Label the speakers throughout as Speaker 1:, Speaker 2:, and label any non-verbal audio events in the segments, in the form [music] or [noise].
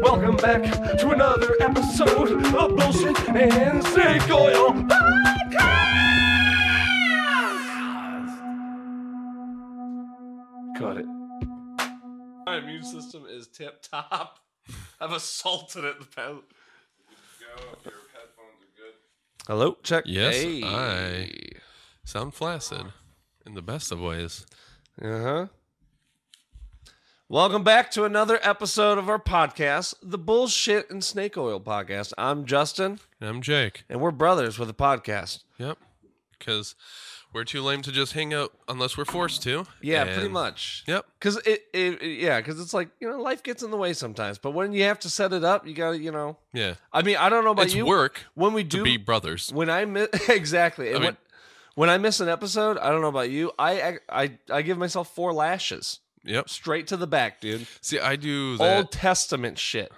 Speaker 1: Welcome back to another episode of Bullshit and Snake Oil Podcast. Got it.
Speaker 2: My immune system is tip top. I've assaulted it the past.
Speaker 1: Hello, check.
Speaker 3: Yes,
Speaker 2: Hey.
Speaker 3: I sound flaccid in the best of ways.
Speaker 1: Uh huh. Welcome back to another episode of our podcast, the Bullshit and Snake Oil Podcast. I'm Justin,
Speaker 3: And I'm Jake.
Speaker 1: and we're brothers with a podcast.
Speaker 3: Yep. Because we're too lame to just hang out unless we're forced to.
Speaker 1: Yeah, pretty
Speaker 3: and-
Speaker 1: much.
Speaker 3: Yep.
Speaker 1: Cause it, it, it- yeah, cause it's like you know life gets in the way sometimes. But when you have to set it up, you gotta, you know.
Speaker 3: Yeah.
Speaker 1: I mean, I don't know about
Speaker 3: it's
Speaker 1: you.
Speaker 3: work
Speaker 1: when we
Speaker 3: to
Speaker 1: do
Speaker 3: be brothers.
Speaker 1: when I miss [laughs] exactly and
Speaker 3: I mean-
Speaker 1: when, when I miss an episode, I don't know about you. I ac- I I give myself four lashes
Speaker 3: Yep.
Speaker 1: straight to the back, dude.
Speaker 3: See, I do that.
Speaker 1: Old Testament shit.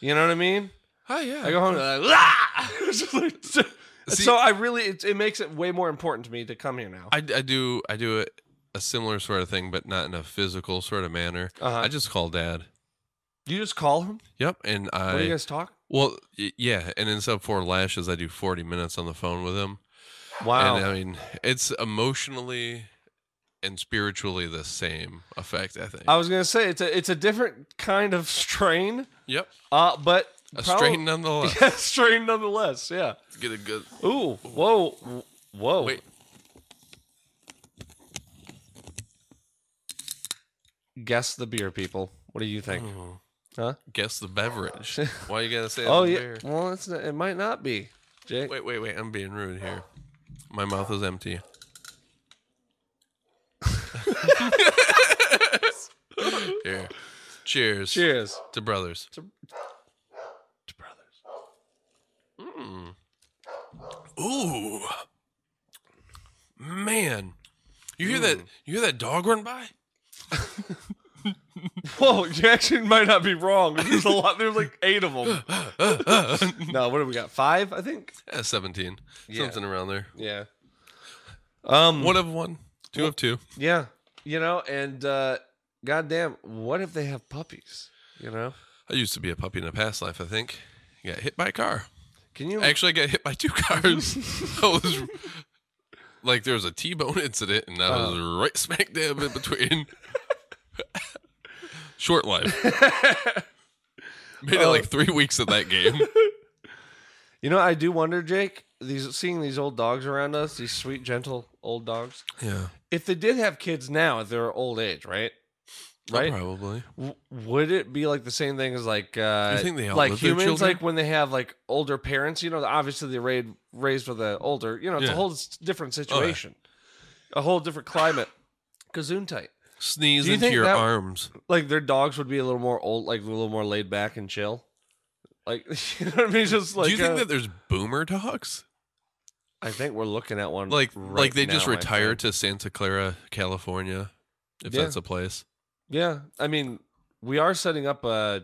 Speaker 1: You know what I
Speaker 3: [laughs]
Speaker 1: mean? [laughs]
Speaker 3: oh, yeah.
Speaker 1: I go home and I'm like, "Ah!" It's like- so-
Speaker 3: See-
Speaker 1: so I really it, it makes it way more important to me to come here now.
Speaker 3: I, I do. I do a, a similar sort of thing, but not in a physical sort of manner.
Speaker 1: Uh-huh.
Speaker 3: I just call dad.
Speaker 1: you just call him
Speaker 3: Yep. And I.
Speaker 1: when you guys talk.
Speaker 3: well, y- yeah. And instead of four lashes, I do 40 minutes on the phone with him.
Speaker 1: Wow.
Speaker 3: And uh, I mean, it's emotionally and spiritually the same effect, I think.
Speaker 1: I was gonna say it's a it's a different kind of strain,
Speaker 3: yep.
Speaker 1: uh, but
Speaker 3: A
Speaker 1: prob-
Speaker 3: strain nonetheless.
Speaker 1: [laughs] yeah, strain nonetheless. Yeah.
Speaker 3: Get a good.
Speaker 1: Ooh, whoa, whoa.
Speaker 3: Wait.
Speaker 1: Guess the beer, people. What do you think? Huh?
Speaker 3: Guess the beverage.
Speaker 1: [laughs]
Speaker 3: Why you gotta say
Speaker 1: Oh
Speaker 3: that
Speaker 1: yeah.
Speaker 3: there?
Speaker 1: Well, it's not, it might not be. Jake.
Speaker 3: Wait, wait, wait. I'm being rude here. My mouth is empty. [laughs] here. Cheers.
Speaker 1: Cheers
Speaker 3: To brothers.
Speaker 1: to brothers.
Speaker 3: Ooh. Man. You hear that you hear that dog run by? [laughs]
Speaker 1: Whoa, [laughs] you actually might not be wrong. There's a lot. There's like eight of
Speaker 3: [laughs]
Speaker 1: them.
Speaker 3: Uh,
Speaker 1: no, what do we got? Five, I think.
Speaker 3: Yeah, 17.
Speaker 1: Yeah.
Speaker 3: Something around there.
Speaker 1: Yeah. Um.
Speaker 3: One of one, two of two.
Speaker 1: Yeah. You know, and uh, goddamn, what if they have puppies? You know.
Speaker 3: I used to be a puppy in a past life, I think. I got hit by a car.
Speaker 1: Can you
Speaker 3: Actually, I got hit by two cars. I was like, there was a T-bone incident, and I
Speaker 1: Uh.
Speaker 3: was right smack dab in
Speaker 1: [laughs]
Speaker 3: between. Short life. Made it
Speaker 1: Uh.
Speaker 3: like three weeks of that
Speaker 1: [laughs]
Speaker 3: game.
Speaker 1: [laughs] You know, I do wonder, Jake. These seeing these old dogs around us, these sweet, gentle old dogs.
Speaker 3: Yeah,
Speaker 1: If they did have kids now at their old age, right? Right?
Speaker 3: Oh, Probably.
Speaker 1: W- would it be like the same thing as like uh,
Speaker 3: think they
Speaker 1: like
Speaker 3: outlive their
Speaker 1: humans,
Speaker 3: children?
Speaker 1: like when they have like older parents? You know, obviously they raised raised with the older. You know, it's a
Speaker 3: Yeah.
Speaker 1: whole s- different situation, a whole different climate. Kazoon tight.
Speaker 3: Sneeze
Speaker 1: Do you
Speaker 3: into
Speaker 1: think
Speaker 3: your
Speaker 1: that-
Speaker 3: arms.
Speaker 1: Like their dogs would be a little more old, like a little more laid back and chill. Like [laughs] you know what I mean? Just like
Speaker 3: Do you think
Speaker 1: uh,
Speaker 3: that there's boomer dogs?
Speaker 1: I think we're looking at one
Speaker 3: Like, like
Speaker 1: right
Speaker 3: they just
Speaker 1: now, I
Speaker 3: retire
Speaker 1: think.
Speaker 3: to Santa Clara, California, if
Speaker 1: Yeah.
Speaker 3: that's a place.
Speaker 1: Yeah, I mean, we are setting up a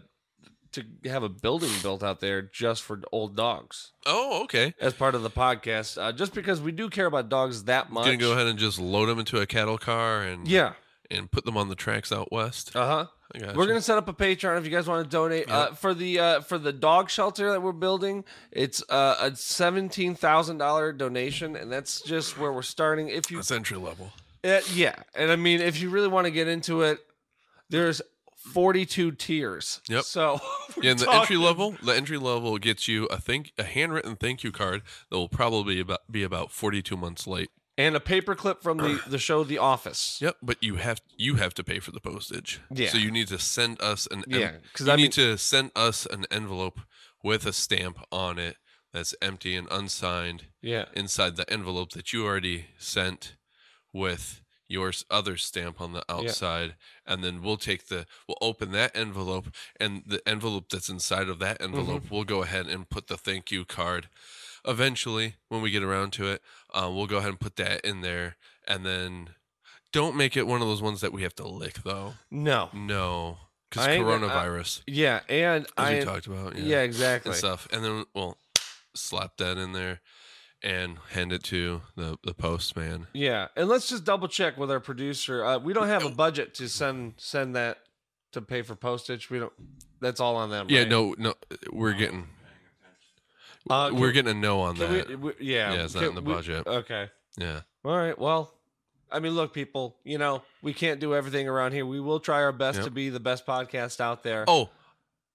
Speaker 1: to have a building built out there just for old dogs
Speaker 3: Oh, okay.
Speaker 1: as part of the podcast, uh, just because we do care about dogs that much.
Speaker 3: Gonna go ahead and just load them into a cattle car and
Speaker 1: Yeah.
Speaker 3: and put them on the tracks out west.
Speaker 1: Uh huh.
Speaker 3: I gotcha.
Speaker 1: We're gonna set up a Patreon if you guys want to donate uh, for the uh, for the dog shelter that we're building. It's uh, a seventeen thousand dollar donation, and that's just where we're starting. If you
Speaker 3: [laughs] That's entry level.
Speaker 1: Uh, yeah, and I mean, if you really want to get into it, there's 42 tiers.
Speaker 3: Yep.
Speaker 1: So [laughs] [laughs] we're
Speaker 3: Yeah, and the
Speaker 1: talking-
Speaker 3: entry level, the entry level gets you a thank a handwritten thank you card that will probably about be about forty two months late.
Speaker 1: and a paperclip from the the show The Office.
Speaker 3: Yep, but you have you have to pay for the postage.
Speaker 1: Yeah.
Speaker 3: So you need to send us an en-
Speaker 1: Yeah, 'cause
Speaker 3: you
Speaker 1: I
Speaker 3: need
Speaker 1: mean-
Speaker 3: to send us an envelope with a stamp on it that's empty and unsigned
Speaker 1: Yeah.
Speaker 3: inside the envelope that you already sent with your s- other stamp on the outside and then we'll take the we'll open that envelope and the envelope that's inside of that envelope
Speaker 1: Mm-hmm.
Speaker 3: we'll go ahead and put the thank you card eventually when we get around to it uh, we'll go ahead and put that in there and then don't make it one of those ones that we have to lick though
Speaker 1: No.
Speaker 3: no because
Speaker 1: I ain't gonna- I-
Speaker 3: coronavirus
Speaker 1: Yeah, and
Speaker 3: as
Speaker 1: I
Speaker 3: we talked about
Speaker 1: yeah,
Speaker 3: and
Speaker 1: exactly.
Speaker 3: stuff. And then we'll slap that in there and hand it to the, the postman.
Speaker 1: Yeah, and let's just double check with our producer. Uh, we don't have a budget to send send that to pay for postage. We don't. That's all on them.
Speaker 3: Yeah,
Speaker 1: right?
Speaker 3: no, no, we're getting
Speaker 1: Uh,
Speaker 3: we're getting a no on
Speaker 1: Can we-
Speaker 3: that.
Speaker 1: we- yeah,
Speaker 3: Yeah, it's not
Speaker 1: can
Speaker 3: in the
Speaker 1: we- uh,
Speaker 3: budget.
Speaker 1: Okay.
Speaker 3: yeah,
Speaker 1: All right. Well, I mean, look, people. You know, we can't do everything around here. We will try our best
Speaker 3: Yep.
Speaker 1: to be the best podcast out there.
Speaker 3: Oh,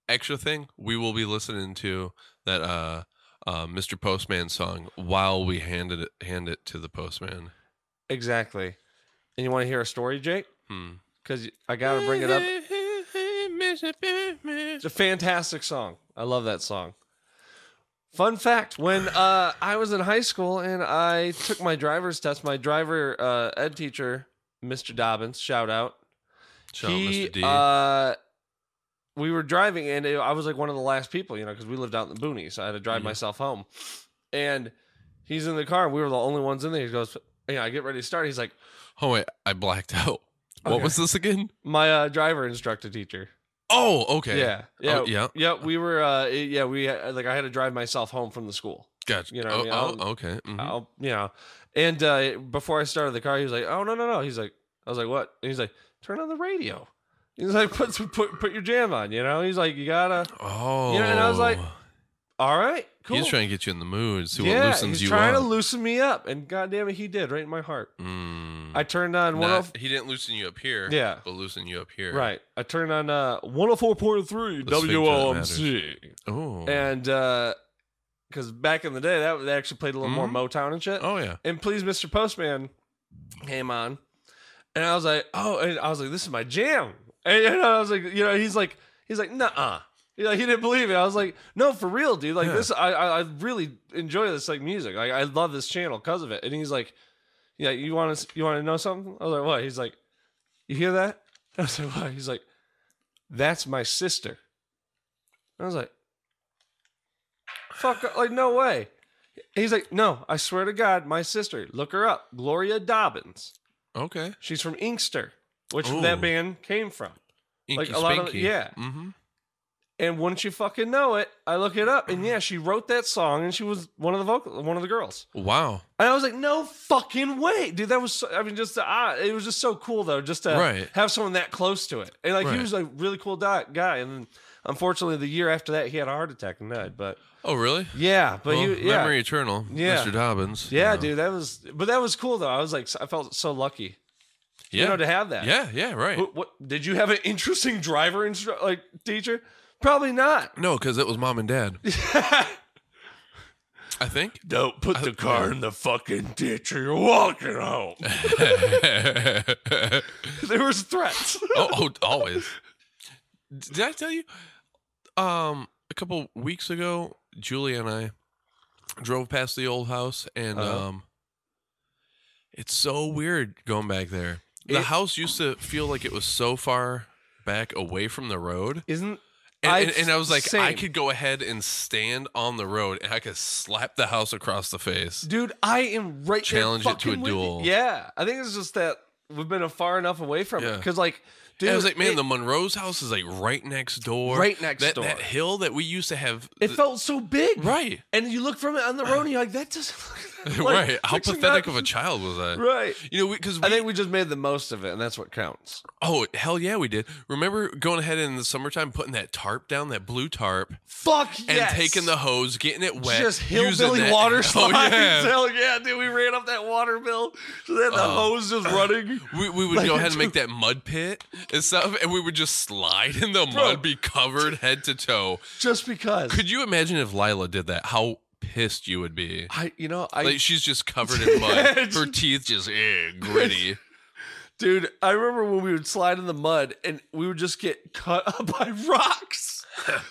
Speaker 3: extra thing, we will be listening to that uh, uh Mr. Postman song while we hand it hand it to the postman.
Speaker 1: exactly. And you want to hear a story, Jake?
Speaker 3: Hmm.
Speaker 1: Because I gotta bring it up.
Speaker 3: Mr. Postman.
Speaker 1: It's a fantastic song. I love that song. Fun fact: When uh, I was in high school and I took my driver's test, my driver uh, ed teacher, Mr. Dobbins, shout out.
Speaker 3: Shout out
Speaker 1: he,
Speaker 3: Mr. D.
Speaker 1: Uh, we were driving, and it- I was like one of the last people, you know, because we lived out in the boonies. So I had to drive
Speaker 3: Mhm.
Speaker 1: myself home, and he's in the car. and We were the only ones in there. He goes, "Yeah, I get ready to start." He's like,
Speaker 3: oh wait, I blacked [laughs] out. What
Speaker 1: Okay.
Speaker 3: was this again?
Speaker 1: "My uh, driver instructor teacher."
Speaker 3: Oh, okay.
Speaker 1: Yeah, yeah,
Speaker 3: Oh, yeah.
Speaker 1: yeah. We were, uh, yeah, we like I had to drive myself home from the school.
Speaker 3: Gotcha.
Speaker 1: You know,
Speaker 3: oh,
Speaker 1: yeah, I'll-
Speaker 3: oh, okay. mhm.
Speaker 1: I'll, you know. And uh, before I started the car, he was like, "Oh no, no, no." He's like, "I was like, what?" And he's like, "Turn on the radio." He's like, [laughs] "Put some- put put your jam on," you know. He's like, "You gotta."
Speaker 3: Oh.
Speaker 1: and I was like, All right, cool.
Speaker 3: He's trying to get you in the mood, see
Speaker 1: yeah,
Speaker 3: what loosens
Speaker 1: he's
Speaker 3: you
Speaker 1: trying
Speaker 3: up.
Speaker 1: to loosen me up, and goddamn it, he did right in my heart.
Speaker 3: Mm.
Speaker 1: I turned on one
Speaker 3: Not-
Speaker 1: of
Speaker 3: he didn't loosen you up here.
Speaker 1: Yeah.
Speaker 3: But loosen you up here.
Speaker 1: right. I turned on uh one hundred four point three
Speaker 3: The sphincter that
Speaker 1: WOMC,
Speaker 3: Oh.
Speaker 1: and uh, because back in the day that they actually played a little
Speaker 3: Mhm.
Speaker 1: more Motown and shit.
Speaker 3: oh yeah.
Speaker 1: and please mr postman came on and i was like oh and i was like this is my jam and, and i was like you know he's like he's like nah you know, he didn't believe it i was like no for real dude like
Speaker 3: Yeah.
Speaker 1: this I, I i really enjoy this like music like i love this channel because of it and he's like yeah you want to you want to know something i was like what he's like you hear that [laughs] i was like what he's like that's my sister i was like fuck like no way He's like, no, I swear to God, my sister, look her up, Gloria Dobbins.
Speaker 3: Okay.
Speaker 1: She's from Inkster, which
Speaker 3: Ooh.
Speaker 1: that band came from. Like,
Speaker 3: Inky
Speaker 1: a lot of-
Speaker 3: Spinky.
Speaker 1: yeah.
Speaker 3: Mm-hmm.
Speaker 1: And wouldn't you fucking know it? I look it up, and yeah, she wrote that song, and she was one of the vocal, one of the girls.
Speaker 3: Wow.
Speaker 1: And I was like, no fucking way, dude. That was, so, I mean, just the, ah, it was just so cool though, just to
Speaker 3: Right.
Speaker 1: have someone that close to it. And like,
Speaker 3: Right.
Speaker 1: he was like really cool di- guy, and then, unfortunately, the year after that, he had a heart attack and died. But
Speaker 3: Oh really?
Speaker 1: yeah, but
Speaker 3: Well,
Speaker 1: you, yeah,
Speaker 3: Memory eternal.
Speaker 1: Yeah.
Speaker 3: Mr. Dobbins. you
Speaker 1: yeah,
Speaker 3: know.
Speaker 1: dude, that was, but that was cool though. I was like, I felt so lucky.
Speaker 3: Yeah.
Speaker 1: you know, to have that.
Speaker 3: yeah. Yeah. Right.
Speaker 1: What, what- did you have an interesting driver instru- like teacher? Probably not. [laughs]
Speaker 3: No, because it was mom and dad. I
Speaker 1: [laughs]
Speaker 3: think. [laughs]
Speaker 1: Don't put the car in the fucking ditch or you're walking home.
Speaker 3: oh,
Speaker 1: [laughs] there was threats.
Speaker 3: [laughs] oh, always. Did I tell you? Um, a couple weeks ago, Julie and I drove past the old house, and
Speaker 1: Uh-huh.
Speaker 3: um, it's so weird going back there. The
Speaker 1: It-
Speaker 3: house used to feel like it was so far back away from the road.
Speaker 1: Isn't
Speaker 3: And,
Speaker 1: I-
Speaker 3: and, and I was like, I
Speaker 1: same.
Speaker 3: could go ahead and stand on the road and I could slap the house across the face.
Speaker 1: dude, I am right there
Speaker 3: Challenge it to
Speaker 1: fucking
Speaker 3: a
Speaker 1: with you.
Speaker 3: duel.
Speaker 1: Yeah. I think it's just that we've been far enough away from
Speaker 3: Yeah.
Speaker 1: it. Cause like dude,
Speaker 3: And I was like, man,
Speaker 1: it,
Speaker 3: the Monroe's house is like right next door.
Speaker 1: Right next
Speaker 3: that,
Speaker 1: door.
Speaker 3: That hill that we used to have.
Speaker 1: it
Speaker 3: th-
Speaker 1: felt so big.
Speaker 3: right.
Speaker 1: And you look from it on the road and you're like, that doesn't look that-
Speaker 3: [laughs] right.
Speaker 1: like,
Speaker 3: How
Speaker 1: it's not-
Speaker 3: pathetic of a child was I?
Speaker 1: Right.
Speaker 3: You know, because we,
Speaker 1: I think we just made the most of it, and that's what counts.
Speaker 3: oh hell yeah, we did. Remember going ahead in the summertime, putting that tarp down, that blue tarp,
Speaker 1: Fuck yes.
Speaker 3: and taking the hose, getting it wet,
Speaker 1: just
Speaker 3: using
Speaker 1: hillbilly
Speaker 3: that- [laughs]
Speaker 1: water
Speaker 3: Oh
Speaker 1: slides. [laughs]
Speaker 3: yeah.
Speaker 1: Hell yeah, dude, we ran up that water bill. So then the
Speaker 3: Oh.
Speaker 1: hose
Speaker 3: Uh,
Speaker 1: just running.
Speaker 3: We, we would
Speaker 1: Like [laughs]
Speaker 3: go ahead
Speaker 1: it's-
Speaker 3: and make that mud pit and stuff, and we would just slide in the mud, be covered head to toe.
Speaker 1: Just because.
Speaker 3: Could you imagine if Lila did that? How pissed you would be.
Speaker 1: I you know, I
Speaker 3: Like she's just covered
Speaker 1: [laughs]
Speaker 3: in mud. Her teeth just eh, gritty.
Speaker 1: dude, I remember when we would slide in the mud and we would just get cut up by [laughs]
Speaker 3: [laughs]
Speaker 1: rocks.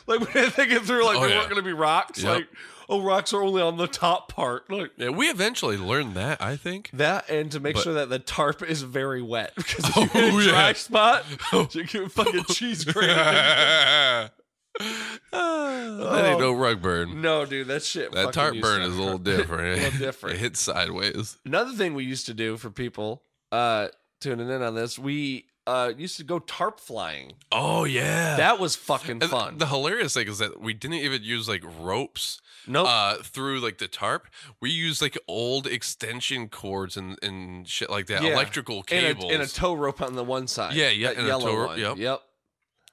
Speaker 1: like we didn't think it through like
Speaker 3: Oh,
Speaker 1: there
Speaker 3: yeah.
Speaker 1: weren't gonna be rocks.
Speaker 3: Yep.
Speaker 1: Like, oh rocks are only on the top part. Like
Speaker 3: Yeah, we eventually learned that, I think.
Speaker 1: that and to make
Speaker 3: But-
Speaker 1: sure that the tarp is very wet [laughs] because if
Speaker 3: Oh,
Speaker 1: you hit a dry
Speaker 3: yeah.
Speaker 1: spot, you get fucking cheese grater.
Speaker 3: [laughs] that ain't no rug burn.
Speaker 1: no, dude, that shit.
Speaker 3: That
Speaker 1: fucking
Speaker 3: tarp burn
Speaker 1: useless.
Speaker 3: is a little different.
Speaker 1: [laughs]
Speaker 3: [laughs]
Speaker 1: A little different.
Speaker 3: it hits sideways.
Speaker 1: another thing we used to do for people uh tuning in on this we uh used to go tarp flying
Speaker 3: Oh yeah.
Speaker 1: that was fucking
Speaker 3: And
Speaker 1: fun
Speaker 3: The hilarious thing is that we didn't even use like ropes
Speaker 1: nope
Speaker 3: uh, through like the tarp. We used like old extension cords and, and shit like that.
Speaker 1: Yeah.
Speaker 3: Electrical
Speaker 1: and,
Speaker 3: cables.
Speaker 1: a, and a tow rope on the one side
Speaker 3: Yeah, yeah,
Speaker 1: that
Speaker 3: and a
Speaker 1: yellow
Speaker 3: tow rope,
Speaker 1: one.
Speaker 3: yep.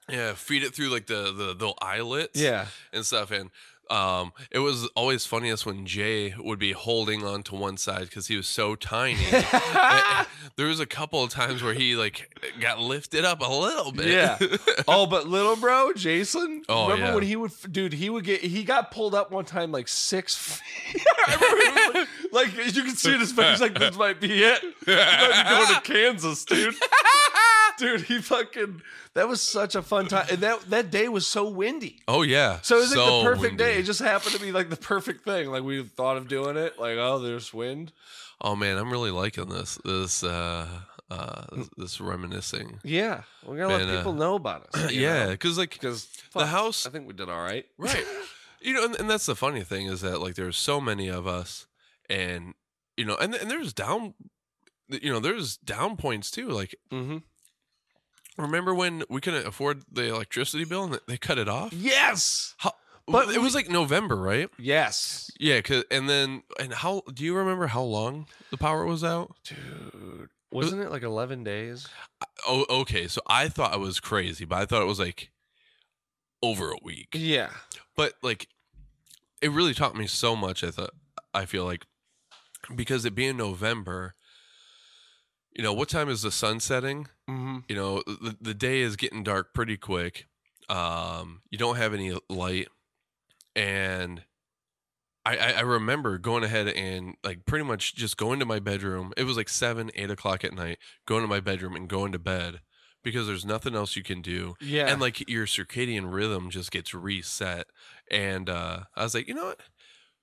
Speaker 3: yeah, feed it through like the the, the eyelets
Speaker 1: Yeah.
Speaker 3: and stuff. And um, it was always funniest when Jay would be holding on to one side because he was so tiny. [laughs]
Speaker 1: Ah!
Speaker 3: And- and there was a couple of times where he like got lifted up a little bit.
Speaker 1: Yeah. [laughs] [laughs] Oh, but little bro, Jason.
Speaker 3: Oh,
Speaker 1: remember
Speaker 3: yeah.
Speaker 1: when he would, dude? He would get. He got pulled up one time like six [laughs]
Speaker 3: [laughs]
Speaker 1: feet. I remember, it was like, like, you can see in his face, like this might be it. You might be [laughs] going to Kansas, dude. Dude, he fucking. That was such a fun time, and that that day was so windy.
Speaker 3: [laughs] oh yeah.
Speaker 1: So it was like the
Speaker 3: So
Speaker 1: perfect day.
Speaker 3: windy.
Speaker 1: It just happened to be like the perfect thing. Like we thought of doing it. Like oh, there's wind.
Speaker 3: Oh man, I'm really liking this. This uh uh this, this reminiscing. [clears throat]
Speaker 1: Yeah, we're gonna
Speaker 3: Man,
Speaker 1: let
Speaker 3: uh,
Speaker 1: people know about us.
Speaker 3: yeah, because like
Speaker 1: because
Speaker 3: the house
Speaker 1: I think we did all right.
Speaker 3: right you know and, and that's the funny thing is that like there's so many of us and you know and, and there's down you know there's down points too like
Speaker 1: [laughs] Mm-hmm.
Speaker 3: remember when we couldn't afford the electricity bill and they cut it
Speaker 1: Mm,
Speaker 3: off
Speaker 1: Yes.
Speaker 3: but it was like november right
Speaker 1: Yes.
Speaker 3: yeah 'cause- and then and how do you remember how long the power was out
Speaker 1: Dude, wasn't it like 11 days?
Speaker 3: oh okay so i thought i was crazy but i thought it was like over a week
Speaker 1: Yeah.
Speaker 3: but like it really taught me so much i thought i feel like because it being november you know what time is the sun setting
Speaker 1: Mm-hmm.
Speaker 3: you know the, the day is getting dark pretty quick um you don't have any light and I, I I remember going ahead and like pretty much just going to my bedroom. It was like seven, eight o'clock at night, going to my bedroom and going to bed because there's nothing else you can do
Speaker 1: Yeah.
Speaker 3: and like your circadian rhythm just gets reset and uh i was like you know what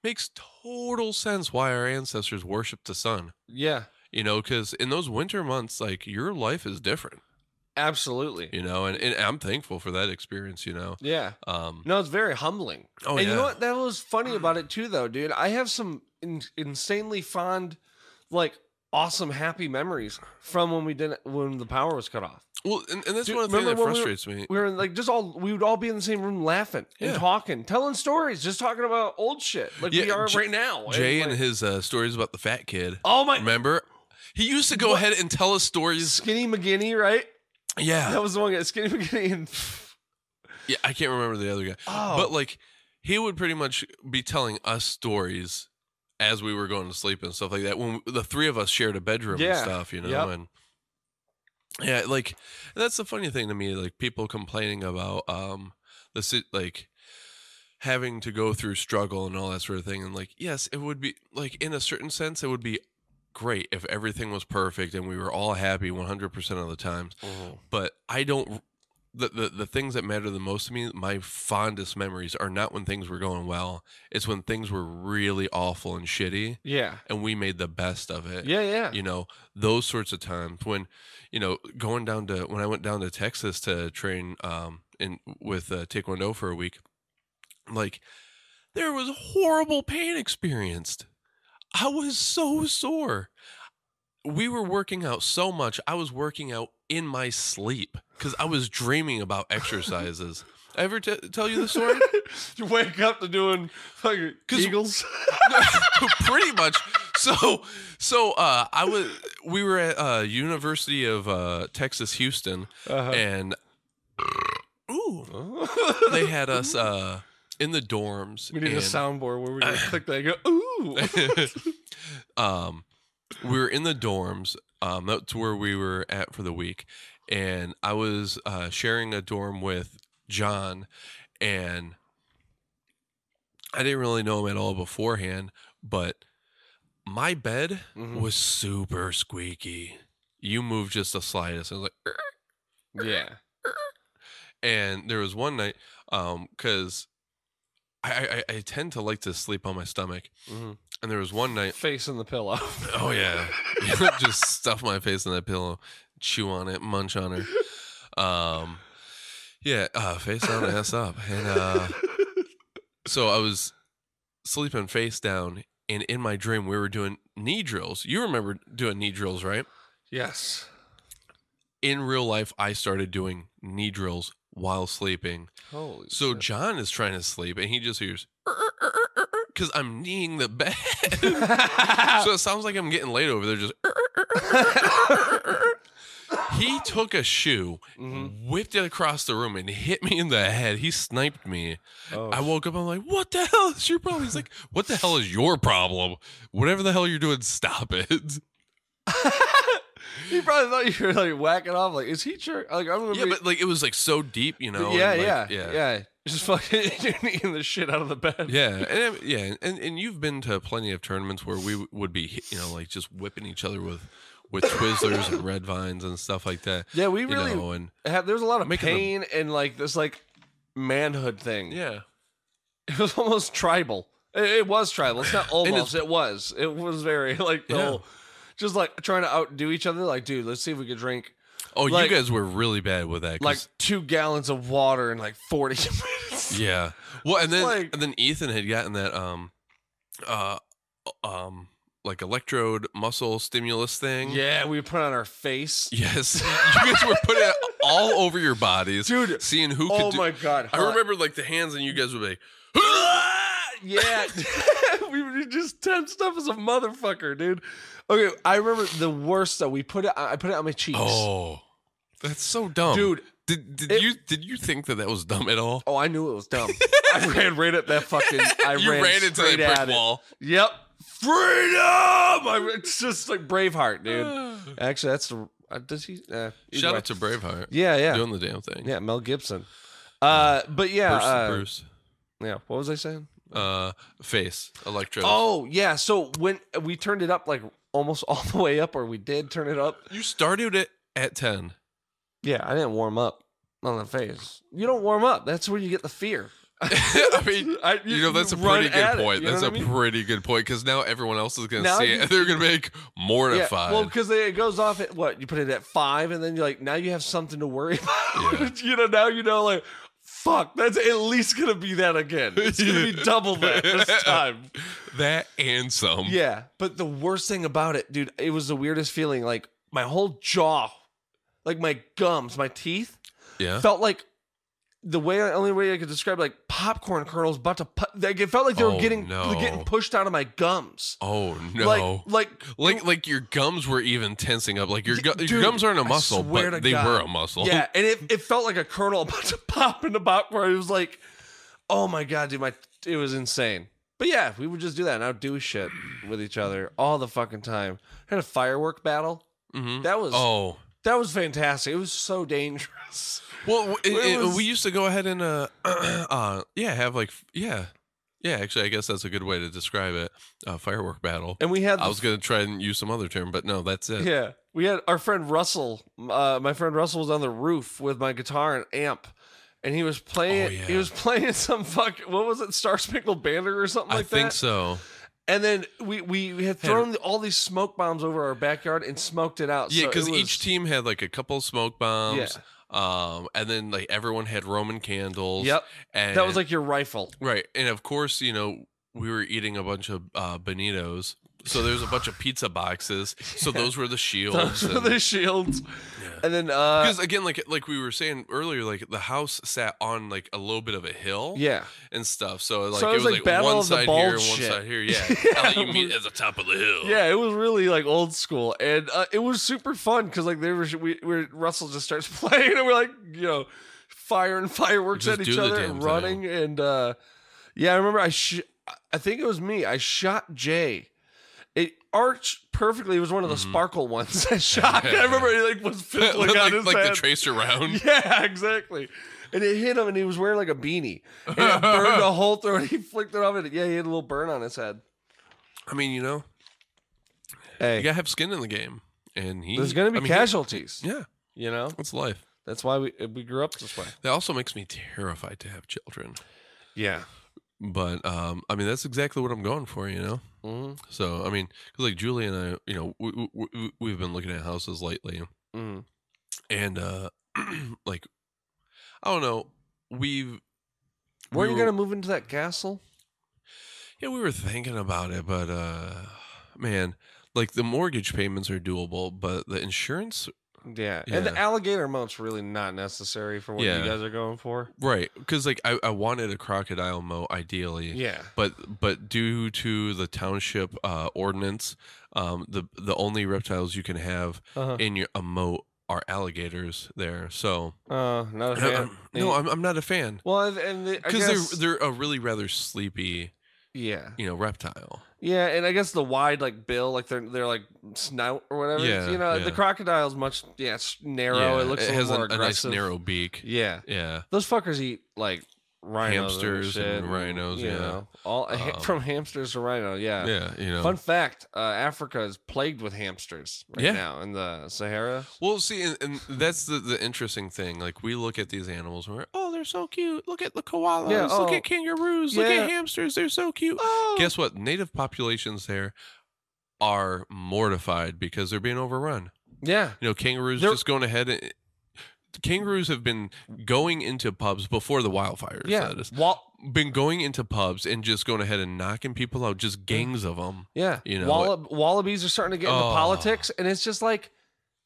Speaker 3: makes total sense why our ancestors worshiped the sun
Speaker 1: yeah.
Speaker 3: you know because in those winter months like your life is different
Speaker 1: Absolutely. Yeah.
Speaker 3: you know and, and i'm thankful for that experience you know um
Speaker 1: No, it's very humbling.
Speaker 3: oh
Speaker 1: and
Speaker 3: yeah
Speaker 1: you know what? That was funny about it too, though, dude. I have some in- insanely fond, like, awesome, happy memories from when we didn't, when the power was cut off.
Speaker 3: well and, and that's
Speaker 1: Dude,
Speaker 3: one of the things that
Speaker 1: remember when we were-
Speaker 3: frustrates me
Speaker 1: We were like just all we would all be in the same room laughing and
Speaker 3: Yeah.
Speaker 1: talking, telling stories, just talking about old shit like we
Speaker 3: Yeah,
Speaker 1: are
Speaker 3: J-
Speaker 1: right now.
Speaker 3: jay and
Speaker 1: like-
Speaker 3: his uh stories about the fat kid
Speaker 1: oh my
Speaker 3: remember he used to go
Speaker 1: What?
Speaker 3: ahead and tell us stories
Speaker 1: skinny McGinney, right?
Speaker 3: yeah
Speaker 1: That was the one guy, skinny McGinney. And,
Speaker 3: yeah i can't remember the other guy
Speaker 1: oh,
Speaker 3: But like he would pretty much be telling us stories as we were going to sleep and stuff like that. When the three of us shared a bedroom and
Speaker 1: Yeah.
Speaker 3: stuff, you know,
Speaker 1: Yep.
Speaker 3: and yeah, like that's the funny thing to me. Like people complaining about um the sit like having to go through struggle and all that sort of thing. And like, yes, it would be like in a certain sense, it would be great if everything was perfect and we were all happy 100% of the times but I don't. The, the, the things that matter the most to me, my fondest memories are not when things were going well. It's when things were really awful and shitty,
Speaker 1: yeah,
Speaker 3: and we made the best of it.
Speaker 1: yeah, yeah.
Speaker 3: You know, those sorts of times when, you know, going down to when I went down to Texas to train um in with uh, Taekwondo for a week, like there was horrible pain experienced. I was so sore. We were working out so much. I was working out in my sleep because I was dreaming about exercises. Ever t- tell you the story?
Speaker 1: [laughs] you wake up to doing fucking
Speaker 3: 'Cause-
Speaker 1: eagles.
Speaker 3: [laughs] pretty much so so uh i was we were at uh university of uh texas houston [laughs] and ooh
Speaker 1: Uh-huh.
Speaker 3: [laughs] they had us uh in the dorms
Speaker 1: we need a
Speaker 3: and-
Speaker 1: soundboard where we
Speaker 3: [laughs]
Speaker 1: can click that. And go ooh.
Speaker 3: um we were in the dorms um that's where we were at for the week and i was uh sharing a dorm with john and i didn't really know him at all beforehand but my bed
Speaker 1: Mhm.
Speaker 3: was super squeaky. You moved just the slightest. I was like, "Er."
Speaker 1: Yeah,
Speaker 3: and there was one night, um, because I, I I tend to like to sleep on my stomach,
Speaker 1: Mhm.
Speaker 3: and there was one night.
Speaker 1: face in the pillow.
Speaker 3: Oh yeah, [laughs] just stuff my face in that pillow, chew on it, munch on her. Um, yeah, uh, face down, ass up, and uh, so I was sleeping face down, and in my dream we were doing knee drills. You remember doing knee drills, right?
Speaker 1: yes.
Speaker 3: in real life, I started doing knee drills while sleeping.
Speaker 1: Holy.
Speaker 3: So
Speaker 1: shit.
Speaker 3: John is trying to sleep and he just hears "Er, because I'm kneeing the bed. [laughs]
Speaker 1: [laughs] Uh,
Speaker 3: so it sounds like I'm getting laid over there. Just "Er, er, er, er, er, er." He took a shoe,
Speaker 1: Mhm.
Speaker 3: whipped it across the room, and hit me in the head. He sniped me.
Speaker 1: Oh,
Speaker 3: I woke up. I'm like, "What the hell is your problem?" He's like, "What the hell is your problem? Whatever the hell you're doing, stop it."
Speaker 1: he probably thought you were like whacking off. Like, is he jerk? Like, I'm gonna
Speaker 3: Yeah,
Speaker 1: be.
Speaker 3: but like it was like so deep, you know.
Speaker 1: yeah,
Speaker 3: and,
Speaker 1: yeah,
Speaker 3: like,
Speaker 1: yeah, Just fucking [laughs] you're kneeing the shit out of the bed.
Speaker 3: Yeah, and, I- yeah, and and you've been to plenty of tournaments where we w- would be, hit- you know, like just whipping each other with with
Speaker 1: [laughs]
Speaker 3: Twizzlers and Red Vines and stuff like that.
Speaker 1: Yeah, we
Speaker 3: you
Speaker 1: really
Speaker 3: know, and
Speaker 1: had. There was a lot of
Speaker 3: Making them-
Speaker 1: pain and like this like manhood thing.
Speaker 3: yeah,
Speaker 1: It was almost tribal. It, it was tribal. It's
Speaker 3: [laughs]
Speaker 1: not
Speaker 3: it's-
Speaker 1: almost. it was. It was very [laughs] like the
Speaker 3: Yeah.
Speaker 1: whole, just like trying to outdo each other. Like, dude, let's see if we could drink
Speaker 3: oh,
Speaker 1: Like-
Speaker 3: you guys were really bad with that. 'cause-
Speaker 1: like two gallons of water in like forty [laughs] minutes.
Speaker 3: yeah, well, and
Speaker 1: it's
Speaker 3: then
Speaker 1: like-
Speaker 3: and then Ethan had gotten that um, uh, um, like electrode muscle stimulus thing.
Speaker 1: Yeah, we put it on our face.
Speaker 3: Yes, [laughs] you guys were putting it all over your bodies,
Speaker 1: Dude,
Speaker 3: Seeing who could
Speaker 1: Oh
Speaker 3: do.
Speaker 1: my god!
Speaker 3: I
Speaker 1: hot.
Speaker 3: remember like the hands, and you
Speaker 1: [gasps]
Speaker 3: guys would be.
Speaker 1: Yeah, [laughs] we were just tensed up as a motherfucker, dude. Okay, I remember the worst though. We put it. I put it on my cheeks.
Speaker 3: Oh, that's so dumb,
Speaker 1: Dude,
Speaker 3: Did did
Speaker 1: it-
Speaker 3: you did you think that that was dumb at all?
Speaker 1: Oh, I knew
Speaker 3: [laughs]
Speaker 1: it was dumb. [laughs] I ran right at that fucking. I
Speaker 3: you
Speaker 1: ran,
Speaker 3: ran into
Speaker 1: straight
Speaker 3: that brick
Speaker 1: at it.
Speaker 3: wall.
Speaker 1: Yep. Freedom! I, ran- it's just like Braveheart, dude. [sighs] Actually, that's the. Uh, does he? Uh, either
Speaker 3: [sighs] Shout
Speaker 1: way.
Speaker 3: out to Braveheart.
Speaker 1: Yeah, yeah,
Speaker 3: doing the damn thing.
Speaker 1: yeah. Mel Gibson. Uh, but yeah,
Speaker 3: Bruce,
Speaker 1: uh,
Speaker 3: Bruce.
Speaker 1: yeah. What was I saying?
Speaker 3: Uh, face electro.
Speaker 1: Oh, yeah. So when we turned it up, like almost [laughs] all the way up, or we did turn it up.
Speaker 3: you started it
Speaker 1: [laughs]
Speaker 3: at ten.
Speaker 1: Yeah, I didn't warm up on the face. You don't warm up. That's where you get the fear.
Speaker 3: I mean,
Speaker 1: I,
Speaker 3: you know that's a
Speaker 1: run
Speaker 3: pretty good
Speaker 1: at it,
Speaker 3: point.
Speaker 1: you know
Speaker 3: that's
Speaker 1: what
Speaker 3: a
Speaker 1: I mean?
Speaker 3: pretty good point because now everyone else is gonna
Speaker 1: Now
Speaker 3: see
Speaker 1: you-
Speaker 3: it [laughs] and they're gonna make mortified.
Speaker 1: well, because it goes off at what you put it at five, and then you're like, now you have something to worry [laughs] about.
Speaker 3: Yeah.
Speaker 1: you know, now you know, like, fuck, that's at least gonna be that again. It's
Speaker 3: [laughs]
Speaker 1: gonna be double that this time.
Speaker 3: that and some.
Speaker 1: Yeah, but the worst thing about it, dude, it was the weirdest feeling. Like my whole jaw, like my gums, my teeth
Speaker 3: Yeah.
Speaker 1: felt like the way only way I could describe it, like popcorn kernels about to pu- like it felt like they were
Speaker 3: Oh,
Speaker 1: getting
Speaker 3: no.
Speaker 1: getting pushed out of my gums.
Speaker 3: Oh no.
Speaker 1: Like like
Speaker 3: Like like your gums were even tensing up. Like your,
Speaker 1: Y-
Speaker 3: gu- your
Speaker 1: dude,
Speaker 3: gums aren't a
Speaker 1: I
Speaker 3: muscle,
Speaker 1: swear
Speaker 3: but
Speaker 1: to
Speaker 3: they
Speaker 1: God.
Speaker 3: were a muscle. [laughs]
Speaker 1: Yeah, and it, it felt like a kernel [laughs] about to pop in the bot where it was like, oh my god, dude, my it was insane. But yeah, we would just do that and outdo shit with each other all the fucking time. Had a firework battle.
Speaker 3: Mhm.
Speaker 1: That was
Speaker 3: Oh.
Speaker 1: that was fantastic. It was so dangerous.
Speaker 3: Well, w-
Speaker 1: It
Speaker 3: it- it-
Speaker 1: was-
Speaker 3: we used to go ahead and uh, [clears throat] uh, yeah, have like f- yeah, yeah. Actually, I guess that's a good way to describe it. Uh, firework battle.
Speaker 1: And we had
Speaker 3: I was gonna try and use some other term, but no, that's it.
Speaker 1: yeah, we had our friend Russell. Uh, my friend Russell was on the roof with my guitar and amp. And he was playing.
Speaker 3: Oh, yeah.
Speaker 1: He was [laughs] playing some fuck. What was it, Star Spangled Banner or something
Speaker 3: I
Speaker 1: like that?
Speaker 3: think so.
Speaker 1: And then we we, we had thrown all these smoke bombs over our backyard and smoked it out.
Speaker 3: Yeah,
Speaker 1: So it
Speaker 3: because
Speaker 1: was-
Speaker 3: each team had like a couple smoke bombs.
Speaker 1: Yeah.
Speaker 3: Um, and then like everyone had Roman candles.
Speaker 1: Yep,
Speaker 3: And
Speaker 1: that was like your rifle.
Speaker 3: Right. And of course, you know, we were eating a bunch of uh, bonitos. So there's a bunch of pizza boxes.
Speaker 1: [laughs]
Speaker 3: So those were the
Speaker 1: Those [laughs]
Speaker 3: shields.
Speaker 1: were
Speaker 3: and-
Speaker 1: the shields.
Speaker 3: Yeah.
Speaker 1: And then uh,
Speaker 3: because again, like like we were saying earlier, like the house sat on like a little bit of a hill,
Speaker 1: yeah,
Speaker 3: and stuff. So like
Speaker 1: So
Speaker 3: it was like,
Speaker 1: Battle
Speaker 3: one
Speaker 1: of the
Speaker 3: side here, and one
Speaker 1: Bulge shit.
Speaker 3: side here, yeah. And, like, you
Speaker 1: [laughs]
Speaker 3: meet at the top of the hill.
Speaker 1: yeah, it was really like old school, and uh, it was super fun because like they were we, we Russell just starts [laughs] playing and we're like you know firing fireworks
Speaker 3: Just
Speaker 1: at
Speaker 3: do
Speaker 1: each
Speaker 3: the
Speaker 1: other
Speaker 3: damn
Speaker 1: and running and uh, yeah, I remember I sh- I think it was me. I shot Jay. It arched perfectly. It was one of the sparkle ones.
Speaker 3: [laughs]
Speaker 1: I shot. I remember he like was
Speaker 3: Mm-hmm. like,
Speaker 1: fiddling on
Speaker 3: like,
Speaker 1: his
Speaker 3: like the
Speaker 1: head.
Speaker 3: tracer
Speaker 1: [laughs]
Speaker 3: round.
Speaker 1: Yeah, exactly. And it hit him, and he was wearing like a beanie. And it
Speaker 3: [laughs]
Speaker 1: burned a hole through, and [laughs] he flicked it off. And yeah, he had a little burn on his head.
Speaker 3: I mean, you know, you
Speaker 1: Hey,
Speaker 3: gotta have skin in the game, and he
Speaker 1: there's gonna be
Speaker 3: I mean, he-
Speaker 1: casualties.
Speaker 3: yeah,
Speaker 1: You know,
Speaker 3: that's life.
Speaker 1: that's why we we grew up this way.
Speaker 3: That also makes me terrified to have children.
Speaker 1: Yeah.
Speaker 3: But um, I mean, that's exactly what I'm going for, you know.
Speaker 1: Mm-hmm.
Speaker 3: So I mean, 'cause, like Julie and I, you know, we, we- we, we've been looking at houses lately.
Speaker 1: Mm-hmm.
Speaker 3: and uh [clears throat] like i don't know we've we
Speaker 1: Were you gonna move into that castle?
Speaker 3: yeah we were thinking about it but uh man like the mortgage payments are doable but the insurance
Speaker 1: Yeah. And the
Speaker 3: Yeah.
Speaker 1: alligator moat's really not necessary for what
Speaker 3: Yeah.
Speaker 1: you guys are going for.
Speaker 3: right because like I, I wanted a crocodile moat ideally
Speaker 1: Yeah.
Speaker 3: but but due to the township uh ordinance um the the only reptiles you can have
Speaker 1: Uh-huh.
Speaker 3: in your a moat are alligators there. So
Speaker 1: Uh,
Speaker 3: [clears throat]
Speaker 1: not a fan.
Speaker 3: no, I'm, I'm not a fan
Speaker 1: Well, and- and the- I
Speaker 3: because
Speaker 1: guess,
Speaker 3: they're they're a really rather sleepy,
Speaker 1: yeah,
Speaker 3: you know, reptile.
Speaker 1: yeah, and I guess the wide like bill, like they're they're like snout or whatever.
Speaker 3: Yeah,
Speaker 1: you know,
Speaker 3: yeah.
Speaker 1: the crocodile's much yeah it's narrow.
Speaker 3: Yeah,
Speaker 1: it looks a
Speaker 3: has
Speaker 1: little more
Speaker 3: a, a nice
Speaker 1: aggressive.
Speaker 3: narrow beak.
Speaker 1: Yeah,
Speaker 3: Yeah,
Speaker 1: those fuckers eat like rhinos,
Speaker 3: Hamsters
Speaker 1: and, shit
Speaker 3: and rhinos,
Speaker 1: you
Speaker 3: yeah.
Speaker 1: know, all ha-
Speaker 3: Um,
Speaker 1: [laughs] from hamsters to rhino. Yeah.
Speaker 3: yeah, you know.
Speaker 1: Fun fact: uh, Africa is plagued with hamsters right
Speaker 3: Yeah.
Speaker 1: now in the Sahara.
Speaker 3: Well, see, and, and that's the, the interesting thing. Like we look at these animals, and we're oh, they're so cute. Look at the koalas. look
Speaker 1: oh,
Speaker 3: at kangaroos. Look
Speaker 1: yeah.
Speaker 3: at hamsters. They're so cute.
Speaker 1: Oh,
Speaker 3: Guess what? Native populations there are mortified because they're being overrun.
Speaker 1: yeah,
Speaker 3: You know, kangaroos
Speaker 1: They're-
Speaker 3: just going ahead. And, kangaroos have been going into pubs before the wildfires.
Speaker 1: yeah.
Speaker 3: that is.
Speaker 1: Wal-
Speaker 3: been going into pubs and just going ahead and knocking people out.
Speaker 1: Mm.
Speaker 3: Just gangs of them.
Speaker 1: Yeah.
Speaker 3: You know,
Speaker 1: Walla- wallabies are starting to get into
Speaker 3: Oh.
Speaker 1: politics, and it's just like,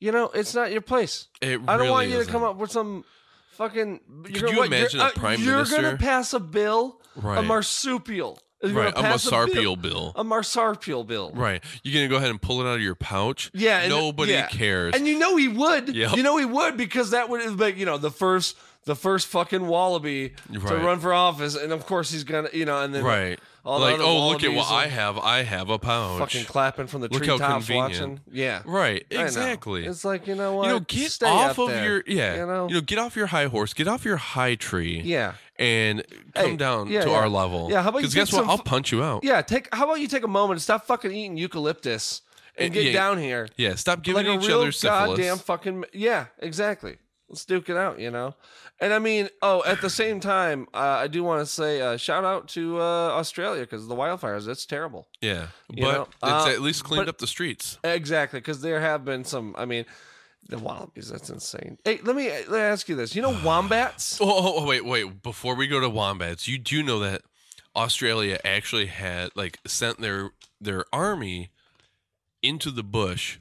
Speaker 1: you know, it's not your place.
Speaker 3: It
Speaker 1: I don't
Speaker 3: really
Speaker 1: want you to
Speaker 3: isn't.
Speaker 1: come up with some fucking.
Speaker 3: Could you imagine a prime
Speaker 1: you're You're gonna
Speaker 3: minister?
Speaker 1: pass a bill,
Speaker 3: right.
Speaker 1: a marsupial. You're gonna
Speaker 3: right. A
Speaker 1: pass
Speaker 3: marsupial
Speaker 1: bill-
Speaker 3: bill.
Speaker 1: A marsupial bill.
Speaker 3: Right. You're gonna go ahead and pull it out of your pouch.
Speaker 1: Yeah, and-
Speaker 3: Nobody
Speaker 1: yeah.
Speaker 3: cares.
Speaker 1: And you know he would.
Speaker 3: Yep.
Speaker 1: You know he would because that would like you know the first the first fucking wallaby to
Speaker 3: Right.
Speaker 1: run for office, and of course he's gonna you know and then
Speaker 3: right.
Speaker 1: all the
Speaker 3: like,
Speaker 1: other
Speaker 3: oh, look at what I
Speaker 1: wallabies
Speaker 3: have. I have a pouch.
Speaker 1: fucking clapping from the
Speaker 3: Look how
Speaker 1: treetops watching.
Speaker 3: convenient.
Speaker 1: Yeah.
Speaker 3: right.
Speaker 1: I know.
Speaker 3: Exactly.
Speaker 1: It's like you know what?
Speaker 3: you know, get
Speaker 1: Stay
Speaker 3: off
Speaker 1: up
Speaker 3: of
Speaker 1: there,
Speaker 3: your yeah.
Speaker 1: You know.
Speaker 3: get off your high horse. Get off your high tree.
Speaker 1: yeah.
Speaker 3: And come
Speaker 1: Hey,
Speaker 3: down
Speaker 1: yeah,
Speaker 3: to
Speaker 1: yeah.
Speaker 3: our level.
Speaker 1: Yeah, how about you
Speaker 3: Because guess
Speaker 1: get
Speaker 3: what?
Speaker 1: some
Speaker 3: I'll
Speaker 1: fu-
Speaker 3: punch you out.
Speaker 1: Yeah. Take. How about you take a moment and stop fucking eating eucalyptus and,
Speaker 3: And-
Speaker 1: get
Speaker 3: Eh, yeah,
Speaker 1: down here
Speaker 3: Yeah, Stop
Speaker 1: like
Speaker 3: giving
Speaker 1: a
Speaker 3: each
Speaker 1: real
Speaker 3: other syphilis.
Speaker 1: goddamn fucking. Yeah. Exactly. Let's duke it out. You know. And I mean, oh, at the same time, uh, I do want to say uh, shout out to uh, Australia because the wildfires. That's terrible.
Speaker 3: yeah. But
Speaker 1: you know,
Speaker 3: it's
Speaker 1: uh,
Speaker 3: at least cleaned
Speaker 1: but-
Speaker 3: up the streets.
Speaker 1: Exactly, because there have been some. I mean, the wallabies. That's insane. Hey, let me uh, let me ask you this.
Speaker 3: [sighs]
Speaker 1: You know wombats?
Speaker 3: Oh, oh, oh, wait, wait. Before we go to wombats, you do know that Australia actually had like sent their their army into the bush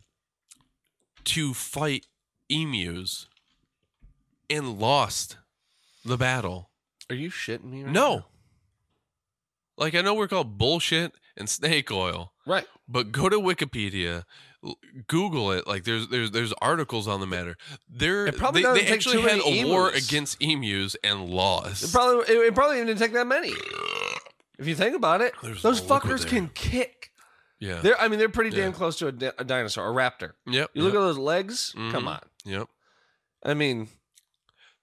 Speaker 3: to fight emus and lost the battle.
Speaker 1: Are you shitting me? right
Speaker 3: No. Like I know we're called bullshit and snake oil,
Speaker 1: Right.
Speaker 3: but go to Wikipedia, l- Google it. Like there's there's there's articles on the matter. There
Speaker 1: It probably
Speaker 3: they,
Speaker 1: doesn't
Speaker 3: they
Speaker 1: take
Speaker 3: actually
Speaker 1: too
Speaker 3: had a
Speaker 1: many
Speaker 3: war
Speaker 1: emus.
Speaker 3: against emus and lost.
Speaker 1: It probably it, it probably didn't take that many. If you think about it,
Speaker 3: There's
Speaker 1: those
Speaker 3: no liquid
Speaker 1: fuckers
Speaker 3: there.
Speaker 1: can kick.
Speaker 3: yeah.
Speaker 1: They're I mean they're pretty damn
Speaker 3: Yeah.
Speaker 1: close to a, di- a dinosaur, a raptor.
Speaker 3: Yep.
Speaker 1: You look at those legs. Come
Speaker 3: Mhm.
Speaker 1: on.
Speaker 3: yep.
Speaker 1: I mean,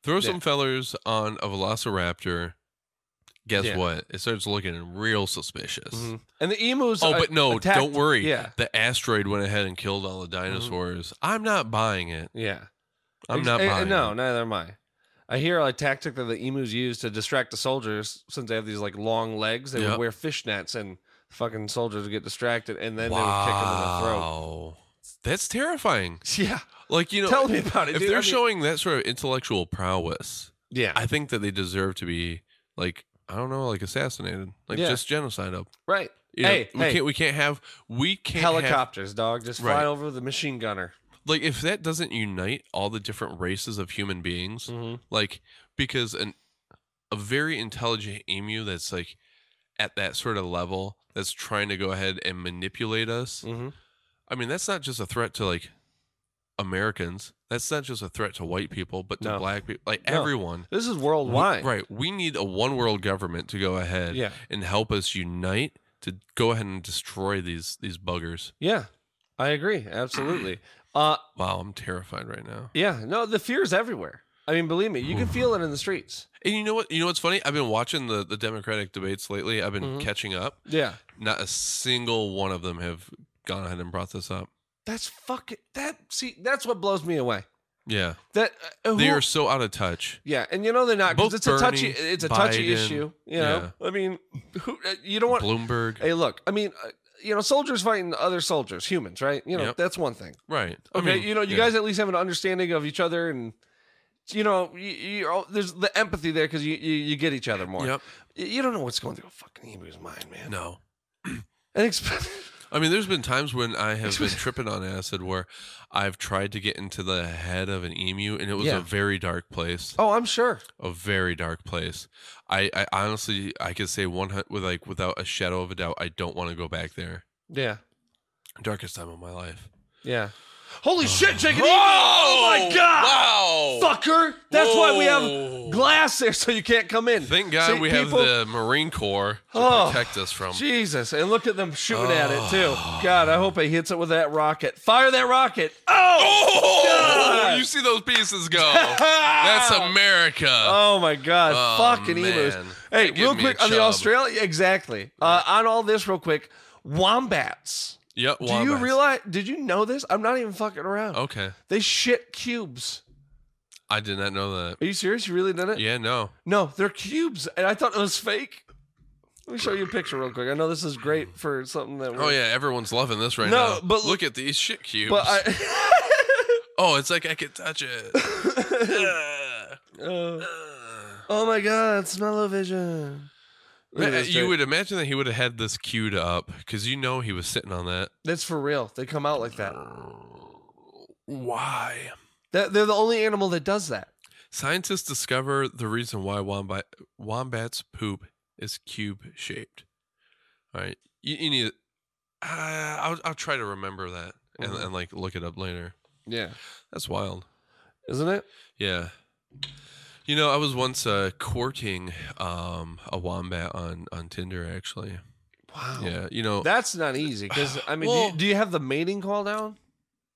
Speaker 3: Throw
Speaker 1: Yeah.
Speaker 3: some fellers on a velociraptor. Guess
Speaker 1: Yeah. Mm-hmm.
Speaker 3: what? It starts looking real suspicious.
Speaker 1: and the emus.
Speaker 3: Oh,
Speaker 1: uh,
Speaker 3: but no,
Speaker 1: attacked-
Speaker 3: don't worry.
Speaker 1: Yeah.
Speaker 3: The asteroid went ahead and killed all the
Speaker 1: Mm-hmm.
Speaker 3: dinosaurs. I'm not buying it.
Speaker 1: Yeah.
Speaker 3: I'm
Speaker 1: Ex-
Speaker 3: not
Speaker 1: eh, eh,
Speaker 3: buying
Speaker 1: No,
Speaker 3: it.
Speaker 1: neither am I. I hear a tactic that the emus use to distract the soldiers, since they have these like long legs, they
Speaker 3: Yep.
Speaker 1: would wear fishnets and fucking soldiers would get distracted, and then
Speaker 3: wow. That's
Speaker 1: they
Speaker 3: terrifying.
Speaker 1: would kick them in the throat. [laughs] Yeah,
Speaker 3: Like, you know,
Speaker 1: tell me about it.
Speaker 3: if
Speaker 1: dude.
Speaker 3: they're
Speaker 1: I mean-
Speaker 3: showing that sort of intellectual prowess,
Speaker 1: yeah,
Speaker 3: I think that they deserve to be, like, I don't know, like assassinated, like
Speaker 1: Yeah.
Speaker 3: just genocide up.
Speaker 1: right.
Speaker 3: You know,
Speaker 1: Hey,
Speaker 3: we
Speaker 1: hey.
Speaker 3: can't, we can't have, we can't have
Speaker 1: Helicopters, dog, just fly
Speaker 3: Right.
Speaker 1: over the machine gunner.
Speaker 3: like if that doesn't unite all the different races of human beings
Speaker 1: Mm.
Speaker 3: like because an a very intelligent emu that's like at that sort of level that's trying to go ahead and manipulate us
Speaker 1: Mhm.
Speaker 3: i mean that's not just a threat to like americans that's not just a threat to white people but to
Speaker 1: No.
Speaker 3: black people like
Speaker 1: No.
Speaker 3: everyone
Speaker 1: This is
Speaker 3: We-
Speaker 1: worldwide.
Speaker 3: right we need a one world government to go ahead
Speaker 1: Yeah.
Speaker 3: and help us unite to go ahead and destroy these these buggers
Speaker 1: Yeah, I agree. Absolutely. uh,
Speaker 3: wow i'm terrified right now
Speaker 1: yeah, no, the fear is everywhere. I mean, believe me, you can feel it in the streets.
Speaker 3: And you know what? You know what's funny? I've been watching the the Democratic debates lately. I've been
Speaker 1: Mm-hmm.
Speaker 3: catching up.
Speaker 1: Yeah.
Speaker 3: Not a single one of them have gone ahead and brought this up.
Speaker 1: That's fucking, that, see, that's what blows me away.
Speaker 3: Yeah,
Speaker 1: That, uh, who-
Speaker 3: they are so out of touch.
Speaker 1: Yeah, and you know they're not because
Speaker 3: Both
Speaker 1: it's a touchy
Speaker 3: Bernie,
Speaker 1: it's a touchy
Speaker 3: Biden,
Speaker 1: issue. You know, I mean, who, uh, you don't want.
Speaker 3: Bloomberg,
Speaker 1: Hey, look, I mean, uh, you know, soldiers fighting other soldiers, humans, right? You know,
Speaker 3: Yep.
Speaker 1: that's one thing.
Speaker 3: right? I
Speaker 1: Okay,
Speaker 3: mean,
Speaker 1: you know, you
Speaker 3: yeah.
Speaker 1: guys at least have an understanding of each other, and you know, you, you all, there's the empathy there because you, you you get each other more.
Speaker 3: Yep.
Speaker 1: Y- You don't know what's going through a fucking emu's mind, man.
Speaker 3: No,
Speaker 1: And exp-
Speaker 3: I mean, there's been times when I
Speaker 1: [laughs]
Speaker 3: have been tripping on acid where I've tried to get into the head of an emu, and it was
Speaker 1: Yeah.
Speaker 3: a very dark place.
Speaker 1: [laughs] oh, I'm sure.
Speaker 3: A very dark place. I, I honestly, I could say one hun- with like without a shadow of a doubt, I don't want to go back there.
Speaker 1: Yeah,
Speaker 3: Darkest time of my life.
Speaker 1: yeah. Holy shit, Jacob!
Speaker 3: Oh,
Speaker 1: Oh my god!
Speaker 3: Wow.
Speaker 1: Fucker! That's why we
Speaker 3: Whoa.
Speaker 1: have glass there so you can't come in.
Speaker 3: Thank God
Speaker 1: See,
Speaker 3: we
Speaker 1: people-
Speaker 3: have the Marine Corps to
Speaker 1: Oh,
Speaker 3: protect us from.
Speaker 1: Jesus, and look at them shooting at it too.
Speaker 3: Oh.
Speaker 1: God, I hope he hits it with that rocket. Fire that rocket! Oh!
Speaker 3: Oh,
Speaker 1: God.
Speaker 3: you see those
Speaker 1: [laughs]
Speaker 3: pieces go. Oh, That's America.
Speaker 1: Oh my God!
Speaker 3: Oh,
Speaker 1: Fucking emus.
Speaker 3: man.
Speaker 1: Hey,
Speaker 3: They give
Speaker 1: real
Speaker 3: me a
Speaker 1: quick on the
Speaker 3: chub.
Speaker 1: Australia, exactly. Uh, on all this, real quick, wombats.
Speaker 3: yep.
Speaker 1: Do you realize? Did you know this? I'm not even fucking around.
Speaker 3: Okay,
Speaker 1: They shit cubes.
Speaker 3: I did not know that.
Speaker 1: Are you serious? You really didn't?
Speaker 3: Yeah, no.
Speaker 1: No, they're cubes, and I thought it was fake. Let me show you a picture real quick. I know this is great for something that.
Speaker 3: Oh yeah, everyone's loving this right
Speaker 1: No,
Speaker 3: now.
Speaker 1: but l-
Speaker 3: look at these shit cubes.
Speaker 1: But I.
Speaker 3: oh, it's like I could touch it.
Speaker 1: [laughs]
Speaker 3: Ugh. [sighs]
Speaker 1: Uh,
Speaker 3: Ugh.
Speaker 1: oh my God! Smell o vision.
Speaker 3: Ma- uh, you would imagine that he would have had this queued up because you know he was sitting on that.
Speaker 1: That's for real. They come out like that.
Speaker 3: Why?
Speaker 1: That- They're the only animal that does that.
Speaker 3: Scientists discover the reason why wombat wombats poop is cube shaped. All right, you, you need. Uh, I'll I'll try to remember that and,
Speaker 1: Mhm.
Speaker 3: and like look it up later.
Speaker 1: Yeah.
Speaker 3: That's wild.
Speaker 1: Isn't it?
Speaker 3: Yeah. You know, I was once uh, courting um, a wombat on on Tinder actually.
Speaker 1: Wow.
Speaker 3: Yeah, you know,
Speaker 1: That's not easy because I mean, do,
Speaker 3: Well-
Speaker 1: you, do you have the mating call down?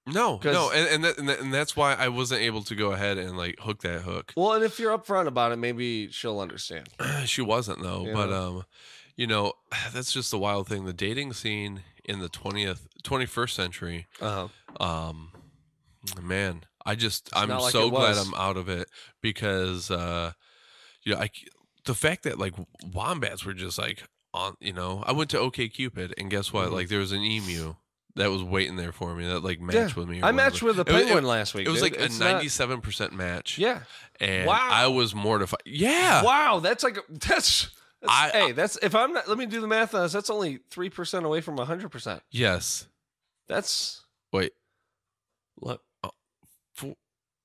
Speaker 3: no,
Speaker 1: 'cause-
Speaker 3: no, and and, that, and that, and that's why I wasn't able to go ahead and like hook that hook.
Speaker 1: Well, and if you're upfront about it, maybe she'll understand.
Speaker 3: [clears throat] she wasn't though
Speaker 1: Yeah.
Speaker 3: but um you know [sighs] that's just the wild thing the dating scene in the 20th 21st century
Speaker 1: Uh huh.
Speaker 3: um man i just i'm
Speaker 1: not like
Speaker 3: so
Speaker 1: it
Speaker 3: glad
Speaker 1: was.
Speaker 3: i'm out of it because uh you know i c- the fact that like wombats were just like on you know i went to ok cupid and guess what
Speaker 1: Mhm.
Speaker 3: like there was an emu that was waiting there for me that like
Speaker 1: Yeah,
Speaker 3: matched with me or
Speaker 1: I matched
Speaker 3: whatever.
Speaker 1: with a
Speaker 3: It was- it-
Speaker 1: penguin last week.
Speaker 3: it was
Speaker 1: dude.
Speaker 3: like a
Speaker 1: It's not-
Speaker 3: 97% match
Speaker 1: Yeah.
Speaker 3: and
Speaker 1: Wow.
Speaker 3: i was mortified yeah
Speaker 1: Wow, that's like that's. that's
Speaker 3: I-
Speaker 1: hey, that's if I'm not. Let me do the math on this. That's only three percent away from hundred percent.
Speaker 3: yes
Speaker 1: That's
Speaker 3: Wait.
Speaker 1: What?
Speaker 3: Oh, four-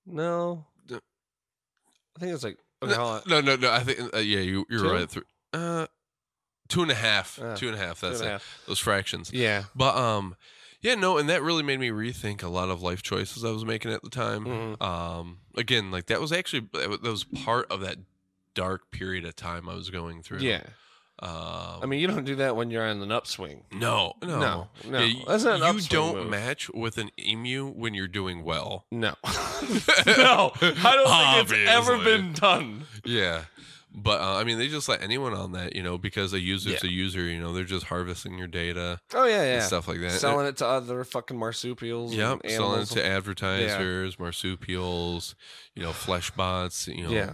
Speaker 1: No.
Speaker 3: No.
Speaker 1: I think it's like okay, hold
Speaker 3: No,
Speaker 1: on.
Speaker 3: no, no, no. I think uh, yeah, you, you're
Speaker 1: Two?
Speaker 3: right. Three, uh, two and a half,
Speaker 1: Ah,
Speaker 3: two and a half.
Speaker 1: Two
Speaker 3: That's
Speaker 1: and a
Speaker 3: it.
Speaker 1: half.
Speaker 3: Those fractions.
Speaker 1: Yeah.
Speaker 3: But um, yeah, no, and that really made me rethink a lot of life choices I was making at the time.
Speaker 1: Mhm.
Speaker 3: Um, again, like that was actually that wa- that was part of that dark period of time I was going through.
Speaker 1: Yeah.
Speaker 3: Um,
Speaker 1: I mean, you don't do that when you're on an upswing.
Speaker 3: no, no,
Speaker 1: No. No.
Speaker 3: Yeah, y-
Speaker 1: that's not an
Speaker 3: you
Speaker 1: upswing
Speaker 3: don't
Speaker 1: move.
Speaker 3: match with an emu when you're doing well. [laughs]
Speaker 1: no. no. I don't think it's ever
Speaker 3: Obviously.
Speaker 1: been done.
Speaker 3: Yeah. But uh, I mean, they just let anyone on that, you know, because a user's
Speaker 1: Yeah.
Speaker 3: a user. You know, they're just harvesting your data
Speaker 1: Oh yeah, yeah.
Speaker 3: and stuff like that. Uh,
Speaker 1: Selling it to other fucking marsupials.
Speaker 3: Yep,
Speaker 1: and
Speaker 3: selling
Speaker 1: animals.
Speaker 3: it to advertisers, marsupials, you know, flesh bots. You know,
Speaker 1: Yeah.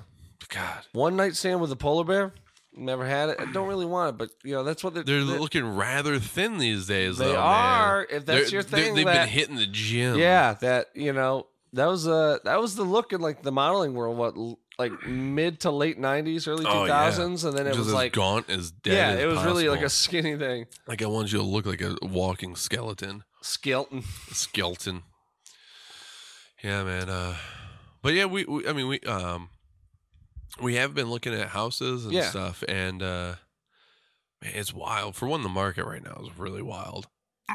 Speaker 3: God,
Speaker 1: One night stand with a polar bear. Never had it. I don't really want it, but you know that's what they're.
Speaker 3: they're
Speaker 1: they-
Speaker 3: looking rather thin these days.
Speaker 1: They
Speaker 3: though, man.
Speaker 1: are. If that's
Speaker 3: They're-
Speaker 1: your
Speaker 3: they're-
Speaker 1: thing,
Speaker 3: they've
Speaker 1: that-
Speaker 3: been hitting the gym.
Speaker 1: Yeah, that you know that was uh that was the look in like the modeling world. What l- like mid to late nineties, early two
Speaker 3: Oh, yeah.
Speaker 1: thousands, and then it
Speaker 3: just
Speaker 1: was
Speaker 3: as
Speaker 1: like
Speaker 3: gaunt as dead.
Speaker 1: yeah,
Speaker 3: as
Speaker 1: it was really like a
Speaker 3: possible.
Speaker 1: skinny thing.
Speaker 3: like I want you to look like a walking skeleton.
Speaker 1: Skeleton.
Speaker 3: skeleton. Yeah, man. Uh, but yeah, we, we I mean we um we have been looking at houses and
Speaker 1: Yeah.
Speaker 3: stuff, and uh, man, it's wild. For one, the market right now is really wild.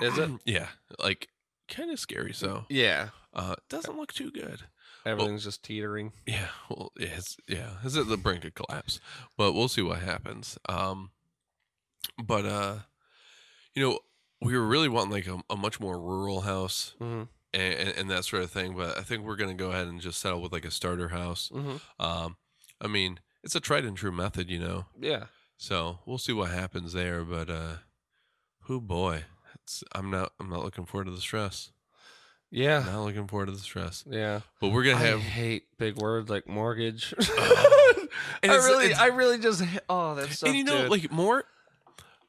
Speaker 1: Is it?
Speaker 3: [clears throat] yeah, like kind of scary. So
Speaker 1: Yeah,
Speaker 3: uh, doesn't look too good.
Speaker 1: everything's just teetering.
Speaker 3: Yeah, well, yeah, it's yeah, it's at the brink of collapse, but we'll see what happens. Um, but uh, you know, we were really wanting like a, a much more rural house
Speaker 1: Mhm.
Speaker 3: and, and, and that sort of thing. But I think we're gonna go ahead and just settle with like a starter house.
Speaker 1: Mhm.
Speaker 3: Um, I mean, it's a tried and true method, you know.
Speaker 1: Yeah,
Speaker 3: So we'll see what happens there. But uh, who boy, it's, I'm not I'm not looking forward to
Speaker 1: [sighs]
Speaker 3: the stress.
Speaker 1: yeah,
Speaker 3: Not looking forward to the stress.
Speaker 1: yeah.
Speaker 3: But we're gonna
Speaker 1: I [laughs]
Speaker 3: have. [sighs] Uh,
Speaker 1: hate big words like mortgage. I [laughs]
Speaker 3: And it's-
Speaker 1: really,
Speaker 3: it's-
Speaker 1: I really just h- oh that's
Speaker 3: [laughs] and you know, like more.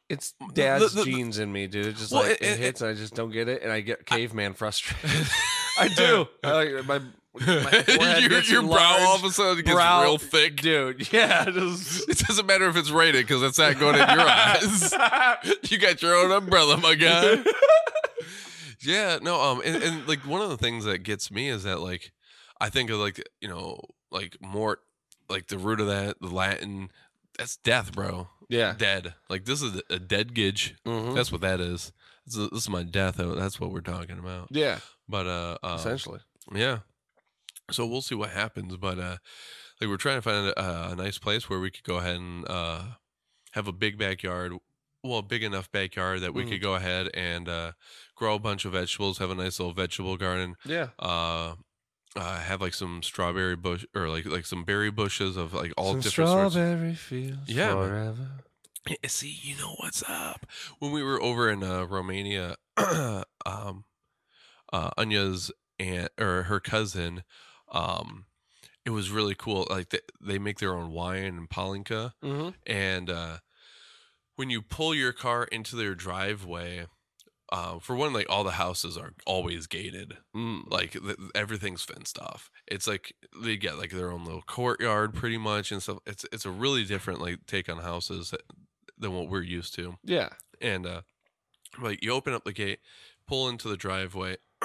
Speaker 1: it's
Speaker 3: the-
Speaker 1: dad's
Speaker 3: the- the-
Speaker 1: genes in me, dude. It's just
Speaker 3: Well,
Speaker 1: like
Speaker 3: it-
Speaker 1: it,
Speaker 3: it-
Speaker 1: hits, and I just don't get it, and I get caveman
Speaker 3: [laughs]
Speaker 1: frustrated. I do. I, like- my my forehead
Speaker 3: your
Speaker 1: gets
Speaker 3: your brow all of a
Speaker 1: enlarged.
Speaker 3: sudden gets
Speaker 1: brow-
Speaker 3: real thick.
Speaker 1: dude. [laughs] Yeah, just
Speaker 3: [laughs] It doesn't matter if it's rated because it's not going in
Speaker 1: [laughs]
Speaker 3: your eyes. [laughs] you got your own umbrella, my guy. yeah, no, um, and, and like one of the things that gets me is that like I think of like you know like mort, like the root of that, the Latin. That's death, bro.
Speaker 1: Yeah.
Speaker 3: dead. Like this is a dead gauge.
Speaker 1: Mm-hmm.
Speaker 3: That's what that is. This is, this is my death. uh, That's what we're talking about.
Speaker 1: Yeah.
Speaker 3: But uh, uh
Speaker 1: essentially.
Speaker 3: yeah. So we'll see what happens. But uh, like we're trying to find a, a nice place where we could go ahead and uh have a big backyard. Well, big enough backyard that we could go ahead and uh, grow a bunch of vegetables, have a nice little vegetable garden,
Speaker 1: Yeah.
Speaker 3: uh, uh have like some strawberry bush or like like some berry bushes of like all
Speaker 1: Some
Speaker 3: different sorts.
Speaker 1: strawberry fields
Speaker 3: Yeah, man.
Speaker 1: forever.
Speaker 3: Eh, See, you know what's up. When we were over in uh, Romania, [clears throat] um, uh, Anya's aunt or her cousin, um, it was really cool. Like they, they make their own wine and palinka,
Speaker 1: Mm-hmm.
Speaker 3: and uh, when you pull your car into their driveway, uh, for one, like all the houses are always gated. Like th- everything's fenced off. It's like they get like their own little courtyard, pretty much, and stuff. It's it's a really different like take on houses that- than what we're used to.
Speaker 1: Yeah.
Speaker 3: And uh, like you open up the gate, pull into the driveway, [clears throat]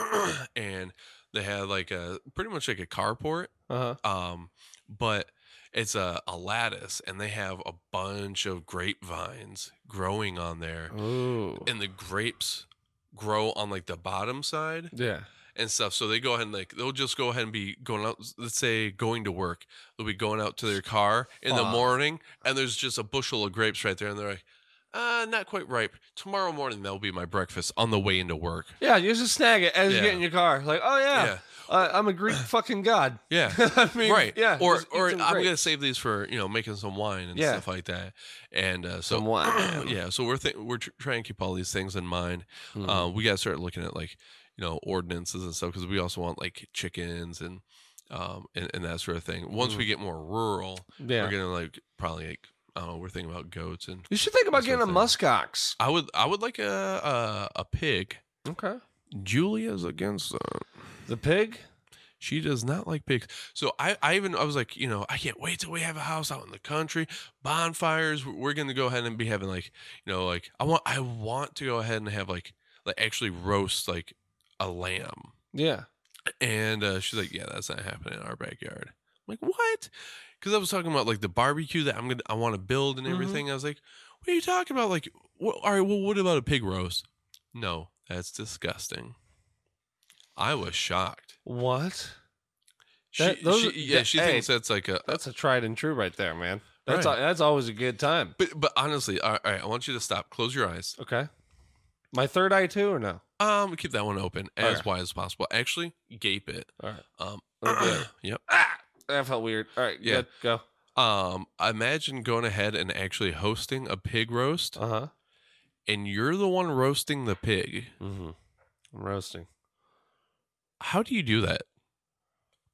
Speaker 3: and they had like a pretty much like a carport
Speaker 1: Uh huh.
Speaker 3: um but it's a, a lattice and they have a bunch of grapevines growing on there
Speaker 1: Oh.
Speaker 3: and the grapes grow on like the bottom side
Speaker 1: Yeah.
Speaker 3: and stuff so they go ahead and like they'll just go ahead and be going out let's say going to work they'll be going out to their car in the
Speaker 1: Fuck.
Speaker 3: morning and there's just a bushel of grapes right there and they're like uh not quite ripe tomorrow morning that'll be my breakfast on the way into work
Speaker 1: Yeah. You just snag it as you
Speaker 3: Yeah.
Speaker 1: get in your car. Like, oh yeah,
Speaker 3: yeah
Speaker 1: I- I'm a Greek fucking god. [laughs]
Speaker 3: yeah
Speaker 1: I mean,
Speaker 3: right.
Speaker 1: Yeah.
Speaker 3: Or
Speaker 1: just eat
Speaker 3: or
Speaker 1: some
Speaker 3: I'm
Speaker 1: grapes.
Speaker 3: gonna save these for you know making some wine and
Speaker 1: Yeah.
Speaker 3: stuff like that. And uh, so
Speaker 1: Some
Speaker 3: [clears throat]
Speaker 1: wine.
Speaker 3: yeah, so we're th- we're tr- trying to keep all these things in mind.
Speaker 1: Mhm.
Speaker 3: Uh, we gotta start looking at like you know ordinances and stuff because we also want like chickens and um and, and that sort of thing. Once we get more rural,
Speaker 1: Mm-hmm. yeah.
Speaker 3: we're gonna like probably like I don't know, we're thinking about goats and
Speaker 1: you should think about
Speaker 3: That's what
Speaker 1: getting a
Speaker 3: I'm
Speaker 1: muskox.
Speaker 3: I would I would like a a, a pig.
Speaker 1: Okay.
Speaker 3: Julia's
Speaker 1: uh,
Speaker 3: against that.
Speaker 1: The pig.
Speaker 3: She does not like pigs. So I, I even I was like, you know, I can't wait till we have a house out in the country, bonfires. We're we're gonna go ahead and be having like, you know, like I want I want to go ahead and have like like actually roast like a lamb.
Speaker 1: Yeah.
Speaker 3: And uh, she's like, yeah, that's not happening in our backyard. I'm like, what? Because I was talking about like the barbecue that I'm gonna I want to build and
Speaker 1: Mhm.
Speaker 3: everything. I was like, what are you talking about? Like, wh- all right, well, what about a pig roast? No, that's disgusting. I was shocked.
Speaker 1: What?
Speaker 3: She,
Speaker 1: That- those
Speaker 3: she-
Speaker 1: are-
Speaker 3: yeah,
Speaker 1: that-
Speaker 3: she
Speaker 1: hey,
Speaker 3: thinks that's like a.
Speaker 1: That's a tried and true right there, man. That's
Speaker 3: Right.
Speaker 1: al- that's always a good time.
Speaker 3: but but honestly, all right, all right, I want you to stop. Close your eyes.
Speaker 1: Okay. My third eye too, or [clears throat] no?
Speaker 3: Um, keep that one open as
Speaker 1: Okay.
Speaker 3: wide as possible. Actually, gape it.
Speaker 1: All right.
Speaker 3: Um,
Speaker 1: Let me do it.
Speaker 3: [clears throat] yep.
Speaker 1: Ah! That felt weird. All right.
Speaker 3: Yeah.
Speaker 1: Good. Go.
Speaker 3: Um, imagine going ahead and actually hosting a pig roast,
Speaker 1: Uh huh.
Speaker 3: and you're the one roasting the pig.
Speaker 1: Mm-hmm. Roasting.
Speaker 3: How do you do that?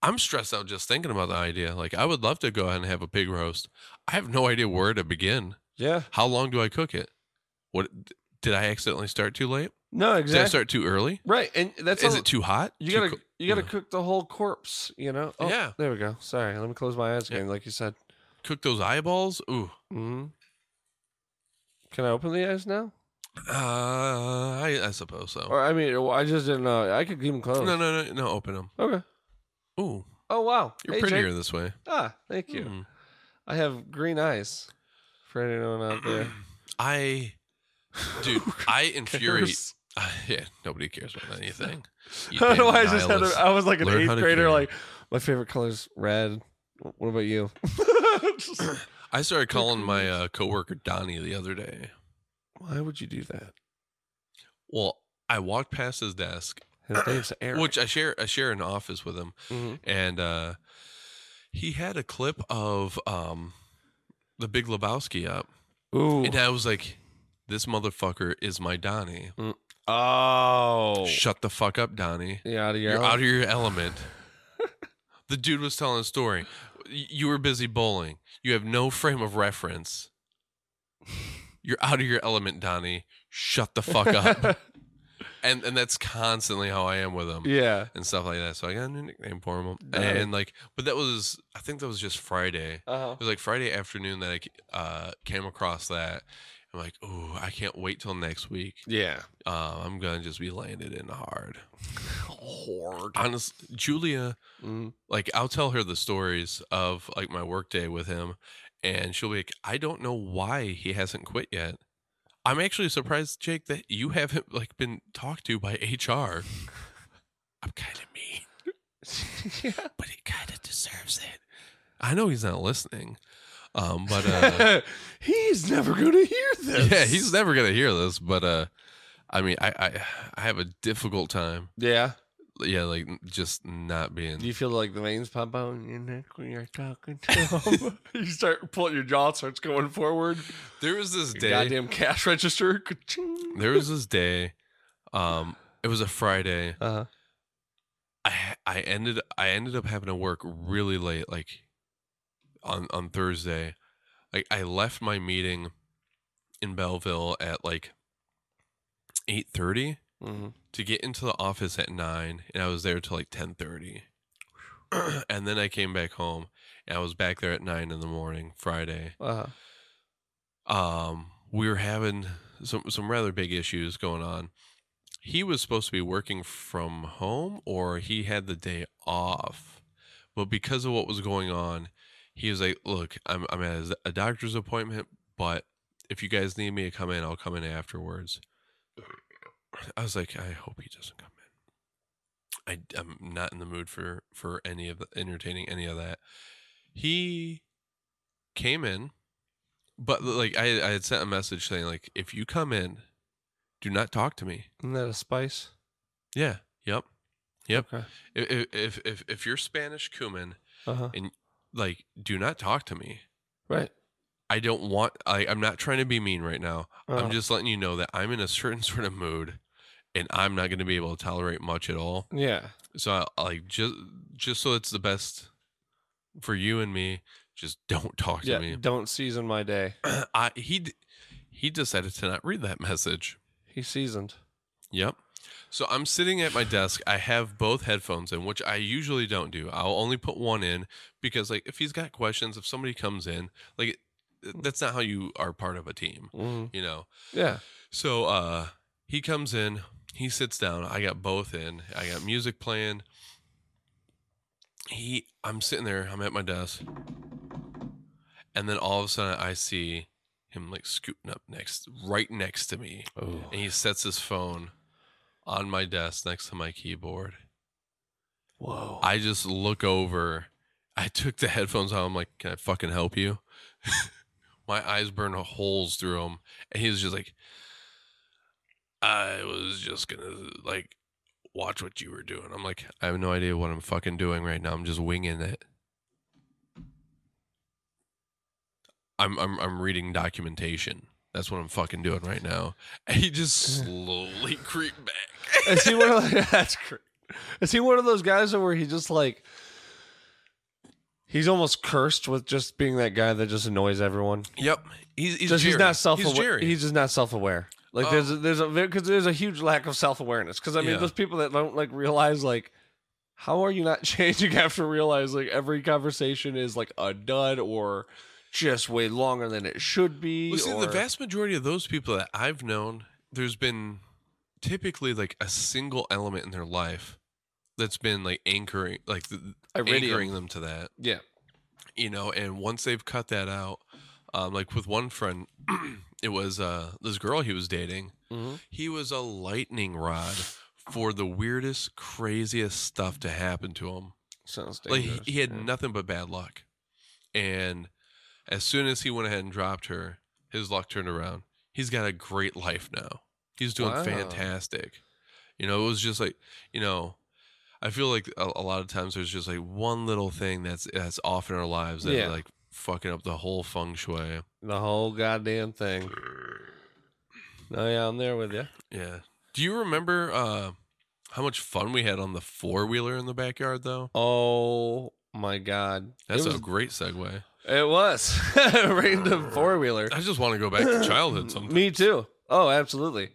Speaker 3: I'm stressed out just thinking about the idea. Like, I would love to go ahead and have a pig roast. I have no idea where to begin.
Speaker 1: Yeah.
Speaker 3: How long do I cook it? What did I accidentally start too late?
Speaker 1: No,
Speaker 3: Did I
Speaker 1: exactly.
Speaker 3: start too early?
Speaker 1: Right, and that's
Speaker 3: is
Speaker 1: all-
Speaker 3: it too hot?
Speaker 1: you
Speaker 3: Too
Speaker 1: gotta
Speaker 3: co-
Speaker 1: you gotta
Speaker 3: yeah.
Speaker 1: cook the whole corpse. You know. Oh,
Speaker 3: Yeah.
Speaker 1: There we go. Sorry, let me close my eyes
Speaker 3: Yeah.
Speaker 1: again, like you said.
Speaker 3: cook those eyeballs. Ooh,
Speaker 1: hmm Can I open the eyes now?
Speaker 3: uh, I, I suppose so.
Speaker 1: Or oh. I mean, well, I just didn't know. I could keep them closed.
Speaker 3: No, no, no, no. Open them.
Speaker 1: Okay.
Speaker 3: Ooh,
Speaker 1: Oh wow,
Speaker 3: you're
Speaker 1: Hey, Jake.
Speaker 3: prettier this way.
Speaker 1: Ah, thank you.
Speaker 3: Mm.
Speaker 1: I have green eyes. For anyone out there,
Speaker 3: [clears throat] I, [laughs]
Speaker 1: [laughs]
Speaker 3: dude, I infuriate. [laughs]
Speaker 1: Cares.
Speaker 3: yeah, nobody cares about
Speaker 1: [laughs]
Speaker 3: anything. You
Speaker 1: I don't know
Speaker 3: damn
Speaker 1: why I just had. A,
Speaker 3: nihilist.
Speaker 1: I was like an
Speaker 3: Learn how
Speaker 1: eighth
Speaker 3: to
Speaker 1: grader.
Speaker 3: care.
Speaker 1: Like my favorite color's red. What about you? [laughs]
Speaker 3: [clears throat] I started calling my uh, coworker Donnie the other day.
Speaker 1: Why would you do that?
Speaker 3: Well, I walked past his desk,
Speaker 1: His
Speaker 3: [clears throat]
Speaker 1: name's Eric.
Speaker 3: which I share. I share an office with him,
Speaker 1: Mhm.
Speaker 3: and uh, he had a clip of um, the Big Lebowski up.
Speaker 1: Ooh.
Speaker 3: And I was like, this motherfucker is my Donnie.
Speaker 1: Oh.
Speaker 3: Shut the fuck up, Donnie.
Speaker 1: You're out of your
Speaker 3: You're
Speaker 1: element.
Speaker 3: out of your element. [laughs] the dude was telling a story. Y- You were busy bowling. You have no frame of
Speaker 1: [laughs]
Speaker 3: reference. You're out of your element, Donnie. Shut the
Speaker 1: [laughs]
Speaker 3: fuck up. and and that's constantly how I am with him
Speaker 1: yeah.
Speaker 3: and stuff like that. So I got a new nickname for him.
Speaker 1: Donnie.
Speaker 3: And like, but that was I think that was just Friday.
Speaker 1: Uh-huh.
Speaker 3: It was like Friday afternoon that I c- uh, came across that. I'm like, oh, I can't wait till next week.
Speaker 1: Yeah.
Speaker 3: Uh, I'm gonna just be landed in hard. Hard. Honest, Julia,
Speaker 1: Mm. [laughs]
Speaker 3: like I'll tell her the stories of like my work day with him, and she'll be like, I don't know why he hasn't quit yet. I'm actually surprised, Jake, that you haven't like been talked to by HR. I'm kind of mean,
Speaker 1: yeah.
Speaker 3: but he kind of deserves it. I know he's not listening, um, but uh,
Speaker 1: [laughs] he's never gonna hear this.
Speaker 3: yeah, he's never gonna hear this. But uh, I mean, I, I I have a difficult time.
Speaker 1: yeah.
Speaker 3: Yeah, like just not being.
Speaker 1: Do you feel like the veins pop out in your neck when you're talking [laughs] to him? you start pulling your jaw starts going forward.
Speaker 3: There was this
Speaker 1: Your
Speaker 3: day.
Speaker 1: goddamn cash register. ka-ching.
Speaker 3: there was this day. Um, it was a Friday.
Speaker 1: Uh-huh.
Speaker 3: I ha- I ended I ended up having to work really late, like on on Thursday. Like I left my meeting in Belleville at like eight thirty
Speaker 1: Mhm.
Speaker 3: to get into the office at nine, and I was there till like ten thirty. [clears throat] and then I came back home, and I was back there at nine in the morning Friday.
Speaker 1: Uh-huh.
Speaker 3: Um, we were having some some rather big issues going on. He was supposed to be working from home, or he had the day off, but because of what was going on, he was like, "Look, I'm I'm at a doctor's appointment, but if you guys need me to come in, I'll come in afterwards." I was like, "I hope he doesn't come in. I I'm not in the mood for for any of the, entertaining any of that." He came in but like I, I had sent a message saying like if you come in, do not talk to me.
Speaker 1: Isn't that a spice?
Speaker 3: Yeah. Yep. Yep.
Speaker 1: Okay.
Speaker 3: If if if, if you're Spanish cumin,
Speaker 1: Uh-huh.
Speaker 3: like do not talk to me.
Speaker 1: Right.
Speaker 3: I don't want. I I'm not trying to be mean right now.
Speaker 1: Uh-huh.
Speaker 3: I'm just letting you know that I'm in a certain [laughs] sort of mood, and I'm not going to be able to tolerate much at all.
Speaker 1: Yeah.
Speaker 3: So I, I like just just so it's the best for you and me. Just don't talk to
Speaker 1: Yeah.
Speaker 3: me. [clears throat]
Speaker 1: Don't season my day.
Speaker 3: I he d- he decided to not read that message.
Speaker 1: He seasoned.
Speaker 3: Yep. So I'm sitting at my desk. I have both headphones in, which I usually don't do. I'll only put one in because, like, if he's got questions, if somebody comes in, like, it- that's not how you are part of a team,
Speaker 1: Mhm.
Speaker 3: you know?
Speaker 1: Yeah.
Speaker 3: So uh he comes in, he sits down. I got both in. I got music playing. He I'm sitting there, I'm at my desk. And then all of a sudden I see him like scooting up next right next to me
Speaker 1: Oh.
Speaker 3: and he sets his phone on my desk next to my keyboard.
Speaker 1: Whoa.
Speaker 3: I just look over. I took the headphones out. I'm like, "Can I fucking help you?" [laughs] my eyes burn holes through them, and he was just like, "I was just gonna like watch what you were doing." I'm like, "I have no idea what I'm fucking doing right now. I'm just winging it." I'm I'm I'm reading documentation. That's what I'm fucking doing right now. And he
Speaker 1: [laughs]
Speaker 3: just slowly creeped back.
Speaker 1: [laughs] Is he one of like, [laughs] that's great. Is he one of those guys where he just like he's almost cursed with just being that guy that just annoys everyone?
Speaker 3: [laughs] Yep. He's he's,
Speaker 1: just he's
Speaker 3: Jerry.
Speaker 1: not self
Speaker 3: He's
Speaker 1: aware.
Speaker 3: Jerry.
Speaker 1: He's, just not self aware. Like
Speaker 3: Oh.
Speaker 1: there's a, there's a because there's a huge lack of self awareness. Because I mean
Speaker 3: Yeah.
Speaker 1: those people that don't like realize like how are you not [laughs] changing after realize like every conversation is like a dud or just way longer than it should be.
Speaker 3: Well, see,
Speaker 1: or,
Speaker 3: the vast majority of those people that I've known, there's been typically like a single element in their life that's been like anchoring, like the,
Speaker 1: Iridium.
Speaker 3: anchoring them to that,
Speaker 1: yeah.
Speaker 3: you know. And once they've cut that out, um, like with one friend, [clears throat] it was uh, this girl he was dating.
Speaker 1: Mhm.
Speaker 3: He was a lightning rod for the weirdest, craziest stuff to happen to him.
Speaker 1: Sounds
Speaker 3: Like
Speaker 1: dangerous.
Speaker 3: he, he had
Speaker 1: yeah.
Speaker 3: nothing but bad luck. And as soon as he went ahead and dropped her, his luck turned around. He's got a great life now. He's doing
Speaker 1: Wow.
Speaker 3: fantastic. You know, it was just like, you know, I feel like a, a lot of times there's just like one little thing that's that's off in our lives that
Speaker 1: Yeah.
Speaker 3: like fucking up the whole feng shui.
Speaker 1: the whole goddamn
Speaker 3: [sniffs]
Speaker 1: thing. No, yeah, I'm there with you.
Speaker 3: Yeah. Do you remember uh how much fun we had on the four wheeler in the backyard though?
Speaker 1: Oh my god,
Speaker 3: That's
Speaker 1: it was.
Speaker 3: a great segue.
Speaker 1: it was [laughs] random four wheeler.
Speaker 3: I just want to go
Speaker 1: [clears throat]
Speaker 3: back to childhood sometime.
Speaker 1: Me too. Oh, absolutely.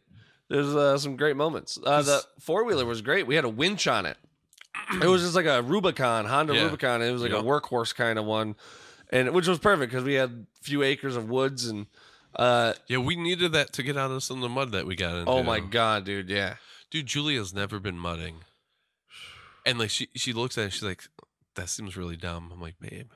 Speaker 1: There's uh, some great moments. Uh, the
Speaker 3: This-
Speaker 1: four wheeler was great. We had a winch on
Speaker 3: [clears throat]
Speaker 1: it. It was just like a Rubicon Honda
Speaker 3: Yeah.
Speaker 1: Rubicon. It was like
Speaker 3: Yep.
Speaker 1: a workhorse kind of one, and which was perfect because we had a few acres of woods and. Uh,
Speaker 3: Yeah, we needed that to get out of some of the mud that we got into.
Speaker 1: oh my god, dude! Yeah,
Speaker 3: dude, Julia's never been mudding, and like she she looks at it, she's like, "That seems really dumb." I'm like, "Babe,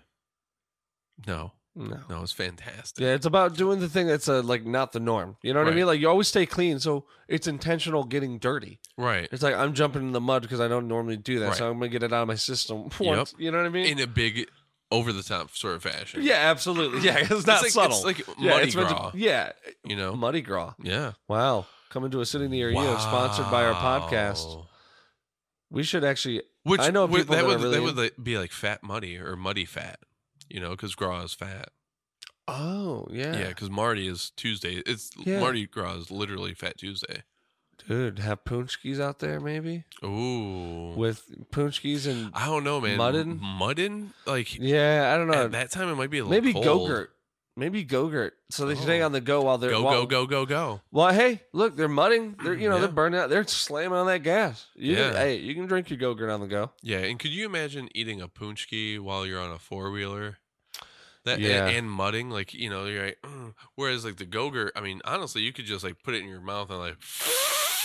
Speaker 3: no,
Speaker 1: No.
Speaker 3: No, it's fantastic.
Speaker 1: Yeah, it's about doing the thing that's uh, like not the norm. You know what I
Speaker 3: Right.
Speaker 1: mean? Like you always stay clean, so it's intentional getting dirty.
Speaker 3: Right.
Speaker 1: It's like I'm jumping in the mud because I don't normally do that,
Speaker 3: Right.
Speaker 1: so I'm gonna get it out of my system. [laughs] Once, You know what I mean?
Speaker 3: In a big, over the top sort of fashion.
Speaker 1: yeah, absolutely. Yeah, it's not
Speaker 3: like- [laughs] it's
Speaker 1: subtle.
Speaker 3: like
Speaker 1: yeah,
Speaker 3: Mardi
Speaker 1: meant to-
Speaker 3: Gras.
Speaker 1: yeah,
Speaker 3: You know?
Speaker 1: Muddy Gras.
Speaker 3: Yeah.
Speaker 1: Wow, coming to a city near you, sponsored by our podcast.
Speaker 3: Wow.
Speaker 1: We should actually.
Speaker 3: Which
Speaker 1: I know
Speaker 3: would-
Speaker 1: people
Speaker 3: that,
Speaker 1: that are
Speaker 3: would
Speaker 1: really
Speaker 3: that would like, be like fat muddy or muddy fat, you know, because Gras is fat.
Speaker 1: Oh yeah,
Speaker 3: Yeah, because Marty is Tuesday. It's
Speaker 1: Yeah.
Speaker 3: Mardi Gras is literally Fat Tuesday.
Speaker 1: dude, have poonskis out there maybe
Speaker 3: Ooh.
Speaker 1: with poonskis and
Speaker 3: Mm. I don't know, man.
Speaker 1: Muddin?
Speaker 3: Muddin? Like
Speaker 1: yeah, I don't know.
Speaker 3: at that time, it might be a little
Speaker 1: Maybe
Speaker 3: cold.
Speaker 1: Gogurt. Maybe Gogurt. So they stay
Speaker 3: Oh.
Speaker 1: on the go while they're
Speaker 3: Go
Speaker 1: while,
Speaker 3: go go go go.
Speaker 1: Well, hey, look, they're mudding. They're you know
Speaker 3: Yeah.
Speaker 1: they're burning out. They're slamming on that gas. You can-
Speaker 3: Yeah.
Speaker 1: hey, you can drink your Gogurt on the go.
Speaker 3: Yeah, and could you imagine eating a punchki while you're on a four wheeler? That
Speaker 1: Yeah.
Speaker 3: and, and mudding, like you know, you're like. "Mm." Whereas like the gogurt, I mean, honestly, you could just like put it in your mouth and like.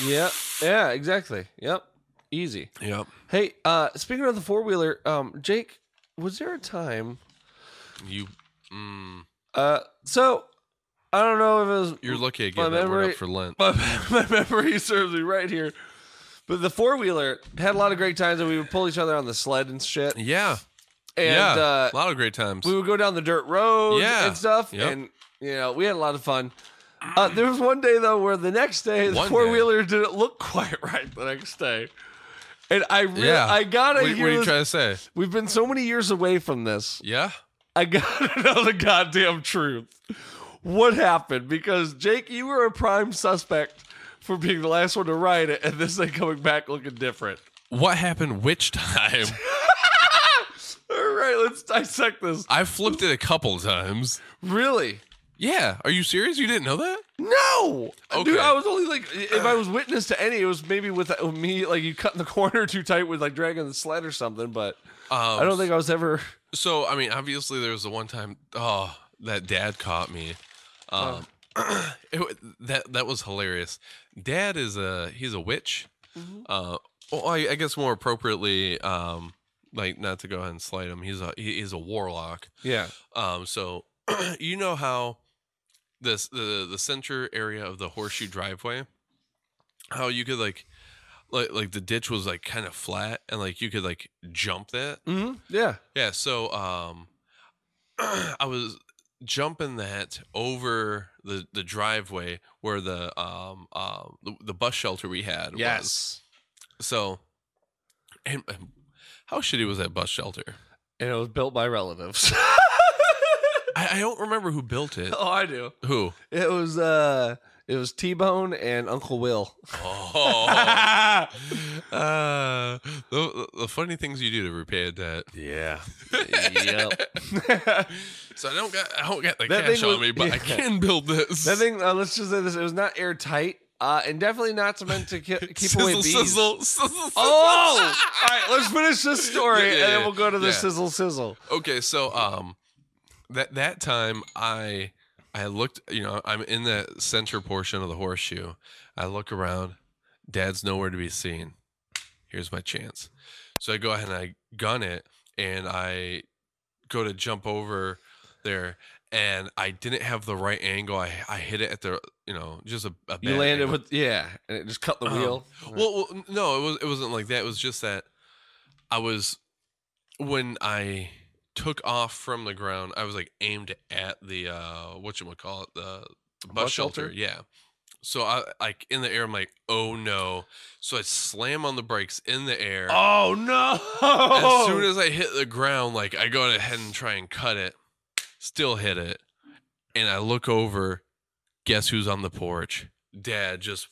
Speaker 1: Yeah. Yeah. Exactly. Yep. Easy.
Speaker 3: Yep.
Speaker 1: Hey, uh, speaking of the four wheeler, um, Jake, was there a time?
Speaker 3: You. Mm,
Speaker 1: Uh, so I don't know if it was
Speaker 3: you're lucky I gave that word
Speaker 1: memory-
Speaker 3: up for Lent.
Speaker 1: my, [laughs] my memory serves me right here. But the four wheeler had a lot of great times, and we would pull each other on the sled and shit. [laughs] And
Speaker 3: Yeah. yeah.
Speaker 1: uh,
Speaker 3: a lot of great times.
Speaker 1: we would go down the dirt roads
Speaker 3: Yeah.
Speaker 1: and stuff,
Speaker 3: Yep.
Speaker 1: and you know we had a lot of fun. Uh, there was one day though where the next day the
Speaker 3: One day.
Speaker 1: four wheeler didn't look [laughs] quite right the next day, and I re-
Speaker 3: Yeah.
Speaker 1: I gotta
Speaker 3: What- what
Speaker 1: hear
Speaker 3: are you
Speaker 1: this-
Speaker 3: trying to say?
Speaker 1: We've been so many years away from this.
Speaker 3: Yeah.
Speaker 1: I gotta [laughs] know the goddamn truth. What happened? Because Jake, you were a prime suspect for being the last one to ride it, and this thing coming back looking different.
Speaker 3: What happened? Which [laughs] time?
Speaker 1: All right, let's dissect this.
Speaker 3: I flipped it a couple times.
Speaker 1: Really?
Speaker 3: Yeah. Are you serious? You didn't know that?
Speaker 1: No,
Speaker 3: Okay.
Speaker 1: dude. I was only like, if I was witness to any, it was maybe with uh, me, like you cut in the [laughs] corner too tight with like dragging the sled or something. But
Speaker 3: Um,
Speaker 1: I don't think I was ever.
Speaker 3: So I mean, obviously there was the one time oh that dad caught me.
Speaker 1: Oh.
Speaker 3: Um, [clears throat] it, wa- that that was hilarious. Dad is a he's a witch.
Speaker 1: Mm-hmm.
Speaker 3: Uh, well, I, I guess more appropriately, um, like not to go ahead and slight him. He's a he is a warlock.
Speaker 1: Yeah.
Speaker 3: Um, so [clears throat] you know how this the the center area of the horseshoe driveway, how you could like like like the ditch was like kind of flat and like you could like jump that.
Speaker 1: hmm Yeah.
Speaker 3: Yeah, so um [clears throat] I was jumping that over the the driveway where the um um the, the bus shelter we had was. So and and how shitty was that bus shelter?
Speaker 1: And it was built by relatives. [laughs]
Speaker 3: I, I don't remember who built it.
Speaker 1: oh, I do.
Speaker 3: Who?
Speaker 1: It was uh it was T Bone and Uncle Will.
Speaker 3: Oh. Uh, the, the funny things you do to repay a debt.
Speaker 1: [laughs] Yeah. [laughs]
Speaker 3: So I don't got I don't got the
Speaker 1: That
Speaker 3: cash
Speaker 1: thing
Speaker 3: on
Speaker 1: was-
Speaker 3: me, but I
Speaker 1: [laughs] yeah.
Speaker 3: can build this.
Speaker 1: that thing uh, let's just say this it was not airtight. Uh and definitely not to meant to [laughs] ki- keep away
Speaker 3: [laughs] sizzle,
Speaker 1: bees.
Speaker 3: sizzle, sizzle,
Speaker 1: [laughs] Oh,
Speaker 3: sizzle.
Speaker 1: all right. Let's finish this story,
Speaker 3: Yeah, yeah,
Speaker 1: and then
Speaker 3: yeah.
Speaker 1: we'll go to the
Speaker 3: Yeah.
Speaker 1: sizzle sizzle.
Speaker 3: okay so um that that time i i looked you know i'm in the center portion of the horseshoe i look around dad's nowhere to be seen here's my chance so i go ahead and i gun it and i go to jump over there and i didn't have the right angle i i hit it at the you know just a, a
Speaker 1: You
Speaker 3: bad
Speaker 1: landed
Speaker 3: angle.
Speaker 1: with yeah, and it just cut the
Speaker 3: Um,
Speaker 1: wheel.
Speaker 3: Well, well, n- no, it was it wasn't like that. It was just that I was when I took off from the ground, I was like aimed at the uh what you call it the, the bus,
Speaker 1: Bus
Speaker 3: shelter.
Speaker 1: shelter?
Speaker 3: Yeah. So I like in the air, I'm like, oh no! So I slam on the brakes in the air.
Speaker 1: oh no!
Speaker 3: As soon
Speaker 1: [laughs]
Speaker 3: as I hit the ground, like I go ahead and try and cut it, still hit it, and I look over. Guess who's on the porch? Dad just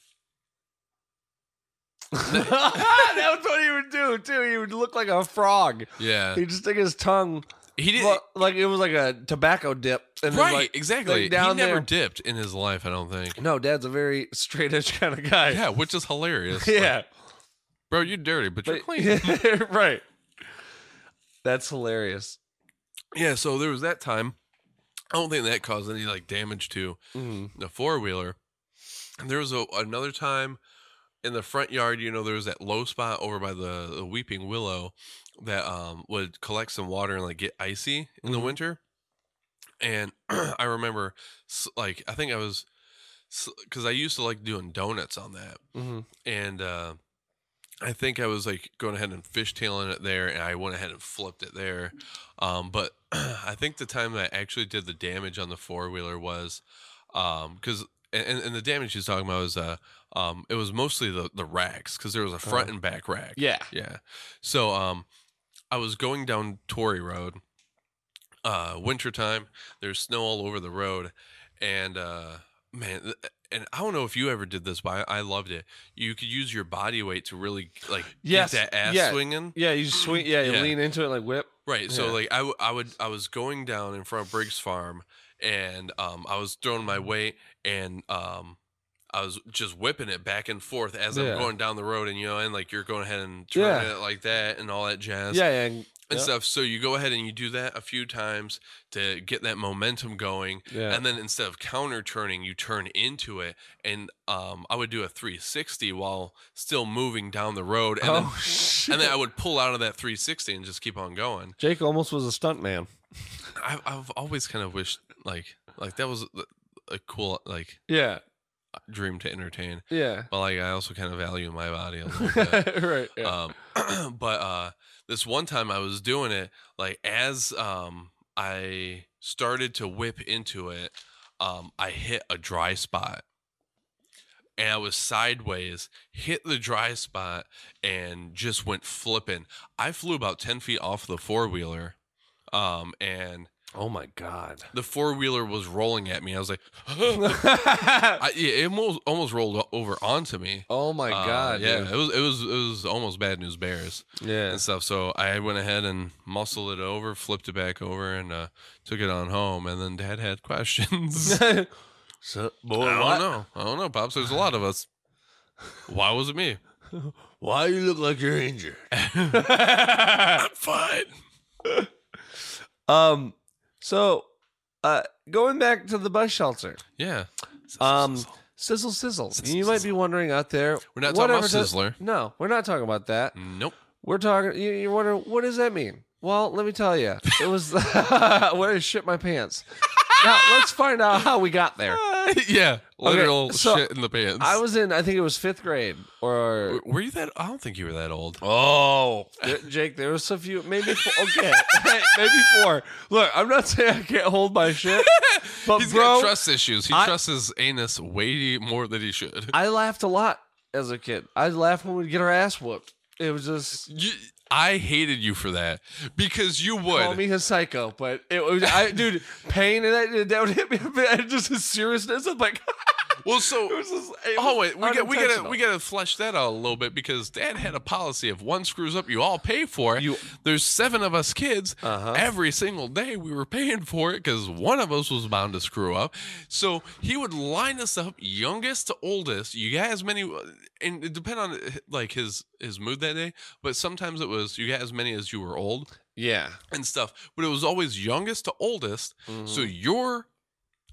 Speaker 1: that was what he would do too. He would look like a frog.
Speaker 3: yeah.
Speaker 1: He'd stick his tongue
Speaker 3: He didn't.
Speaker 1: Well, like it was like a tobacco dip, and then
Speaker 3: right,
Speaker 1: like-
Speaker 3: exactly.
Speaker 1: like, down
Speaker 3: he never
Speaker 1: there.
Speaker 3: dipped in his life, I don't think.
Speaker 1: no, Dad's a very straight edge [laughs] kind of guy.
Speaker 3: Yeah, which
Speaker 1: [laughs]
Speaker 3: is hilarious. Like,
Speaker 1: yeah,
Speaker 3: bro, you're dirty, but, you're
Speaker 1: but-
Speaker 3: clean.
Speaker 1: [laughs] right. That's hilarious.
Speaker 3: yeah, so there was that time. I don't think that caused any like damage to
Speaker 1: Mhm.
Speaker 3: the four wheeler. And there was a, another time in the front yard, you know, there was that low spot over by the, the weeping
Speaker 1: Mm-hmm.
Speaker 3: willow that um would collect some water and like get icy in the winter. and [clears throat] I remember, s- like, I think I was, because I used to like doing donuts on that,
Speaker 1: Mhm.
Speaker 3: and uh, I think I was like going ahead and fishtailing it there, and I went ahead and flipped it there. Um, but [clears throat] I think the time that I actually did the damage on the four wheeler was because. and, and the damage he's talking about was uh um it was mostly the the racks because there was a front and back rack
Speaker 1: Yeah.
Speaker 3: yeah so um i was going down tory road uh wintertime there's snow all over the road and uh man th- and i don't know if you ever did this but i, I loved it you could use your body weight to really like
Speaker 1: Yes,
Speaker 3: get that ass
Speaker 1: yeah.
Speaker 3: swinging
Speaker 1: Yeah, you swing. Yeah, you
Speaker 3: Yeah.
Speaker 1: lean into it like whip.
Speaker 3: Right. So
Speaker 1: Yeah.
Speaker 3: like I, w- I would I was going down in front of Briggs Farm and um I was throwing my weight and um I was just whipping it back and forth as
Speaker 1: Yeah.
Speaker 3: I'm going down the road and you know and like you're going ahead and turning
Speaker 1: Yeah.
Speaker 3: it like that and all that jazz
Speaker 1: Yeah, yeah, and-
Speaker 3: and
Speaker 1: yeah.
Speaker 3: stuff. So you go ahead and you do that a few times to get that momentum going
Speaker 1: yeah.
Speaker 3: and then instead of counter turning you turn into it and um I would do a 360 while still moving down the road and
Speaker 1: oh, [laughs]
Speaker 3: then, and
Speaker 1: shit.
Speaker 3: then I would pull out of that 360 and just keep on going.
Speaker 1: Jake almost was a stunt man.
Speaker 3: I've, I've always kind of wished like like that was a- a cool like
Speaker 1: Yeah,
Speaker 3: dream to entertain
Speaker 1: yeah.
Speaker 3: but like i also kind of value my body a little
Speaker 1: [laughs]
Speaker 3: bit
Speaker 1: right. Yeah. [clears throat]
Speaker 3: um [clears throat] but uh this one time i was doing it like as um i started to whip into it um i hit a dry spot and i was sideways hit the dry spot and just went flipping i flew about 10 feet off the four-wheeler um and
Speaker 1: oh my god.
Speaker 3: the four wheeler was rolling at me. I was
Speaker 1: [laughs]
Speaker 3: like, [laughs] I, yeah, it almost, almost rolled o- over onto me.
Speaker 1: oh my
Speaker 3: Uh,
Speaker 1: god.
Speaker 3: yeah,
Speaker 1: dude.
Speaker 3: it was it was it was almost bad news bears
Speaker 1: Yeah.
Speaker 3: and stuff. So I went ahead and muscled it over, flipped it back over, and uh, took it on home. And then Dad
Speaker 1: [laughs]
Speaker 3: had [laughs] questions. [laughs]
Speaker 1: so, boy,
Speaker 3: I
Speaker 1: why-
Speaker 3: don't know. I don't know, pops. There's a lot of us. Why was
Speaker 1: [laughs]
Speaker 3: it me?
Speaker 1: Why you look like you're injured?
Speaker 3: I'm fine.
Speaker 1: Um. So, uh, going back to the bus shelter.
Speaker 3: Yeah.
Speaker 1: Um. Sizzle, sizzle.
Speaker 3: Sizzle,
Speaker 1: you might be wondering out there.
Speaker 3: We're not
Speaker 1: what
Speaker 3: talking about
Speaker 1: ever to-
Speaker 3: Sizzler. Mm.
Speaker 1: no, we're not talking about that. [laughs]
Speaker 3: Nope.
Speaker 1: We're talking. You, you wonder what does that mean? Well, let me tell you. It was [laughs] when I shit my pants. now let's find out how we got there.
Speaker 3: yeah. Literal
Speaker 1: uh, so
Speaker 3: shit in the pants.
Speaker 1: I was in. I think it was fifth grade or
Speaker 3: [laughs] W- Were you that? I don't think you were that old.
Speaker 1: Oh, There- Jake, there was a few, maybe four. Okay, [laughs] maybe four. Look, I'm not saying I can't hold my
Speaker 3: [laughs]
Speaker 1: shit, but
Speaker 3: He's
Speaker 1: bro,
Speaker 3: got trust issues. He
Speaker 1: I-
Speaker 3: trusts his anus way more than he should.
Speaker 1: I laughed a lot as a kid. I laughed when we'd get our ass whooped. It was just
Speaker 3: You- I hated you for that because you
Speaker 1: call
Speaker 3: would.
Speaker 1: me a psycho, but it was, I, dude, pain and that, that would hit me. But I- [laughs] just his seriousness, I'm like, [laughs]
Speaker 3: well,
Speaker 1: it
Speaker 3: so
Speaker 1: was just, it
Speaker 3: oh
Speaker 1: was
Speaker 3: wait, we got we gotta
Speaker 1: unintentional.
Speaker 3: we gotta flesh that out a little bit because Dad had a policy of one screws up, you all pay for it.
Speaker 1: You-
Speaker 3: There's seven of us kids.
Speaker 1: Uh-huh.
Speaker 3: Every single day we were paying for it because one of us was bound to screw up. So he would line us up, youngest to oldest. You got as many, and it depend on like his his mood that day. But sometimes it was you got as many as you were old.
Speaker 1: yeah,
Speaker 3: and stuff, but it was always youngest to oldest. So
Speaker 1: Mm-hmm.
Speaker 3: you're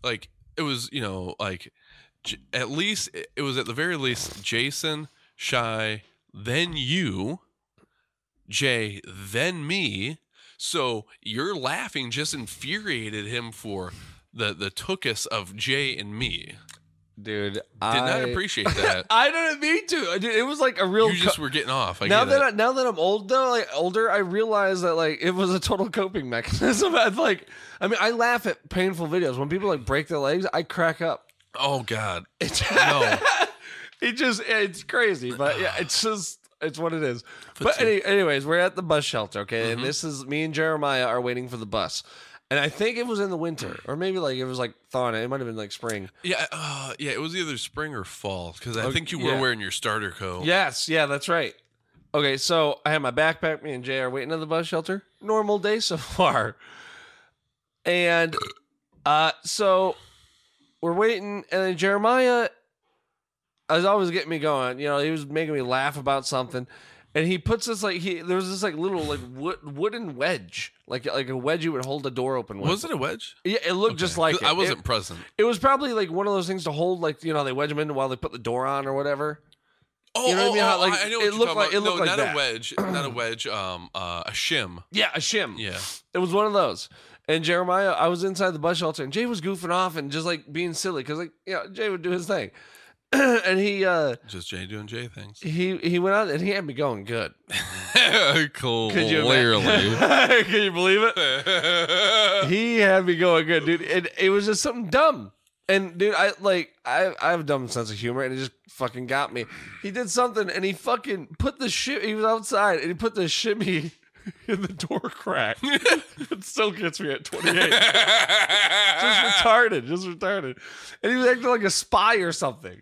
Speaker 3: like, it was, you know, like J- at least it- it was at the very least Jason, Shy, then you, Jay, then me. So you're laughing just infuriated him for the the tookus of Jay and me.
Speaker 1: dude, did
Speaker 3: Did
Speaker 1: I,
Speaker 3: not appreciate
Speaker 1: [laughs]
Speaker 3: that.
Speaker 1: I didn't mean to. Dude, it was like a real.
Speaker 3: you
Speaker 1: cu-
Speaker 3: just were getting off. I
Speaker 1: now
Speaker 3: get
Speaker 1: that
Speaker 3: it.
Speaker 1: I, now that I'm old though, like older, I realize that like it was a total coping [laughs] mechanism. i like, I mean, I laugh at painful videos when people like break their legs. I crack up.
Speaker 3: oh God,
Speaker 1: It's,
Speaker 3: No.
Speaker 1: [laughs] it just it's crazy, but yeah, it's just it's what it is.
Speaker 3: Puts
Speaker 1: But any, anyways, we're at the bus shelter, okay, and this is me and Jeremiah are waiting for the bus. And I think it was in the winter, or maybe like it was like thawing. It might have been like spring.
Speaker 3: yeah, uh, yeah. It was either spring or fall because I
Speaker 1: Oh,
Speaker 3: think you were
Speaker 1: yeah.
Speaker 3: wearing your starter coat.
Speaker 1: Yes, yeah, that's right. Okay, so I had my backpack. Me and Jay are waiting at the bus shelter. Normal day so [laughs] far. And uh, so we're waiting, and then Jeremiah is always getting me going. You know, he was making me laugh about something, and he puts this like he there was this like little like wood, wooden wedge, like like a wedge you would hold the door open with.
Speaker 3: Was it a wedge?
Speaker 1: Yeah, it looked just like it.
Speaker 3: I wasn't
Speaker 1: It,
Speaker 3: present.
Speaker 1: it was probably like one of those things to hold, like you know, they wedge them in while they put the door on or whatever. know
Speaker 3: Oh,
Speaker 1: what I mean? How, like, it
Speaker 3: you're
Speaker 1: looked
Speaker 3: talking
Speaker 1: like-
Speaker 3: about.
Speaker 1: it looked
Speaker 3: no,
Speaker 1: like
Speaker 3: not
Speaker 1: that. [clears throat]
Speaker 3: a wedge, not a wedge. Um, uh, a shim.
Speaker 1: Yeah, a shim.
Speaker 3: Yeah,
Speaker 1: It was one of those. And Jeremiah, I was inside the bus shelter, and Jay was goofing off and just like being silly because like yeah, Jay would do his thing, [clears throat] and he uh
Speaker 3: Just Jay doing
Speaker 1: [laughs]
Speaker 3: Jay things.
Speaker 1: he he went out and he had me going good. Could you
Speaker 3: Clearly.
Speaker 1: ima- [laughs] Can you believe it?
Speaker 3: [laughs]
Speaker 1: He had me going good, dude. It it was just something dumb. And dude, I like I I have a dumb sense of humor, and it just fucking got me. He did something, and he fucking put the shit. He was outside, and he put the shimmy [laughs] in the door crack. [laughs] it still gets me at twenty eight.
Speaker 3: Ah.
Speaker 1: just retarded, just retarded. And he was acting like a spy or something.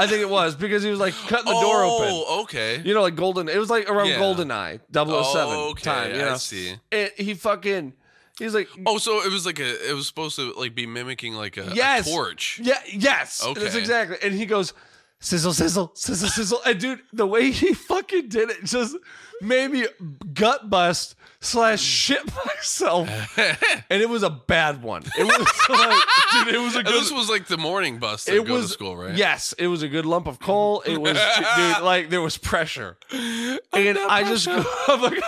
Speaker 1: I think it was because he was like cutting the door open.
Speaker 3: Oh, okay.
Speaker 1: You know, like Golden. It was like around
Speaker 3: Yeah.
Speaker 1: GoldenEye 007
Speaker 3: Oh, okay,
Speaker 1: time. You
Speaker 3: I
Speaker 1: know?
Speaker 3: see.
Speaker 1: And he fucking. He's like,
Speaker 3: Oh, so it was like a. It was supposed to like be mimicking like a, a
Speaker 1: Yes. [laughs]
Speaker 3: torch. [laughs]
Speaker 1: yeah, yes, that's
Speaker 3: Okay.
Speaker 1: exactly. And he goes, sizzle, sizzle, sizzle, sizzle. And dude, the way he fucking did it just made me gut bust slash shit [laughs]
Speaker 3: [laughs]
Speaker 1: myself. and it was a bad one. It was [laughs] like, dude, it was a
Speaker 3: And
Speaker 1: good.
Speaker 3: this was like the morning bus that
Speaker 1: it
Speaker 3: go
Speaker 1: was
Speaker 3: to school, right?
Speaker 1: Yes, it was a good lump of coal. It
Speaker 3: [laughs]
Speaker 1: was dude, like there was pressure, and I just go, [laughs] I'm like,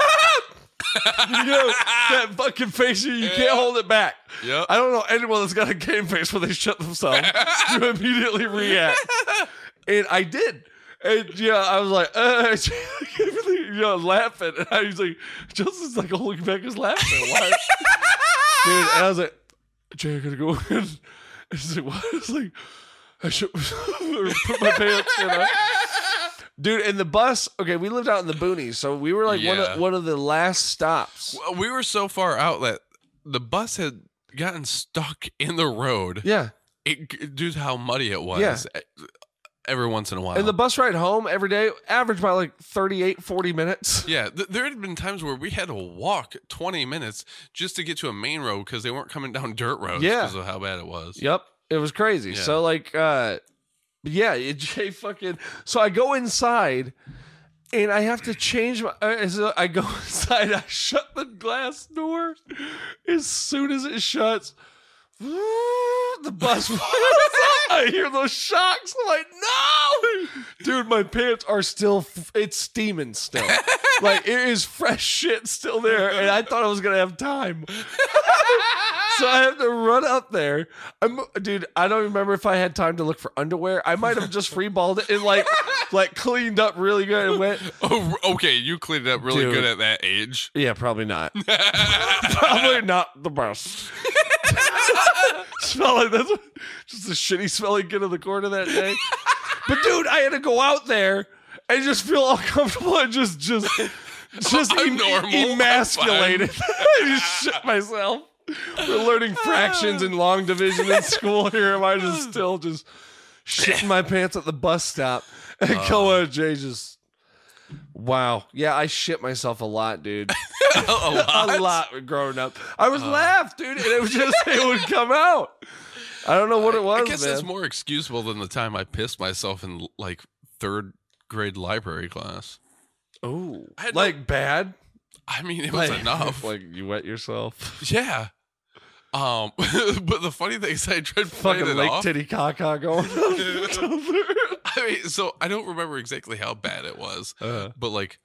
Speaker 1: you know that fucking face you, you can't hold it back.
Speaker 3: Yep.
Speaker 1: I don't know anyone that's got a game face where they shut themselves.
Speaker 3: [laughs]
Speaker 1: you immediately react, and I did. And yeah, I was like, [laughs] uh, you know, laughing, and I was like, Justin's like holding back his laughter. Why? dude. And I was like, Jay, I gotta go in. [laughs] He's like, what? I was like, I should [laughs] put my pants in. I- Dude, and the bus. Okay, we lived out in the boonies, so we were like one
Speaker 3: Yeah.
Speaker 1: of one of the last stops.
Speaker 3: [laughs] Well, We were so far out that the bus had gotten stuck in the road.
Speaker 1: Yeah,
Speaker 3: It due to how muddy it was. e- Every once in a while.
Speaker 1: and the bus ride home every day averaged by like 38, 40 minutes.
Speaker 3: yeah, th- there had been times where we had to walk 20 minutes just to get to a main road because they weren't coming down dirt roads
Speaker 1: Yeah.
Speaker 3: because of how bad it was.
Speaker 1: Yep. It was crazy.
Speaker 3: Yeah.
Speaker 1: So like uh yeah, [laughs] it, Jay fucking so I go inside and I have to change my uh, so I go [laughs] inside, I shut the glass door. As soon as it shuts, [laughs] the
Speaker 3: [laughs]
Speaker 1: bus flies up. I hear those shocks. I'm like, no, dude, my pants are still. F- it's steaming
Speaker 3: [laughs]
Speaker 1: still. like it is fresh shit still there, and I thought I was gonna have time. so I have to run up there. I'm, dude, I don't remember if I had time to look for underwear. I might have just freeballed it and like, like cleaned up really good and went.
Speaker 3: Oh, okay. You cleaned up really
Speaker 1: Dude.
Speaker 3: good at that
Speaker 1: [laughs]
Speaker 3: age. [laughs]
Speaker 1: Yeah, probably not. probably not the best. [laughs] Smell like that's just a shitty smelling kid in the corner that day. But dude, I had to go out there and just feel uncomfortable and just just just
Speaker 3: I'm
Speaker 1: em-
Speaker 3: normal.
Speaker 1: emasculated. [laughs] I just shit myself. We're learning fractions and long division in school here. Am I just still just shitting my pants at the bus stop? And Koa Jay just Wow. Yeah, I shit myself a lot, dude. a lot growing up. I was
Speaker 3: Uh-huh.
Speaker 1: laughed, dude, and it was just [laughs] it would come out. I don't know what it was,
Speaker 3: I guess
Speaker 1: man.
Speaker 3: that's more excusable than the time I pissed myself in like third grade library class.
Speaker 1: oh,
Speaker 3: I had no-
Speaker 1: like bad.
Speaker 3: I mean, it was
Speaker 1: like, [laughs]
Speaker 3: enough.
Speaker 1: Like you wet
Speaker 3: [laughs]
Speaker 1: yourself.
Speaker 3: yeah. Um, [laughs] but the funny thing is, I tried playing
Speaker 1: Fucking
Speaker 3: it
Speaker 1: lake
Speaker 3: off.
Speaker 1: titty caca
Speaker 3: [laughs]
Speaker 1: going.
Speaker 3: I mean, so I don't remember exactly how bad it was,
Speaker 1: Uh,
Speaker 3: but like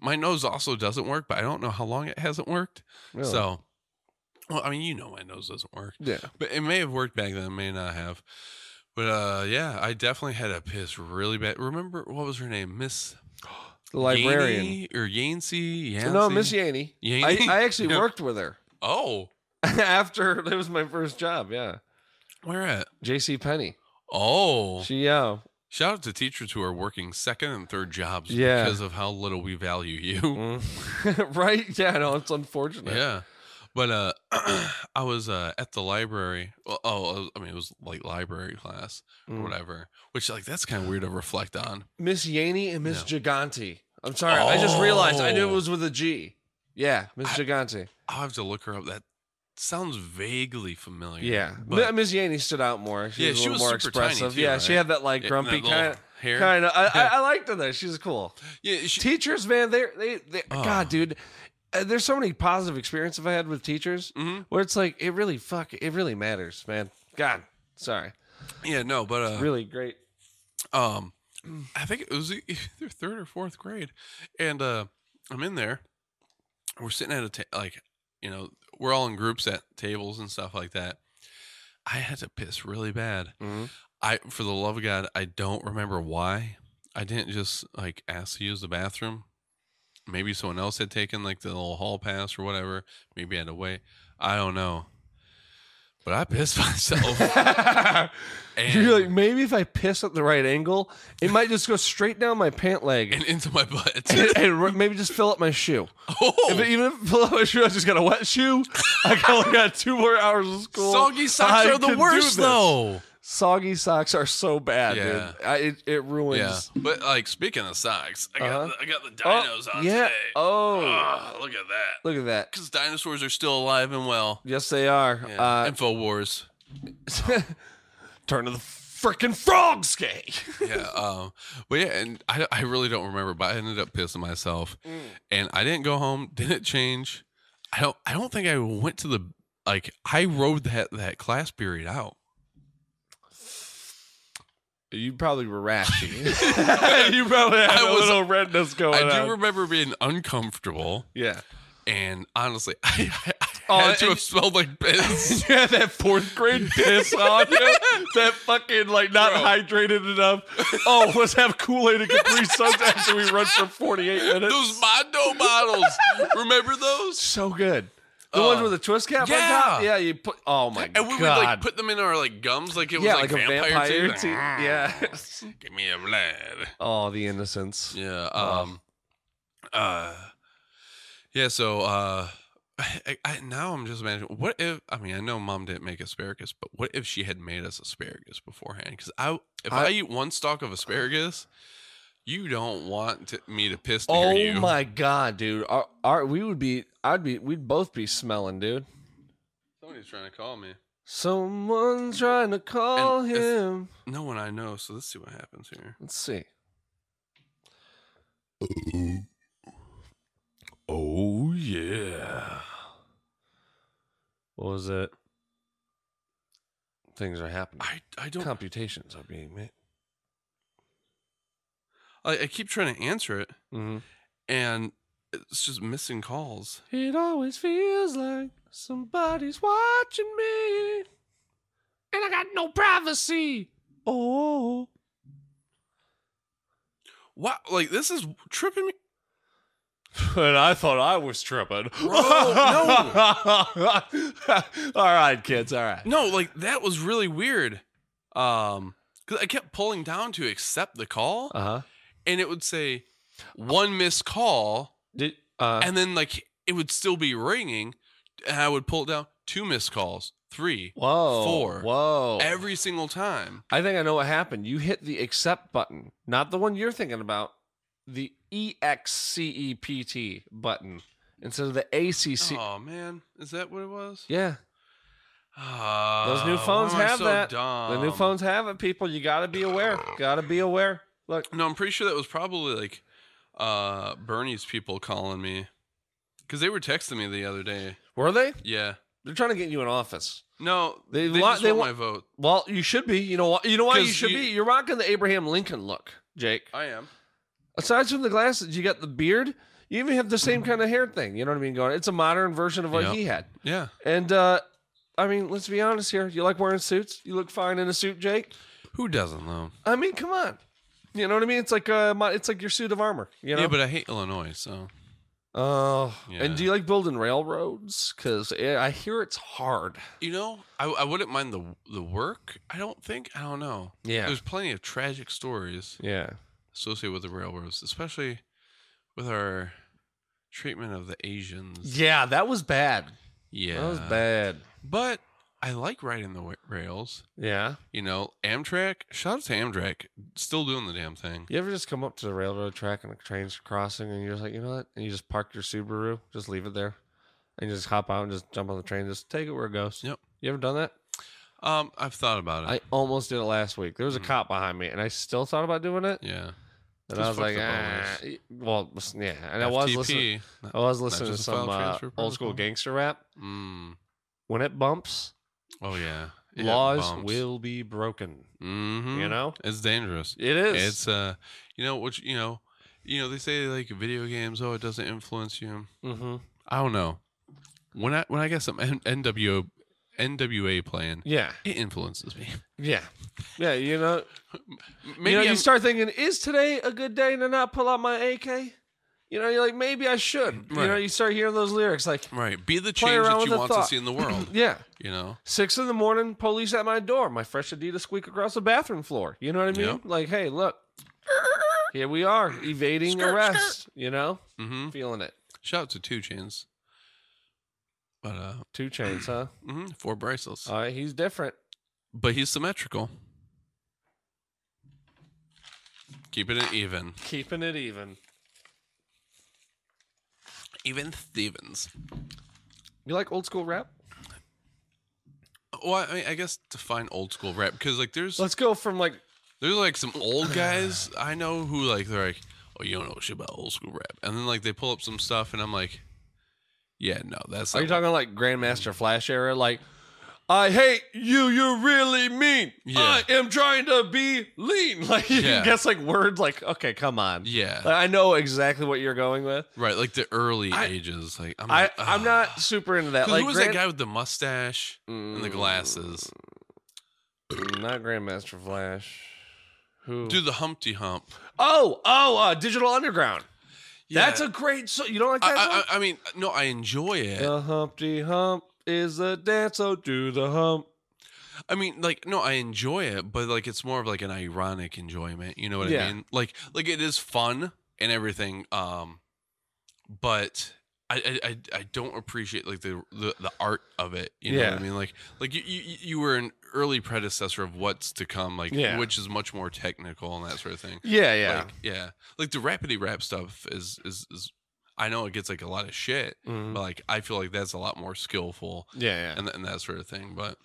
Speaker 3: my nose also doesn't work, but I don't know how long it hasn't worked.
Speaker 1: really.
Speaker 3: So, well, I mean, you know, my nose doesn't work.
Speaker 1: yeah,
Speaker 3: But it may have worked back then, it may not have. But uh yeah, I definitely had a piss really bad. Remember what was her name? Miss
Speaker 1: the librarian.
Speaker 3: Yaney or Yancey? Yancey?
Speaker 1: No, Miss Yaney.
Speaker 3: Yaney?
Speaker 1: I, I actually
Speaker 3: Yeah.
Speaker 1: worked with her
Speaker 3: [laughs]
Speaker 1: [laughs]
Speaker 3: Oh,
Speaker 1: after [laughs] it was my first job. Yeah,
Speaker 3: where at?
Speaker 1: J.C. Penny.
Speaker 3: Oh,
Speaker 1: She uh,
Speaker 3: shout out to teachers who are working second and third jobs
Speaker 1: Yeah.
Speaker 3: because of how little we value you.
Speaker 1: mm. [laughs] right? Yeah, no, it's unfortunate.
Speaker 3: Yeah. But uh [clears throat] I was uh at the library. Well, oh, I, was- I mean it was like library class or
Speaker 1: Mm.
Speaker 3: whatever, which like that's kind of weird to reflect on.
Speaker 1: Miss Yaney and Miss
Speaker 3: No.
Speaker 1: Gigante. I'm sorry, I just realized I knew it
Speaker 3: Oh.
Speaker 1: was with a G. Yeah, Miss
Speaker 3: I-
Speaker 1: Gigante.
Speaker 3: I'll have to look her up. That sounds vaguely familiar.
Speaker 1: Yeah,
Speaker 3: Oh, but-
Speaker 1: M- Miss Yaney stood out more. She
Speaker 3: Yeah,
Speaker 1: was a
Speaker 3: she
Speaker 1: little
Speaker 3: was
Speaker 1: more
Speaker 3: super tiny
Speaker 1: expressive.
Speaker 3: too,
Speaker 1: yeah, she
Speaker 3: right?
Speaker 1: had that like
Speaker 3: Yeah,
Speaker 1: grumpy
Speaker 3: that little
Speaker 1: kind.
Speaker 3: hair.
Speaker 1: Kind of, I, I, I liked her though. She's cool.
Speaker 3: Yeah, she,
Speaker 1: Teachers, man, they're they, they
Speaker 3: Oh.
Speaker 1: God, dude. Uh, there's so many positive experiences I had with teachers
Speaker 3: Mhm.
Speaker 1: where it's like it really fuck it really matters, man. God, sorry,
Speaker 3: yeah, no, but uh,
Speaker 1: really great.
Speaker 3: um,
Speaker 1: Mm.
Speaker 3: I think it was e- [laughs] either third or fourth grade, and uh, I'm in there. We're sitting at a ta- like, you know, we're all in groups at tables and stuff like that. I had to piss really bad.
Speaker 1: Mhm.
Speaker 3: I for the love of God, I don't remember why. I didn't just like ask to use the bathroom. Maybe someone else had taken like the little hall pass or whatever. Maybe I had to wait. I don't know. But I pissed [laughs] myself. and,
Speaker 1: [laughs] [laughs] You're like, "Mm." maybe if I piss at the right angle, it might just go straight down my pant leg
Speaker 3: and into my
Speaker 1: [laughs]
Speaker 3: butt.
Speaker 1: and, and r- maybe just fill up my shoe.
Speaker 3: oh,
Speaker 1: If it- even if I fill up my shoe, I just got a wet shoe. I only got two more hours of school.
Speaker 3: soggy socks
Speaker 1: I
Speaker 3: are
Speaker 1: can
Speaker 3: the
Speaker 1: do
Speaker 3: worst
Speaker 1: this.
Speaker 3: though.
Speaker 1: Soggy socks are so bad,
Speaker 3: Yeah.
Speaker 1: dude. I, it, it ruins.
Speaker 3: Yeah, but like speaking of socks, I got
Speaker 1: Uh-huh.
Speaker 3: the, I got the
Speaker 1: Oh,
Speaker 3: dinos on
Speaker 1: yeah.
Speaker 3: today.
Speaker 1: Oh,
Speaker 3: Ugh, look at that.
Speaker 1: look at that.
Speaker 3: Because dinosaurs are still alive and well.
Speaker 1: Yes, they are.
Speaker 3: Yeah.
Speaker 1: Uh,
Speaker 3: Infowars.
Speaker 1: [laughs] turn to the freaking frogs, gay.
Speaker 3: yeah. Um, but yeah, and I, I really don't remember, but I ended up pissing myself,
Speaker 1: Mm.
Speaker 3: and I didn't go home. [laughs] Didn't change. I don't. I don't think I went to the like. I rode that that class period out.
Speaker 1: You probably were
Speaker 3: [laughs]
Speaker 1: rashy. [laughs] you probably had
Speaker 3: I
Speaker 1: a
Speaker 3: was-
Speaker 1: little redness going
Speaker 3: I do
Speaker 1: on.
Speaker 3: remember being uncomfortable,
Speaker 1: yeah.
Speaker 3: and honestly, [laughs] I, I,
Speaker 1: Oh,
Speaker 3: had to
Speaker 1: and-
Speaker 3: have smelled like
Speaker 1: [laughs]
Speaker 3: piss. [laughs]
Speaker 1: you had that fourth grade piss on you. That fucking like not
Speaker 3: Bro.
Speaker 1: hydrated enough. Oh, let's have Kool Aid and Capri
Speaker 3: [laughs]
Speaker 1: Suns after we run for forty eight minutes.
Speaker 3: Those Mondo bottles. Remember those?
Speaker 1: so good. The
Speaker 3: Uh,
Speaker 1: ones with the twist cap on
Speaker 3: yeah.
Speaker 1: top. Yeah, you put. Oh my
Speaker 3: And we
Speaker 1: god.
Speaker 3: would like put them in our like gums, like it was
Speaker 1: yeah,
Speaker 3: like, vampire, teeth. [laughs]
Speaker 1: teeth. Yeah.
Speaker 3: Give me a blood.
Speaker 1: Oh, the innocence.
Speaker 3: Yeah.
Speaker 1: Oh.
Speaker 3: Um. Uh. Yeah. So. Uh. [sighs] I, I, now I'm just imagining. What if? I mean, I know mom didn't make asparagus, but what if she had made us asparagus beforehand? Because I, if I,
Speaker 1: I-
Speaker 3: eat one stalk of asparagus, you don't want to, me to piss near
Speaker 1: Oh
Speaker 3: you.
Speaker 1: my god, dude. Our, our, we would be. I'd be. We'd both be smelling, dude.
Speaker 3: Somebody's trying to call me.
Speaker 1: Someone's trying to call
Speaker 3: And if-
Speaker 1: him.
Speaker 3: No one I know. So let's see what happens here.
Speaker 1: Let's see. Mm-hmm.
Speaker 3: Oh yeah.
Speaker 1: What was it? Things are happening.
Speaker 3: I I don't.
Speaker 1: Computations are being made.
Speaker 3: I, I keep trying to answer it,
Speaker 1: Mm-hmm.
Speaker 3: and it's just missing calls.
Speaker 1: It always feels like somebody's watching me, and I got no privacy. Oh,
Speaker 3: Wow, like this is tripping me.
Speaker 1: and I thought I was tripping. [laughs] all right, kids. All right.
Speaker 3: No, like that was really weird. Um, cause I kept pulling down to accept the call,
Speaker 1: Uh huh.
Speaker 3: and it would say one missed call,
Speaker 1: Did uh,
Speaker 3: and then like it would still be ringing, and I would pull it down two missed calls, three,
Speaker 1: whoa,
Speaker 3: four.
Speaker 1: whoa.
Speaker 3: every single time.
Speaker 1: I think I know what happened. You hit the accept button, not the one you're thinking about, the E X C E P T button instead of the A C C.
Speaker 3: Oh man, is that what it was?
Speaker 1: Yeah,
Speaker 3: Ah,
Speaker 1: Those new
Speaker 3: why
Speaker 1: phones
Speaker 3: am I
Speaker 1: have
Speaker 3: so
Speaker 1: that. the new
Speaker 3: dumb?
Speaker 1: phones have it, people. You gotta be aware. Gotta be aware. Look,
Speaker 3: No, I'm pretty sure that was probably like uh Bernie's people calling me. Cause they were texting me the other day.
Speaker 1: were they?
Speaker 3: Yeah.
Speaker 1: They're trying to get you in office.
Speaker 3: No,
Speaker 1: They
Speaker 3: they,
Speaker 1: lo-
Speaker 3: just
Speaker 1: they
Speaker 3: want my vote.
Speaker 1: Well, you should be. You know what? You know why you
Speaker 3: 'Cause
Speaker 1: should
Speaker 3: you-
Speaker 1: be. You're rocking the Abraham Lincoln look, Jake.
Speaker 3: I am.
Speaker 1: Aside from the glasses, you got the beard. You even have the same kind of hair thing. You know what I mean? Going, it's a modern version of what
Speaker 3: Mm-hmm. Yep.
Speaker 1: he had.
Speaker 3: Yeah.
Speaker 1: And uh I mean, let's be honest here. You like wearing suits? You look fine in a suit, Jake.
Speaker 3: Who doesn't though?
Speaker 1: I mean, come on. You know what I mean? It's like uh, my, it's like your suit of armor. You know.
Speaker 3: Yeah, but I hate Illinois, so
Speaker 1: Oh,
Speaker 3: Yeah.
Speaker 1: and do you like building railroads? Because I hear it's hard.
Speaker 3: you know, I, I wouldn't mind the the work. I don't think. I don't know.
Speaker 1: Yeah.
Speaker 3: There's plenty of tragic stories
Speaker 1: Yeah.
Speaker 3: associated with the railroads, especially with our treatment of the Asians.
Speaker 1: Yeah, that was bad.
Speaker 3: Yeah.
Speaker 1: That was bad.
Speaker 3: But I like riding the wa- rails.
Speaker 1: Yeah.
Speaker 3: You know, Amtrak, shout out to Amtrak, still doing the damn thing.
Speaker 1: You ever just come up to the railroad track and a train's crossing, and you're just like, you know what? And you just park your Subaru, just leave it there, and you just hop out and just jump on the train, just take it where it goes.
Speaker 3: Yep.
Speaker 1: You ever done that?
Speaker 3: Um, I've thought about it.
Speaker 1: I almost did it last week. There was a
Speaker 3: Mhm.
Speaker 1: cop behind me, and I still thought about doing it.
Speaker 3: yeah.
Speaker 1: And
Speaker 3: Just
Speaker 1: I was
Speaker 3: fuck
Speaker 1: like,
Speaker 3: the
Speaker 1: ah,
Speaker 3: bonus.
Speaker 1: y- well, listen, yeah. And I was
Speaker 3: FTP.
Speaker 1: listening. I was listening to
Speaker 3: just a file
Speaker 1: some uh,
Speaker 3: transfer
Speaker 1: old school
Speaker 3: protocol.
Speaker 1: gangster rap.
Speaker 3: Mm.
Speaker 1: When it bumps,
Speaker 3: Oh yeah.
Speaker 1: laws will be broken.
Speaker 3: hmm
Speaker 1: You know,
Speaker 3: It's dangerous.
Speaker 1: it is.
Speaker 3: It's uh, you know, which you know, you know, they say like video games. Oh, it doesn't influence you.
Speaker 1: mm-hmm.
Speaker 3: I don't know. when I when I get some N- NWO NWA playing,
Speaker 1: Yeah.
Speaker 3: it influences me.
Speaker 1: Yeah. Yeah. You know,
Speaker 3: Maybe
Speaker 1: you, know,
Speaker 3: I'm-
Speaker 1: you start thinking, is today a good day to not pull out my AK? You know, you're like, maybe I should. You know,
Speaker 3: Right.
Speaker 1: you start hearing those lyrics like,
Speaker 3: right. Be the
Speaker 1: Play
Speaker 3: change
Speaker 1: around
Speaker 3: that
Speaker 1: with
Speaker 3: you
Speaker 1: a
Speaker 3: want
Speaker 1: thought.
Speaker 3: to see in the world.
Speaker 1: [clears throat] [coughs] yeah,
Speaker 3: You know.
Speaker 1: six in the morning, police at my door, my fresh Adidas squeak across the bathroom floor. You know what I mean?
Speaker 3: Yep.
Speaker 1: Like, hey,
Speaker 3: [laughs]
Speaker 1: look, here we are, evading
Speaker 3: Skirt,
Speaker 1: arrest, you know,
Speaker 3: Mm-hmm.
Speaker 1: feeling it.
Speaker 3: Shout out to Two Chains. But uh,
Speaker 1: Two chains, huh?
Speaker 3: hmm four bracelets.
Speaker 1: All right, he's different.
Speaker 3: but he's symmetrical. Keeping it even.
Speaker 1: Keeping it even.
Speaker 3: Even Stevens.
Speaker 1: You like old school rap?
Speaker 3: Well, I, mean, I guess define old school rap because like there's
Speaker 1: Let's go from like,
Speaker 3: there's like some
Speaker 1: [sighs]
Speaker 3: old guys I know who like they're like, oh, you don't know shit about old school rap, and then like they pull up some stuff, and I'm like, yeah, no, that's.
Speaker 1: are
Speaker 3: not
Speaker 1: you talking like Grandmaster Flash era? Like, I hate you, you're really mean.
Speaker 3: Yeah.
Speaker 1: I am trying to be lean. [laughs] Like, you
Speaker 3: Yeah.
Speaker 1: guess like words like, okay, come on.
Speaker 3: Yeah,
Speaker 1: Like, I know exactly what you're going with.
Speaker 3: right. Like the early
Speaker 1: I-
Speaker 3: ages. Like I'm.
Speaker 1: I,
Speaker 3: like,
Speaker 1: I'm
Speaker 3: ah.
Speaker 1: not super into that.
Speaker 3: 'Cause
Speaker 1: Like,
Speaker 3: who was
Speaker 1: Grand-
Speaker 3: that guy with the mustache and the
Speaker 1: Mm.
Speaker 3: glasses?
Speaker 1: Not Grandmaster Flash. Who?
Speaker 3: Do the Humpty Hump.
Speaker 1: oh, oh, uh, Digital Underground. That's
Speaker 3: Yeah.
Speaker 1: a great song. You don't like that
Speaker 3: I,
Speaker 1: song?
Speaker 3: I, I mean, no, I enjoy it.
Speaker 1: the Humpty Hump is a dance, so do the hump.
Speaker 3: I mean, like, no, I enjoy it, but like, it's more of like an ironic enjoyment. You know what
Speaker 1: Yeah.
Speaker 3: I mean? Like, like it is fun and everything. Um, but I, I, I, I don't appreciate like the, the the art of it. You know
Speaker 1: Yeah.
Speaker 3: what I mean? Like, like you, you, you were an early predecessor of what's to come. Like,
Speaker 1: Yeah.
Speaker 3: which is much more technical and that sort of thing.
Speaker 1: Yeah, yeah.
Speaker 3: Like, yeah. Like the rapidy rap stuff is is is. I know it gets like a lot of shit,
Speaker 1: Mhm.
Speaker 3: but like I feel like that's a lot more skillful
Speaker 1: Yeah, yeah.
Speaker 3: and, and that sort of thing. But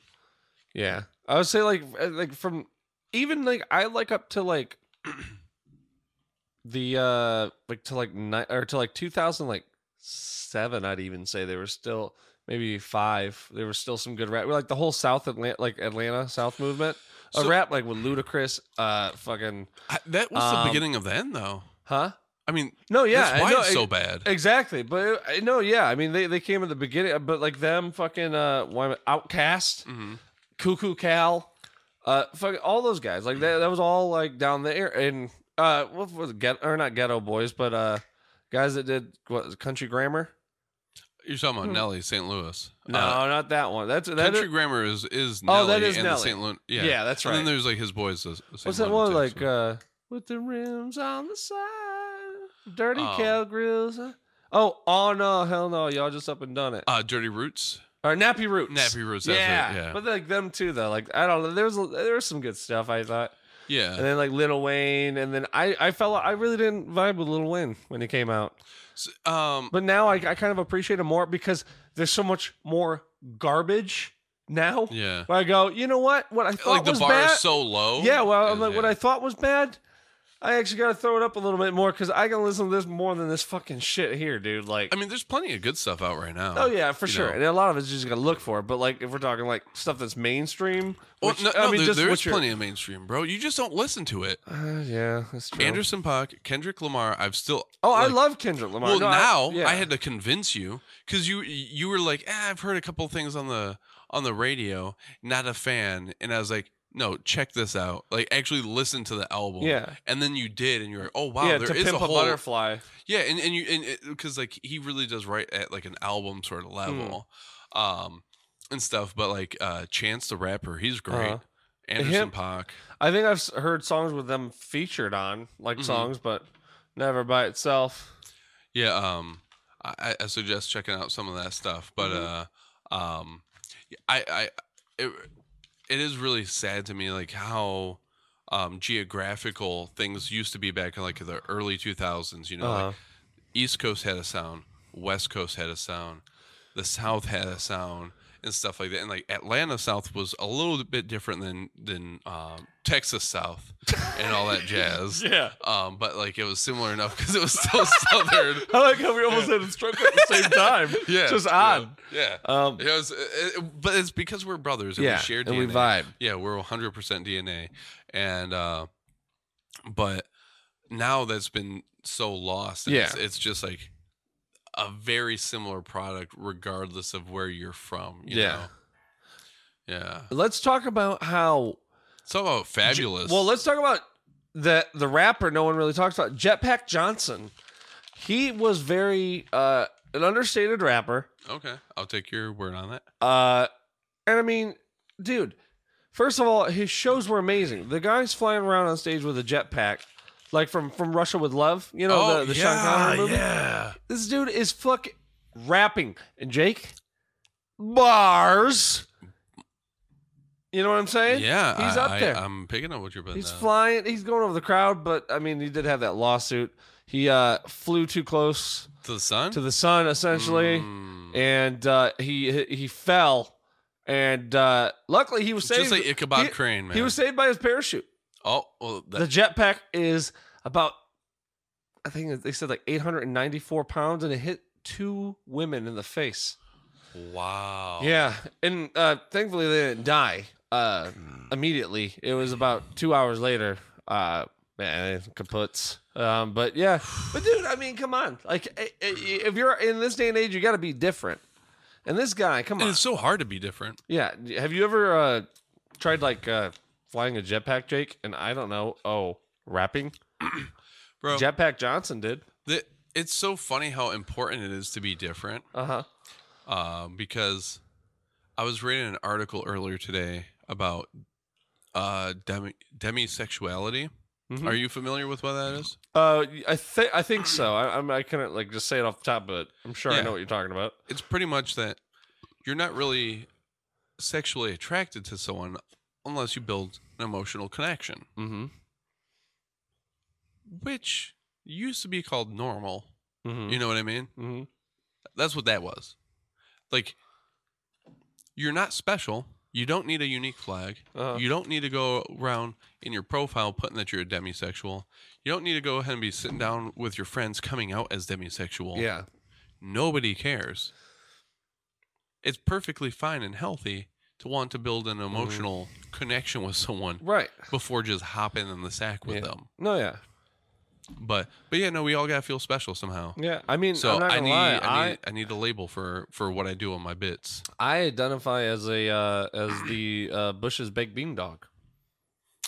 Speaker 1: Yeah. I would say like uh, like from even like I like up to like [clears throat] the uh like to like nine or to like 2000 like 7 I'd even say they were still maybe 5 there was still some good rap like the whole south Atlanta like Atlanta south movement a
Speaker 3: So-
Speaker 1: rap like with Ludacris uh fucking
Speaker 3: I, that was
Speaker 1: Um,
Speaker 3: the beginning of the end, though.
Speaker 1: huh
Speaker 3: I mean,
Speaker 1: no yeah
Speaker 3: that's
Speaker 1: I
Speaker 3: why
Speaker 1: know,
Speaker 3: it's
Speaker 1: I-
Speaker 3: so bad.
Speaker 1: Exactly, but uh, no, yeah, I mean they, they came at the beginning, but like them fucking uh, why Outcast,
Speaker 3: Mhm.
Speaker 1: Cuckoo Cal, uh, fuck all those guys. Like that, that was all like down there, and uh, what was it, get or not Ghetto Boys, but uh, guys that did what Country Grammar.
Speaker 3: You're talking about
Speaker 1: Hmm.
Speaker 3: Nelly St. Louis.
Speaker 1: No,
Speaker 3: Uh,
Speaker 1: not that one. That's that.
Speaker 3: Country
Speaker 1: is-
Speaker 3: Grammar is is Nelly
Speaker 1: Oh, that is
Speaker 3: and the
Speaker 1: Nelly.
Speaker 3: St. Louis. Yeah,
Speaker 1: yeah. that's
Speaker 3: And
Speaker 1: right.
Speaker 3: then there's like his boys. The, the St.
Speaker 1: What's that
Speaker 3: Louis
Speaker 1: one
Speaker 3: Tales,
Speaker 1: like?
Speaker 3: so-
Speaker 1: Uh, with the rims on the side, dirty
Speaker 3: Um,
Speaker 1: cow grills. uh, Oh, oh no, hell no, y'all just up and done it.
Speaker 3: uh, Dirty Roots.
Speaker 1: Or Nappy Roots.
Speaker 3: Nappy Roots. That's
Speaker 1: Yeah,
Speaker 3: It. Yeah.
Speaker 1: but like them too though. Like I don't know, there was there was some good stuff I thought,
Speaker 3: yeah.
Speaker 1: and then like Lil Wayne, and then I I fell I really didn't vibe with Lil Wayne when he came out,
Speaker 3: So, um.
Speaker 1: but now I, I kind of appreciate him more because there's so much more garbage now.
Speaker 3: yeah.
Speaker 1: Where I go, you know what? What I thought
Speaker 3: Like the
Speaker 1: was
Speaker 3: bar
Speaker 1: bad.
Speaker 3: is so low.
Speaker 1: yeah, well, I'm
Speaker 3: is-
Speaker 1: like what
Speaker 3: yeah.
Speaker 1: I thought was bad. I actually got to throw it up a little bit more because I can listen to this more than this fucking shit here, dude. Like,
Speaker 3: I mean, there's plenty of good stuff out right now.
Speaker 1: Oh yeah, for
Speaker 3: you
Speaker 1: sure.
Speaker 3: know.
Speaker 1: And a lot of it's just gonna look for it. But like if we're talking like stuff that's mainstream,
Speaker 3: Well,
Speaker 1: which,
Speaker 3: no,
Speaker 1: I
Speaker 3: no,
Speaker 1: mean,
Speaker 3: there-
Speaker 1: just
Speaker 3: there's
Speaker 1: what you're-
Speaker 3: plenty of mainstream, bro. You just don't listen to it.
Speaker 1: Uh, yeah, that's true.
Speaker 3: Anderson Puck, Kendrick Lamar. I've still.
Speaker 1: oh, I
Speaker 3: like,
Speaker 1: love Kendrick Lamar.
Speaker 3: Well,
Speaker 1: No,
Speaker 3: now I,
Speaker 1: yeah.
Speaker 3: had to convince you because you you were like, ah, I've heard a couple things on the on the radio, not a fan, and I was like, no, check this out, like actually listen to the album.
Speaker 1: Yeah.
Speaker 3: and then you did, and you're like, oh wow,
Speaker 1: yeah,
Speaker 3: there
Speaker 1: to
Speaker 3: is
Speaker 1: pimp
Speaker 3: a
Speaker 1: a,
Speaker 3: whole
Speaker 1: butterfly.
Speaker 3: yeah, and and you and because like he really does write at like an album sort
Speaker 1: Hmm.
Speaker 3: of level, um, and stuff, but like uh, Chance the rapper, he's great.
Speaker 1: Uh-huh.
Speaker 3: Anderson
Speaker 1: Him-
Speaker 3: Paak.
Speaker 1: I think I've s- heard songs with them featured on like
Speaker 3: Mhm.
Speaker 1: songs, but never by itself.
Speaker 3: Yeah, um, I, I suggest checking out some of that stuff. But
Speaker 1: Mm-hmm.
Speaker 3: uh, um, I, I, it, it is really sad to me, like how um geographical things used to be back in like the early two thousands. You know,
Speaker 1: Uh-huh.
Speaker 3: like East Coast had a sound, West Coast had a sound, the South had a sound, and stuff like that. And like Atlanta South was a little bit different than than um, Texas South and all
Speaker 1: [laughs]
Speaker 3: that [laughs] jazz.
Speaker 1: yeah,
Speaker 3: Um, but like it was similar enough because it was so [laughs] southern.
Speaker 1: I like how we almost had a stroke at the
Speaker 3: [laughs]
Speaker 1: same time.
Speaker 3: Yeah,
Speaker 1: just
Speaker 3: yeah,
Speaker 1: odd.
Speaker 3: Yeah,
Speaker 1: Um,
Speaker 3: It was, it- it- but it's because we're brothers and
Speaker 1: yeah,
Speaker 3: we share
Speaker 1: and we
Speaker 3: DNA.
Speaker 1: vibe.
Speaker 3: Yeah, we're 100% DNA, and uh, but now that's been so lost. and
Speaker 1: Yeah.
Speaker 3: it's, it's just like a very similar product regardless of where you're from. You
Speaker 1: Yeah.
Speaker 3: Know? Yeah.
Speaker 1: Let's talk about how.
Speaker 3: It's all about fabulous.
Speaker 1: Well, let's talk about the the rapper no one really talks about, Jetpack Johnson. He was very uh, an understated rapper.
Speaker 3: okay. I'll take your word on that.
Speaker 1: Uh, and I mean, dude, first of all, his shows were amazing. The guy's flying around on stage with a jetpack, like from from Russia with Love, you know, the, the Sean Connery movie.
Speaker 3: Oh, yeah.
Speaker 1: This dude is fuck rapping. And Jake, bars. You know what I'm saying?
Speaker 3: Yeah.
Speaker 1: He's
Speaker 3: I,
Speaker 1: up there.
Speaker 3: I, am picking up what you're putting
Speaker 1: He's
Speaker 3: down.
Speaker 1: flying. He's going over the crowd, but I mean, he did have that lawsuit. He uh, flew too close
Speaker 3: to the sun?
Speaker 1: to the sun, essentially,
Speaker 3: Mm.
Speaker 1: and uh, he he- he fell. And uh, luckily, he was
Speaker 3: It's Just
Speaker 1: saved.
Speaker 3: like Ichabod
Speaker 1: he-
Speaker 3: Crane, man.
Speaker 1: he was saved by his parachute.
Speaker 3: oh, well, that,
Speaker 1: the jetpack is about, I think they said like 894 pounds, and it hit two women in the face.
Speaker 3: wow.
Speaker 1: Yeah, and uh, thankfully they didn't die uh,
Speaker 3: Hmm.
Speaker 1: immediately. It was about two hours later. Uh, man, kaputs. Um, but yeah, but dude, I mean, come on. Like, i- i- if you're in this day and age, you got to be different. And this guy, come
Speaker 3: And
Speaker 1: on.
Speaker 3: it's so hard to be different.
Speaker 1: Yeah, have you ever uh, tried like uh, flying a jetpack, Jake? And I don't know. Oh, rapping.
Speaker 3: [clears throat] Bro,
Speaker 1: Jetpack Johnson did.
Speaker 3: the, it's so funny how important it is to be different.
Speaker 1: Uh huh.
Speaker 3: um, because I was reading an article earlier today about uh, demi demisexuality.
Speaker 1: Mhm.
Speaker 3: Are you familiar with what that is?
Speaker 1: Uh, I think I think so. I I'm, I couldn't like just say it off the top, but I'm sure I
Speaker 3: Yeah.
Speaker 1: know what you're talking about.
Speaker 3: It's pretty much that you're not really sexually attracted to someone unless you build an emotional connection,
Speaker 1: Mm
Speaker 3: which used to be called normal.
Speaker 1: hmm. Mm
Speaker 3: You know what I mean?
Speaker 1: hmm. Mm
Speaker 3: That's what that was. Like, you're not special. You don't need a unique flag.
Speaker 1: hmm. Uh,
Speaker 3: You don't need to go around in your profile putting that you're a demisexual. You don't need to go ahead and be sitting down with your friends coming out as demisexual.
Speaker 1: yeah.
Speaker 3: Nobody cares. It's perfectly fine and healthy to want to build
Speaker 1: Mm-hmm.
Speaker 3: an emotional connection with someone
Speaker 1: Right.
Speaker 3: before just hopping in the sack with
Speaker 1: Yeah.
Speaker 3: them.
Speaker 1: No, yeah.
Speaker 3: But but yeah, no, we all gotta feel special somehow.
Speaker 1: Yeah. I mean,
Speaker 3: So
Speaker 1: I'm not
Speaker 3: I
Speaker 1: gonna
Speaker 3: need,
Speaker 1: lie.
Speaker 3: I need I need a label for for what I do on my bits.
Speaker 1: I, I identify as a uh, as the uh, Bush's baked bean dog.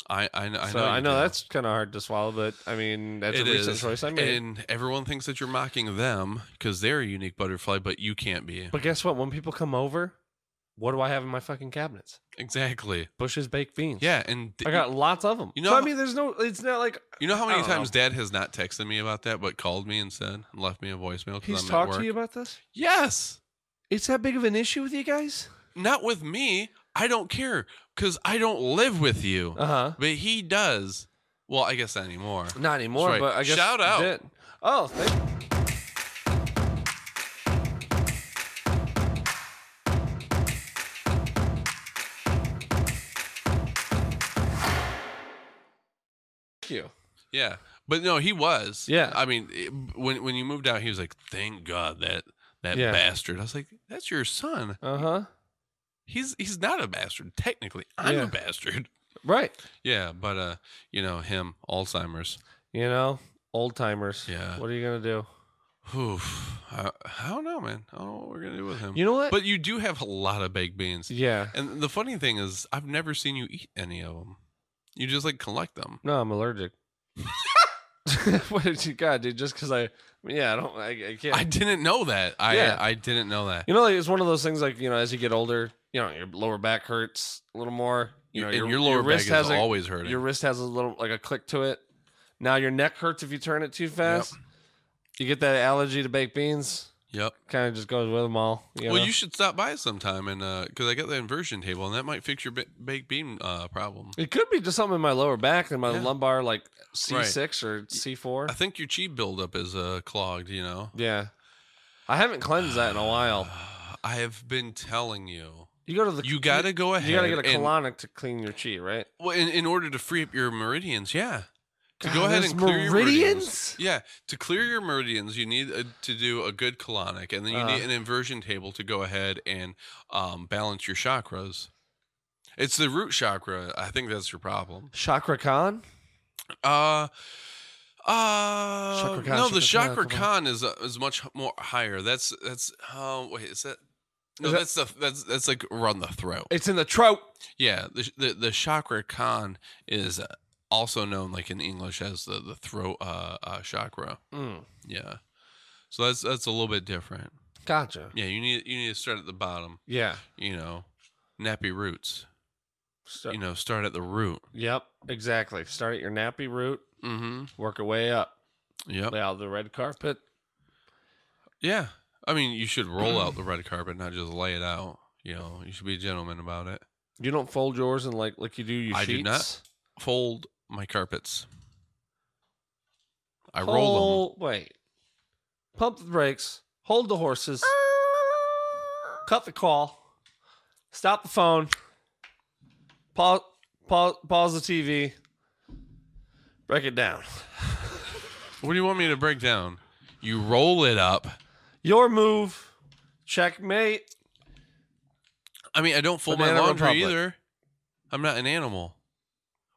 Speaker 3: I I, kn- I
Speaker 1: so
Speaker 3: know
Speaker 1: I
Speaker 3: you
Speaker 1: know
Speaker 3: do.
Speaker 1: that's kind of hard to swallow, but I mean that's
Speaker 3: It
Speaker 1: a recent
Speaker 3: is.
Speaker 1: choice I made.
Speaker 3: and everyone thinks that you're mocking them because they're a unique butterfly, but you can't be.
Speaker 1: but guess what? When people come over, what do I have in my fucking cabinets?
Speaker 3: Exactly.
Speaker 1: Bush's baked beans.
Speaker 3: Yeah, and
Speaker 1: I got lots of them.
Speaker 3: You
Speaker 1: You
Speaker 3: know
Speaker 1: know, so, I
Speaker 3: how-
Speaker 1: mean, there's no. It's not like
Speaker 3: you know how many
Speaker 1: I don't
Speaker 3: times Dad has not texted me about that, but called me and said and left me a voicemail because
Speaker 1: he's
Speaker 3: I'm at
Speaker 1: talked
Speaker 3: work.
Speaker 1: to you about this.
Speaker 3: Yes,
Speaker 1: It's that big of an issue with you guys?
Speaker 3: not with me. I don't care because I don't live with you,
Speaker 1: Uh huh.
Speaker 3: but he does. Well, I guess not anymore.
Speaker 1: Not anymore,
Speaker 3: That's right.
Speaker 1: but I guess
Speaker 3: Shout out.
Speaker 1: did. Oh, thank. Thank you.
Speaker 3: Yeah, but no, he was.
Speaker 1: Yeah.
Speaker 3: I mean, it- when when you moved out, he was like, "Thank God that that
Speaker 1: Yeah.
Speaker 3: bastard." I was like, "That's your son."
Speaker 1: Uh huh.
Speaker 3: he's he's not a bastard technically i'm
Speaker 1: Yeah.
Speaker 3: a bastard [laughs]
Speaker 1: Right.
Speaker 3: yeah but uh you know him alzheimer's
Speaker 1: You know, old timers.
Speaker 3: Yeah.
Speaker 1: What are you gonna do?
Speaker 3: Oof. I, I don't know man i don't know what we're gonna do with him
Speaker 1: You know what?
Speaker 3: but you do have a lot of baked beans
Speaker 1: yeah.
Speaker 3: and the funny thing is i've never seen you eat any of them you just like collect them
Speaker 1: No, I'm allergic. [laughs] what did you got, dude? Just because I, yeah, I don't, I, I can't.
Speaker 3: i didn't know that i
Speaker 1: Yeah.
Speaker 3: i didn't know that
Speaker 1: You know, like it's one of those things. Like you know, as you get older, you know, your lower back hurts a little more. You know,
Speaker 3: and your, lower back is
Speaker 1: has a,
Speaker 3: always hurting
Speaker 1: Your wrist has a little like a click to it. Now your neck hurts if you turn it too fast. You get that allergy to baked beans.
Speaker 3: yep
Speaker 1: Kind of just goes with them all. You
Speaker 3: well
Speaker 1: know?
Speaker 3: you should stop by sometime and uh because i got the inversion table and that might fix your ba- baked bean uh problem
Speaker 1: it could be just something in my lower back and my
Speaker 3: Yeah.
Speaker 1: lumbar, like C six or C four.
Speaker 3: i think your chi buildup is uh clogged you know
Speaker 1: Yeah, I haven't cleansed that in a while.
Speaker 3: [sighs] I have been telling you.
Speaker 1: You go to the
Speaker 3: You gotta go ahead.
Speaker 1: you gotta get a
Speaker 3: and-
Speaker 1: colonic to clean your chi, right?
Speaker 3: well, in, in order to free up your meridians, yeah. To go
Speaker 1: God,
Speaker 3: ahead
Speaker 1: there's
Speaker 3: and clear your meridians.
Speaker 1: meridians.
Speaker 3: Yeah, to clear your meridians, you need uh to do a good colonic, and then you
Speaker 1: Uh.
Speaker 3: need an inversion table to go ahead and um, balance your chakras. It's the root chakra. I think that's your problem.
Speaker 1: Chakra Khan.
Speaker 3: Uh, Uh,
Speaker 1: Chakra Khan,
Speaker 3: no, the
Speaker 1: Chakra Khan,
Speaker 3: Chakra
Speaker 1: come
Speaker 3: Khan is uh, is much h- more higher. That's that's um wait is that no
Speaker 1: Is that-
Speaker 3: that's the that's that's like run the throat.
Speaker 1: It's in the trout.
Speaker 3: Yeah, the sh- the, the Chakra Khan is uh, also known like in English as the the throat uh, uh chakra.
Speaker 1: Mm,
Speaker 3: Yeah, so that's that's a little bit different.
Speaker 1: gotcha.
Speaker 3: Yeah, you need you need to start at the bottom.
Speaker 1: Yeah.
Speaker 3: You know, nappy roots.
Speaker 1: So-
Speaker 3: You know, start at the root.
Speaker 1: Yep. Exactly. Start at your nappy root.
Speaker 3: Mm-hmm.
Speaker 1: Work your way up.
Speaker 3: Yep.
Speaker 1: Lay out the red carpet.
Speaker 3: Yeah. I mean, you should roll out the red carpet, not just lay it out. You know, you should be a gentleman about it.
Speaker 1: You don't fold yours and like like you do your
Speaker 3: I do
Speaker 1: sheets.
Speaker 3: not. Fold my carpets. I
Speaker 1: Hold,
Speaker 3: roll them.
Speaker 1: Wait. Pump the brakes. Hold the horses. Cut the call. Stop the phone. Pause. Pause. Pause the TV. Break it down.
Speaker 3: What do you want me to break down? You roll it up.
Speaker 1: Your move. Checkmate.
Speaker 3: I mean, I don't fold my
Speaker 1: Banana
Speaker 3: laundry
Speaker 1: Republic.
Speaker 3: either. I'm not an animal.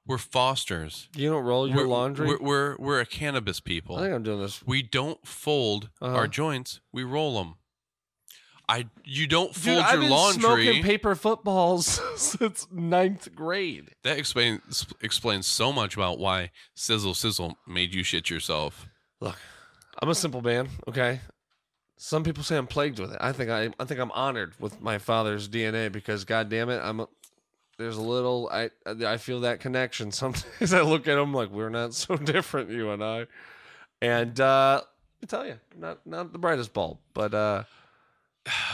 Speaker 3: We're fosters.
Speaker 1: You don't roll your
Speaker 3: we're,
Speaker 1: laundry.
Speaker 3: We're, we're we're a cannabis people.
Speaker 1: I think I'm doing this.
Speaker 3: we don't fold
Speaker 1: Uh-huh.
Speaker 3: our joints. We roll them. I you don't
Speaker 1: Dude,
Speaker 3: fold
Speaker 1: I've
Speaker 3: your
Speaker 1: been
Speaker 3: laundry.
Speaker 1: smoking paper footballs [laughs] since ninth grade.
Speaker 3: That explains explains so much about why Sizzle Sizzle made you shit yourself. [sighs]
Speaker 1: Look, I'm a simple man. Okay. Some people say I'm plagued with it. I think I, I think I'm honored with my father's DNA because, God damn it, I'm. A, there's a little I I feel that connection. [laughs] Sometimes I look at him like we're not so [laughs] different, you and I. And uh, I tell you, not not the brightest bulb, but uh,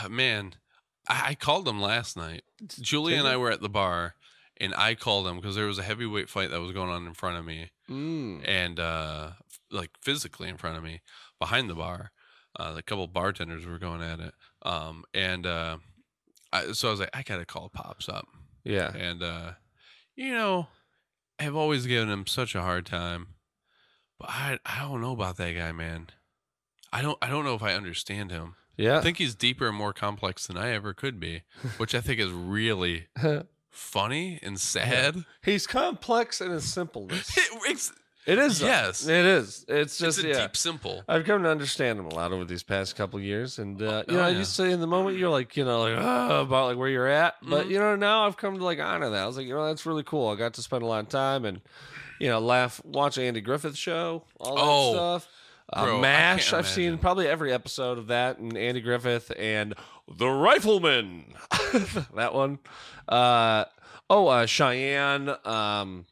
Speaker 3: Man, I, I called him last night. Julie and I were at the bar, and I called him because there was a heavyweight fight that was going on in front of me,
Speaker 1: mm,
Speaker 3: and uh, f- like physically in front of me, behind the bar. Uh, a couple bartenders were going at it, um, and uh, I, so I was like, I gotta call Pops up.
Speaker 1: yeah.
Speaker 3: and uh you know i've always given him such a hard time but i i don't know about that guy man i don't i don't know if i understand him i
Speaker 1: Yeah. [laughs]
Speaker 3: think he's deeper and more complex than i ever could be which i think is really funny and sad [laughs]
Speaker 1: He's complex in his simpleness.
Speaker 3: it's,
Speaker 1: It is. though.
Speaker 3: Yes.
Speaker 1: It is. It's
Speaker 3: it's
Speaker 1: just
Speaker 3: a
Speaker 1: yeah. Uh,
Speaker 3: deep simple
Speaker 1: I've come to understand him a lot over these past couple years, and uh, you
Speaker 3: oh,
Speaker 1: know, I
Speaker 3: yeah.
Speaker 1: used to in the moment you're like, you know, like "Ugh," about like where you're at, but
Speaker 3: Mhm.
Speaker 1: you know, now I've come to like honor that. I was like, you know, that's really cool. I got to spend a lot of time and you know, laugh, watch Andy Griffith show, all that
Speaker 3: Oh,
Speaker 1: stuff. Uh,
Speaker 3: bro, I
Speaker 1: Mash,
Speaker 3: can't
Speaker 1: I've seen
Speaker 3: imagine.
Speaker 1: probably every episode of that, and Andy Griffith and The Rifleman, [laughs] that one. Uh, oh, uh, Cheyenne. Um,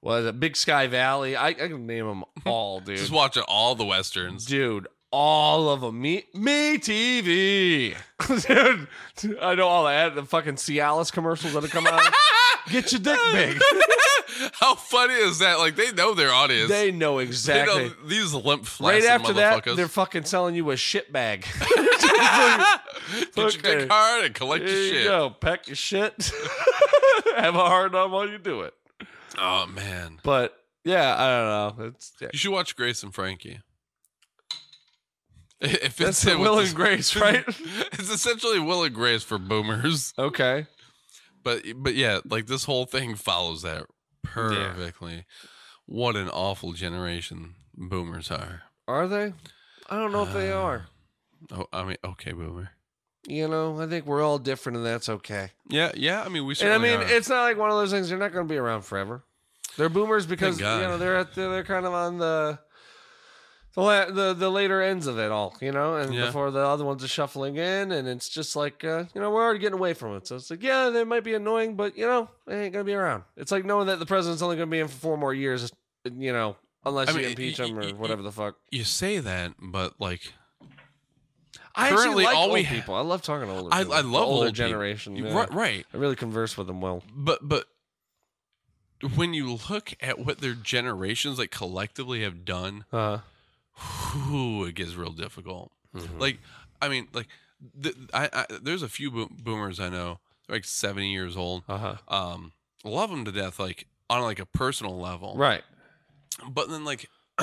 Speaker 1: was it Big Sky Valley? I, I can name them all, dude.
Speaker 3: just watching all the westerns
Speaker 1: Dude, all of them. Me, me TV. [laughs] dude, dude, I know all that. The fucking Cialis commercials that have come
Speaker 3: [laughs]
Speaker 1: out. Get your dick big.
Speaker 3: how funny is that like they know their audience
Speaker 1: They know
Speaker 3: They know
Speaker 1: exactly.
Speaker 3: these limp
Speaker 1: Right
Speaker 3: flaccid
Speaker 1: after that,
Speaker 3: motherfuckers.
Speaker 1: they're fucking selling you a shit
Speaker 3: [laughs]
Speaker 1: bag. [laughs]
Speaker 3: Get your
Speaker 1: Okay.
Speaker 3: dick hard and collect
Speaker 1: Here
Speaker 3: your
Speaker 1: you
Speaker 3: shit.
Speaker 1: go. Pack your shit. [laughs] have a hard time while you do it.
Speaker 3: Oh man,
Speaker 1: But yeah, I don't know. It's yeah.
Speaker 3: you should watch Grace and Frankie. [laughs] It, it
Speaker 1: That's
Speaker 3: fits
Speaker 1: the
Speaker 3: in with
Speaker 1: Will
Speaker 3: this-
Speaker 1: and
Speaker 3: [laughs]
Speaker 1: Grace, right?
Speaker 3: It's essentially Will and Grace for boomers,
Speaker 1: okay.
Speaker 3: but but yeah, like this whole thing follows that perfectly. What an awful generation boomers are.
Speaker 1: Are they? I don't know if
Speaker 3: [sighs]
Speaker 1: they
Speaker 3: Uh,
Speaker 1: are.
Speaker 3: Oh, I mean, okay, boomer.
Speaker 1: You know, I think we're all different, and that's okay.
Speaker 3: Yeah, yeah. I mean,
Speaker 1: And
Speaker 3: we.
Speaker 1: I
Speaker 3: Certainly
Speaker 1: mean,
Speaker 3: are.
Speaker 1: it's not like one of those things. They're not going to be around forever. They're boomers because you
Speaker 3: God.
Speaker 1: know they're at the, they're kind of on the the, la- the the later ends of it all, you know, and
Speaker 3: Yeah.
Speaker 1: before the other ones are shuffling in, and it's just like uh, you know we're already getting away from it. So it's like yeah, they might be annoying, but you know they ain't going to be around. It's like knowing that the president's only going to be in for four more years, you know, unless
Speaker 3: I mean,
Speaker 1: you impeach
Speaker 3: y-
Speaker 1: him
Speaker 3: y-
Speaker 1: or
Speaker 3: y-
Speaker 1: whatever the fuck.
Speaker 3: you say that, but like
Speaker 1: I actually
Speaker 3: currently
Speaker 1: like
Speaker 3: all
Speaker 1: old
Speaker 3: we ha-
Speaker 1: people. I love talking to older.
Speaker 3: I, I
Speaker 1: people.
Speaker 3: love
Speaker 1: the older
Speaker 3: old people.
Speaker 1: generation.
Speaker 3: You-
Speaker 1: yeah.
Speaker 3: Right, right.
Speaker 1: I really converse with them well.
Speaker 3: but but when you look at what their generations like collectively have done
Speaker 1: Uh,
Speaker 3: whew, it gets real difficult
Speaker 1: Mm-hmm.
Speaker 3: like i mean like th- I, I there's a few boom- boomers i know they're like 70 years old
Speaker 1: uh huh.
Speaker 3: um love them to death like on like a personal level
Speaker 1: Right.
Speaker 3: but then like [clears throat]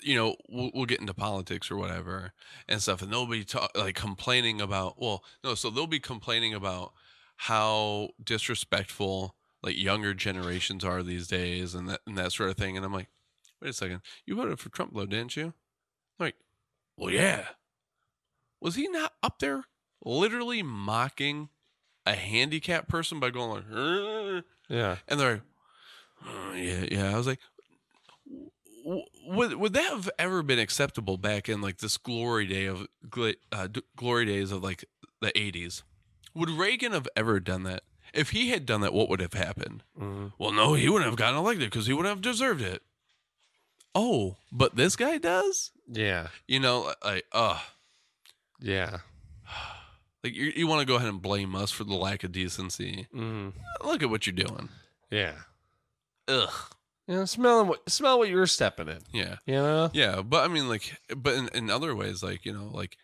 Speaker 3: you know we'll, we'll get into politics or whatever and stuff and they'll be ta- like complaining about well no so they'll be complaining about how disrespectful like younger generations are these days and that and that sort of thing and i'm like wait a second, you voted for Trump though, didn't you? I'm like, well, yeah. Was he not up there literally mocking a handicapped person by going like, "Rrr,"
Speaker 1: Yeah.
Speaker 3: and they're like, "Oh, yeah, yeah. I was like, w- would would that have ever been acceptable back in like this glory day of gl- uh, d- glory days of like the '80s? Would Reagan have ever done that? If he had done that, what would have happened?
Speaker 1: Mhm.
Speaker 3: Well, no, he wouldn't have gotten elected because he wouldn't have deserved it. Oh, but this guy does.
Speaker 1: Yeah.
Speaker 3: You know, like, uh,
Speaker 1: Yeah.
Speaker 3: like you, you want to go ahead and blame us for the lack of decency.
Speaker 1: Mm.
Speaker 3: Look at what you're doing.
Speaker 1: Yeah.
Speaker 3: Ugh.
Speaker 1: You know, smell what smell what you're stepping in.
Speaker 3: Yeah.
Speaker 1: You know.
Speaker 3: Yeah, but I mean, like, but in, in other ways, like you know, like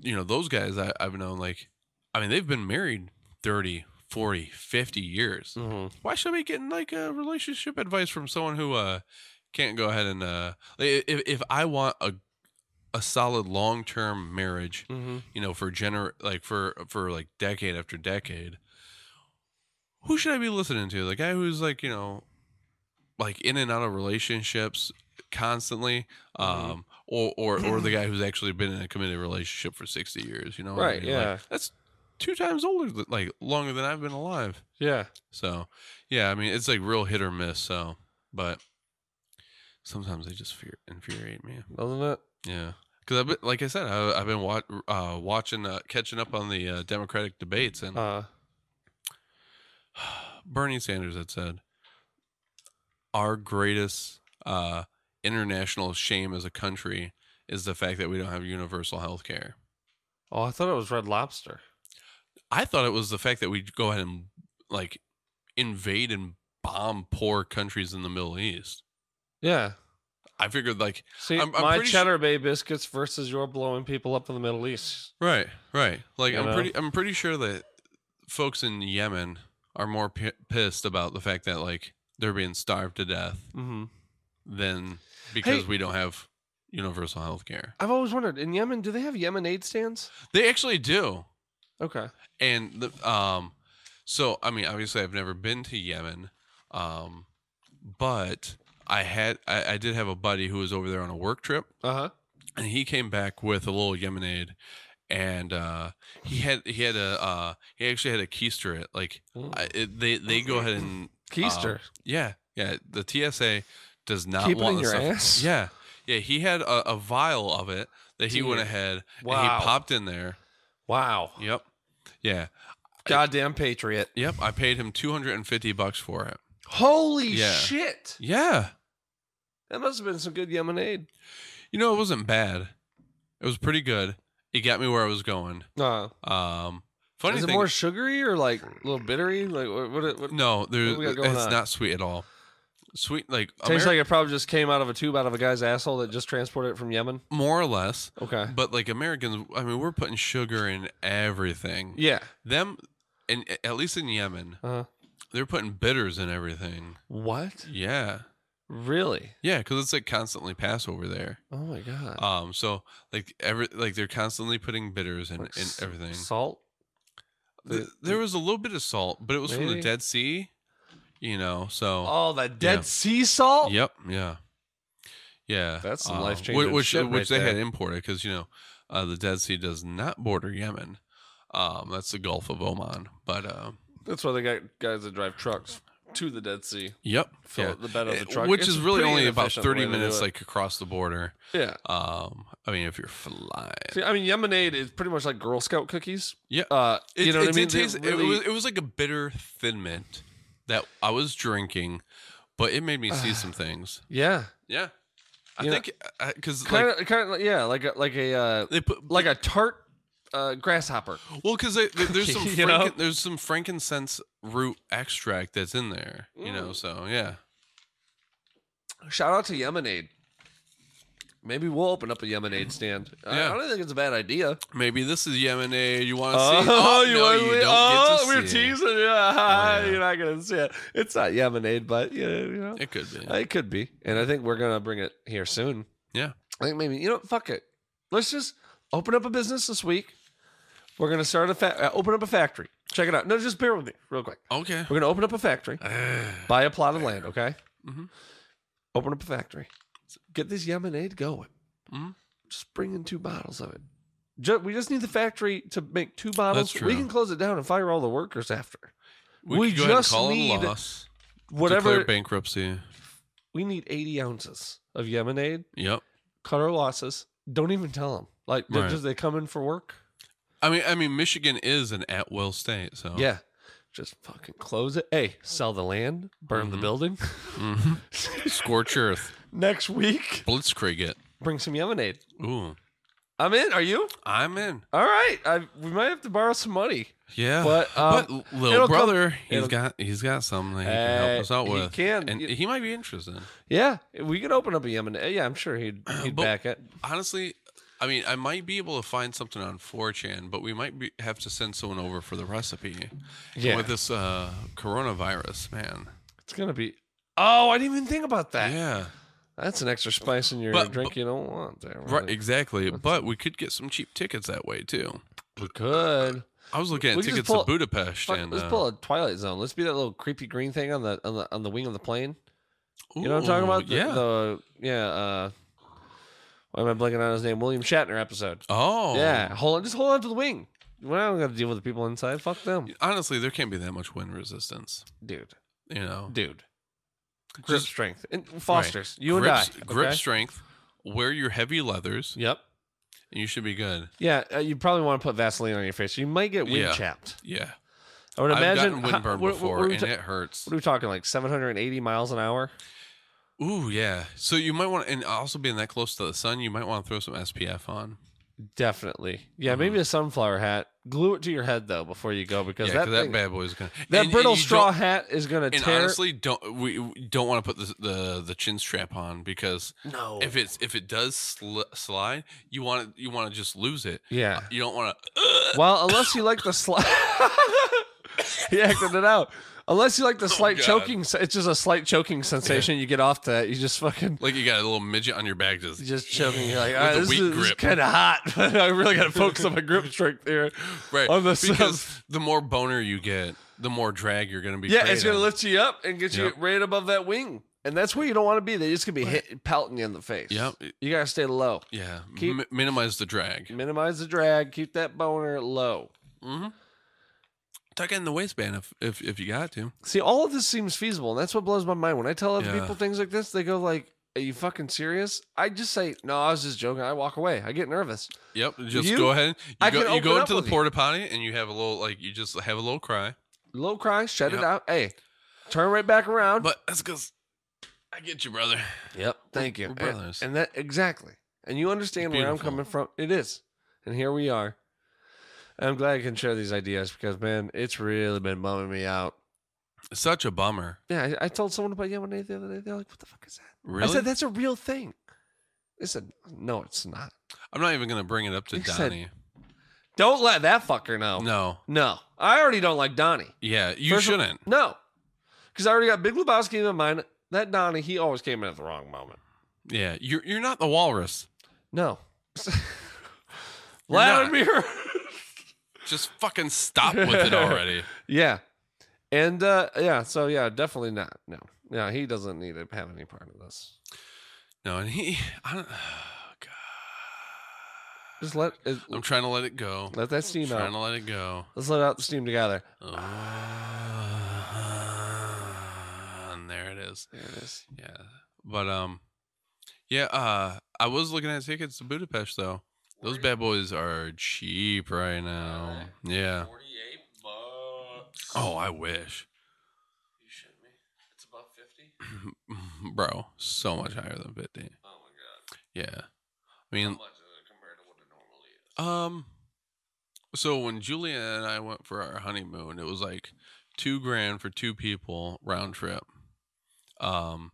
Speaker 3: you know, those guys I, I've known, like, I mean, they've been married 30, 40, 50 years.
Speaker 1: Mm-hmm.
Speaker 3: Why should I be getting like a relationship advice from someone who uh can't go ahead and uh like, if if I want a a solid long term marriage,
Speaker 1: Mm-hmm.
Speaker 3: you know, for gener like for for like decade after decade, who should I be listening to? The guy who's like you know, like in and out of relationships constantly,
Speaker 1: Mm-hmm.
Speaker 3: um, or or
Speaker 1: [clears throat]
Speaker 3: or the guy who's actually been in a committed relationship for sixty years. You know, what I
Speaker 1: Right,
Speaker 3: mean? Like,
Speaker 1: yeah.
Speaker 3: that's two times older, than, like longer than I've been alive.
Speaker 1: Yeah.
Speaker 3: So, yeah, I mean, it's like real hit or miss. So, but sometimes they just fear, infuriate me.
Speaker 1: Doesn't it?
Speaker 3: Yeah, because I've been, like I said, I, I've been wat- uh, watching, uh, catching up on the uh, Democratic debates, and
Speaker 1: Uh.
Speaker 3: [sighs] Bernie Sanders had said, "Our greatest uh, international shame as a country is the fact that we don't have universal health care."
Speaker 1: Oh, I thought it was Red Lobster.
Speaker 3: I thought it was the fact that we go ahead and like invade and bomb poor countries in the Middle East.
Speaker 1: Yeah.
Speaker 3: I figured like
Speaker 1: See,
Speaker 3: I'm- I'm
Speaker 1: my
Speaker 3: pretty su-
Speaker 1: Cheddar Bay biscuits versus your blowing people up in the Middle East.
Speaker 3: Right, right. Like
Speaker 1: You
Speaker 3: I'm
Speaker 1: know?
Speaker 3: pretty, I'm pretty sure that folks in Yemen are more p- pissed about the fact that like they're being starved to death
Speaker 1: Mm-hmm.
Speaker 3: than because
Speaker 1: Hey.
Speaker 3: we don't have universal health care.
Speaker 1: I've always wondered in Yemen, do they have Yemen aid stands?
Speaker 3: They actually do,
Speaker 1: Okay.
Speaker 3: and the, um, so I mean, obviously, I've never been to Yemen, um, but I had, I, I did have a buddy who was over there on a work trip,
Speaker 1: Uh huh.
Speaker 3: and he came back with a little Yemenade, and uh, he had he had a uh, he actually had a keister it like
Speaker 1: Mm.
Speaker 3: I, it, they they go ahead and
Speaker 1: Keister.
Speaker 3: um, yeah yeah the TSA does not
Speaker 1: Keep it
Speaker 3: want
Speaker 1: in
Speaker 3: this
Speaker 1: your
Speaker 3: stuff.
Speaker 1: ass?
Speaker 3: yeah yeah he had a, a vial of it that he went
Speaker 1: Dude.
Speaker 3: ahead and
Speaker 1: Wow.
Speaker 3: he popped in there
Speaker 1: wow.
Speaker 3: yep yeah
Speaker 1: Goddamn patriot.
Speaker 3: yep I paid him two hundred and fifty bucks for it
Speaker 1: Holy
Speaker 3: Yeah.
Speaker 1: shit.
Speaker 3: yeah
Speaker 1: That must have been some good Yemen aid.
Speaker 3: you know it wasn't bad it was pretty good it got me where I was going
Speaker 1: Uh,
Speaker 3: um funny
Speaker 1: is it
Speaker 3: thing
Speaker 1: more sugary or like a little bittery? Like what? what, what
Speaker 3: No, there,
Speaker 1: What we got going
Speaker 3: it's
Speaker 1: on?
Speaker 3: not sweet at all. Sweet, like,
Speaker 1: Tastes
Speaker 3: Ameri-
Speaker 1: like it probably just came out of a tube out of a guy's asshole that just transported it from Yemen.
Speaker 3: more or less,
Speaker 1: Okay.
Speaker 3: but like Americans, I mean, we're putting sugar in everything.
Speaker 1: Yeah.
Speaker 3: Them, and at least in Yemen,
Speaker 1: Uh-huh.
Speaker 3: they're putting bitters in everything.
Speaker 1: What?
Speaker 3: Yeah,
Speaker 1: Really?
Speaker 3: yeah, because it's like constantly pass over there.
Speaker 1: Oh my god.
Speaker 3: Um, so like every like they're constantly putting bitters in
Speaker 1: Like
Speaker 3: in
Speaker 1: s-
Speaker 3: everything.
Speaker 1: Salt.
Speaker 3: Th- there was a little bit of salt, but it was from
Speaker 1: Really?
Speaker 3: the Dead Sea. You know, so
Speaker 1: Oh, the Dead
Speaker 3: Yeah.
Speaker 1: Sea salt.
Speaker 3: Yep. Yeah. Yeah.
Speaker 1: That's some
Speaker 3: uh, whi-
Speaker 1: life-changing
Speaker 3: Which,
Speaker 1: shit
Speaker 3: which
Speaker 1: right
Speaker 3: they had
Speaker 1: there.
Speaker 3: imported because you know uh, the Dead Sea does not border Yemen. Um, that's the Gulf of Oman. But uh,
Speaker 1: That's why they got guys that drive trucks to the Dead Sea.
Speaker 3: yep.
Speaker 1: Fill
Speaker 3: yeah.
Speaker 1: the bed of the
Speaker 3: Uh,
Speaker 1: truck.
Speaker 3: Which
Speaker 1: It's
Speaker 3: is really
Speaker 1: pretty
Speaker 3: only about
Speaker 1: inefficient the way
Speaker 3: thirty
Speaker 1: they do
Speaker 3: minutes,
Speaker 1: it.
Speaker 3: like across the border.
Speaker 1: yeah.
Speaker 3: Um, I mean, if you're flying,
Speaker 1: See, I mean, Yemenade is pretty much like Girl Scout cookies.
Speaker 3: yeah.
Speaker 1: Uh,
Speaker 3: It,
Speaker 1: you know
Speaker 3: it
Speaker 1: what I mean?
Speaker 3: did
Speaker 1: They
Speaker 3: taste- it
Speaker 1: really-
Speaker 3: was it was like a bitter thin mint that I was drinking, but it made me
Speaker 1: [sighs]
Speaker 3: see some things.
Speaker 1: yeah,
Speaker 3: Yeah, I
Speaker 1: You know,
Speaker 3: think because
Speaker 1: kind
Speaker 3: like
Speaker 1: of, kind of, yeah, like a, like a uh,
Speaker 3: they put
Speaker 1: like a tart uh, grasshopper.
Speaker 3: Well, because
Speaker 1: [laughs]
Speaker 3: there's some
Speaker 1: You know?
Speaker 3: franken, there's some frankincense root extract that's in there, you
Speaker 1: Mm.
Speaker 3: know. So yeah,
Speaker 1: Shout out to Yemenade. Maybe we'll open up a Yemenade stand. I-
Speaker 3: Yeah.
Speaker 1: I don't think it's a bad idea.
Speaker 3: maybe this is Yemenade. You want to
Speaker 1: Oh,
Speaker 3: see? Oh,
Speaker 1: you
Speaker 3: no,
Speaker 1: wanna
Speaker 3: you
Speaker 1: see-
Speaker 3: don't
Speaker 1: oh,
Speaker 3: get to
Speaker 1: we're
Speaker 3: see it.
Speaker 1: teasing. [laughs] Yeah,
Speaker 3: Yeah.
Speaker 1: you're not gonna see it. It's not Yemenade, but you know, you know. uh,
Speaker 3: It could be.
Speaker 1: It could be, and I think we're gonna bring it here soon.
Speaker 3: Yeah.
Speaker 1: I think maybe you know. Fuck it. Let's just open up a business this week. We're gonna start a fa- uh, open up a factory. Check it out. No, just bear with me, real quick. [sighs]
Speaker 3: Okay.
Speaker 1: We're gonna open up a factory, buy a plot of land. Okay.
Speaker 3: Mhm.
Speaker 1: Open up a factory. Get this Yemenade going.
Speaker 3: Mhm.
Speaker 1: Just bring in two bottles of it. Ju- we just need the factory to make two bottles.
Speaker 3: That's
Speaker 1: We
Speaker 3: true.
Speaker 1: can close it down and fire all the workers after.
Speaker 3: We,
Speaker 1: We
Speaker 3: could go ahead and
Speaker 1: just
Speaker 3: call
Speaker 1: need
Speaker 3: it a loss.
Speaker 1: Whatever.
Speaker 3: Declare bankruptcy.
Speaker 1: We need 80 ounces of Yemenade.
Speaker 3: Yep.
Speaker 1: Cut our losses. Don't even tell them. Like, they're
Speaker 3: Right.
Speaker 1: just, they come in for work.
Speaker 3: I mean, I mean, Michigan is an at-will state, so
Speaker 1: Yeah. Just fucking close it. Hey, sell the land, burn the
Speaker 3: Mhm.
Speaker 1: building. [laughs]
Speaker 3: Mhm. scorch earth,
Speaker 1: Next week,
Speaker 3: blitzkrieg it.
Speaker 1: bring some Yemenade.
Speaker 3: Ooh,
Speaker 1: I'm in. Are you?
Speaker 3: I'm in.
Speaker 1: All right. I, we might have to borrow some money. [laughs]
Speaker 3: Yeah,
Speaker 1: But, um,
Speaker 3: but
Speaker 1: it'll
Speaker 3: little
Speaker 1: come-
Speaker 3: brother, he's
Speaker 1: it'll-
Speaker 3: got he's got something that eh, he can
Speaker 1: Uh,
Speaker 3: help us out
Speaker 1: he
Speaker 3: with.
Speaker 1: can.
Speaker 3: and
Speaker 1: Y-
Speaker 3: he might be interested.
Speaker 1: Yeah, e we could open up a Yemenade. Yeah, I'm sure
Speaker 3: [clears throat]
Speaker 1: he'd, he'd
Speaker 3: But-
Speaker 1: back it.
Speaker 3: Honestly, I mean, I might be able to find something on 4chan, but we might be, have to send someone over for the recipe.
Speaker 1: Yeah.
Speaker 3: with this uh, coronavirus, man.
Speaker 1: It's gonna be. Oh, I didn't even think about that.
Speaker 3: Yeah,
Speaker 1: That's an extra spice in your
Speaker 3: But-
Speaker 1: drink
Speaker 3: but-
Speaker 1: you don't want. There,
Speaker 3: right,
Speaker 1: really.
Speaker 3: exactly. But we could get some cheap tickets that way too.
Speaker 1: We could.
Speaker 3: I was looking at
Speaker 1: We could just
Speaker 3: tickets
Speaker 1: pull-
Speaker 3: to Budapest
Speaker 1: Fuck,
Speaker 3: and
Speaker 1: let's
Speaker 3: uh,
Speaker 1: pull a Twilight Zone. Let's be that little creepy green thing on the on the on the wing of the plane. You know what I'm talking
Speaker 3: Ooh,
Speaker 1: about? The,
Speaker 3: yeah.
Speaker 1: The, yeah. Uh, why am I blanking on his name? William Shatner episode.
Speaker 3: oh,
Speaker 1: Yeah. Hold on. Just hold on to the wing. We're not gonna deal with the people inside. Fuck them,
Speaker 3: Honestly, there can't be that much wind resistance.
Speaker 1: dude.
Speaker 3: You know,
Speaker 1: Dude. Grip
Speaker 3: Just-
Speaker 1: strength and Foster's. You and
Speaker 3: Grips-
Speaker 1: I.
Speaker 3: grip
Speaker 1: okay?
Speaker 3: strength. Wear your heavy leathers,
Speaker 1: Yep.
Speaker 3: and you should be good.
Speaker 1: Yeah. Uh, you probably want to put Vaseline on your face. You might get wind
Speaker 3: Yeah.
Speaker 1: chapped.
Speaker 3: Yeah,
Speaker 1: I would imagine
Speaker 3: I've gotten
Speaker 1: how-
Speaker 3: windburn
Speaker 1: what- what-
Speaker 3: before,
Speaker 1: What, are we
Speaker 3: and
Speaker 1: ta-
Speaker 3: it hurts.
Speaker 1: what are we talking? Like 780 miles an hour?
Speaker 3: Ooh, yeah. So you might want, and also being that close to the sun, you might want to throw some SPF on.
Speaker 1: Definitely. Yeah, maybe a sunflower hat. Glue it to your head though before you go because
Speaker 3: Mm-hmm. yeah, 'cause
Speaker 1: that
Speaker 3: that
Speaker 1: thing-
Speaker 3: bad boy's gonna
Speaker 1: that
Speaker 3: and- and
Speaker 1: brittle
Speaker 3: you
Speaker 1: straw
Speaker 3: don't-
Speaker 1: hat is gonna
Speaker 3: And
Speaker 1: tear.
Speaker 3: honestly, don't we we don't want to put the, the the chin strap on because
Speaker 1: no.
Speaker 3: if it's if it does sl- slide, you want to you want to just lose it.
Speaker 1: yeah.
Speaker 3: You don't want to.
Speaker 1: Well, unless you like the [laughs] slight. he acted it out. Unless you like the slight
Speaker 3: Oh, God.
Speaker 1: choking, s- it's just a slight choking sensation. You get off that. You just fucking
Speaker 3: Like you got a little midget on your back, just
Speaker 1: you just choking. You're like,
Speaker 3: With
Speaker 1: all right,
Speaker 3: the
Speaker 1: this,
Speaker 3: weak
Speaker 1: is, this is
Speaker 3: grip.
Speaker 1: kind of hot. [laughs] I really got to focus on my grip strength there.
Speaker 3: right.
Speaker 1: on the
Speaker 3: because the more boner you get, the more drag you're gonna [laughs] be.
Speaker 1: Yeah, it's gonna
Speaker 3: creating.
Speaker 1: lift you up and get you
Speaker 3: Yep.
Speaker 1: right above that wing, and that's where you don't want to be. They're just gonna be hit, pelting you in the face.
Speaker 3: Yep.
Speaker 1: you gotta stay low,
Speaker 3: Yeah,
Speaker 1: Keep-
Speaker 3: mi- minimize the drag.
Speaker 1: minimize the drag, keep that boner low.
Speaker 3: hmm Tuck in the waistband if if, if you got to.
Speaker 1: See, all of this seems feasible, and that's what blows my mind. When I tell other
Speaker 3: Yeah.
Speaker 1: people things like this, they go like, "Are you fucking serious?" I just say, "No, I was just joking." I walk away. I get nervous.
Speaker 3: Yep. Just
Speaker 1: You-
Speaker 3: go ahead. You
Speaker 1: I
Speaker 3: go,
Speaker 1: can
Speaker 3: you
Speaker 1: open
Speaker 3: go
Speaker 1: up
Speaker 3: into the
Speaker 1: with you.
Speaker 3: porta potty and you have a little like you just have a little cry.
Speaker 1: Low cry, shut it
Speaker 3: Yep.
Speaker 1: out. Hey, turn right back around.
Speaker 3: But that's because I get you, brother.
Speaker 1: Yep. Thank you.
Speaker 3: we're
Speaker 1: And-
Speaker 3: brothers.
Speaker 1: And, that exactly. And you understand where I'm
Speaker 3: beautiful.
Speaker 1: coming from. It is. And here we are. And I'm glad I can share these ideas because man, it's really been bumming me out.
Speaker 3: Such a bummer.
Speaker 1: Yeah, I, I told someone about Yemenade the other day. They're like, "What the fuck is that?"
Speaker 3: Really?
Speaker 1: I said, "That's a real thing." They said, "No, it's not."
Speaker 3: I'm not even gonna bring it up to
Speaker 1: You said- oh.
Speaker 3: Donnie.
Speaker 1: Don't let that fucker know.
Speaker 3: No.
Speaker 1: No. I already don't like Donnie.
Speaker 3: Yeah, you
Speaker 1: First of-
Speaker 3: shouldn't.
Speaker 1: No, because I already got Big Lebowski in mind. That Donnie, he always came in at the wrong moment.
Speaker 3: yeah, you're you're not the walrus.
Speaker 1: No. [laughs]
Speaker 3: You're not.
Speaker 1: Vladimir.
Speaker 3: Just fucking stop with it [laughs] already.
Speaker 1: Yeah. And uh yeah, so yeah, definitely not. No. Yeah, he doesn't need to have any part of this.
Speaker 3: No, and he, I don't. [sighs] God,
Speaker 1: Just let it,
Speaker 3: I'm trying to let it go.
Speaker 1: let that
Speaker 3: I'm
Speaker 1: steam
Speaker 3: trying
Speaker 1: out.
Speaker 3: to let it go.
Speaker 1: Let's let out the steam together.
Speaker 3: Oh, Uh, and there it is.
Speaker 1: There it is.
Speaker 3: Yeah, but um, yeah. Uh, I was looking at tickets to Budapest though. Those bad boys are cheap right now. Yeah.
Speaker 2: Forty-eight bucks.
Speaker 3: Oh, I wish, [laughs]
Speaker 2: You shit me? It's about
Speaker 3: [clears throat]
Speaker 2: fifty.
Speaker 3: bro. So much higher than fifty.
Speaker 2: Oh my god.
Speaker 3: Yeah. I mean,
Speaker 2: How much is it compared to what it normally is?
Speaker 3: Um, so when Julia and I went for our honeymoon, it was like two grand for two people round trip. Um,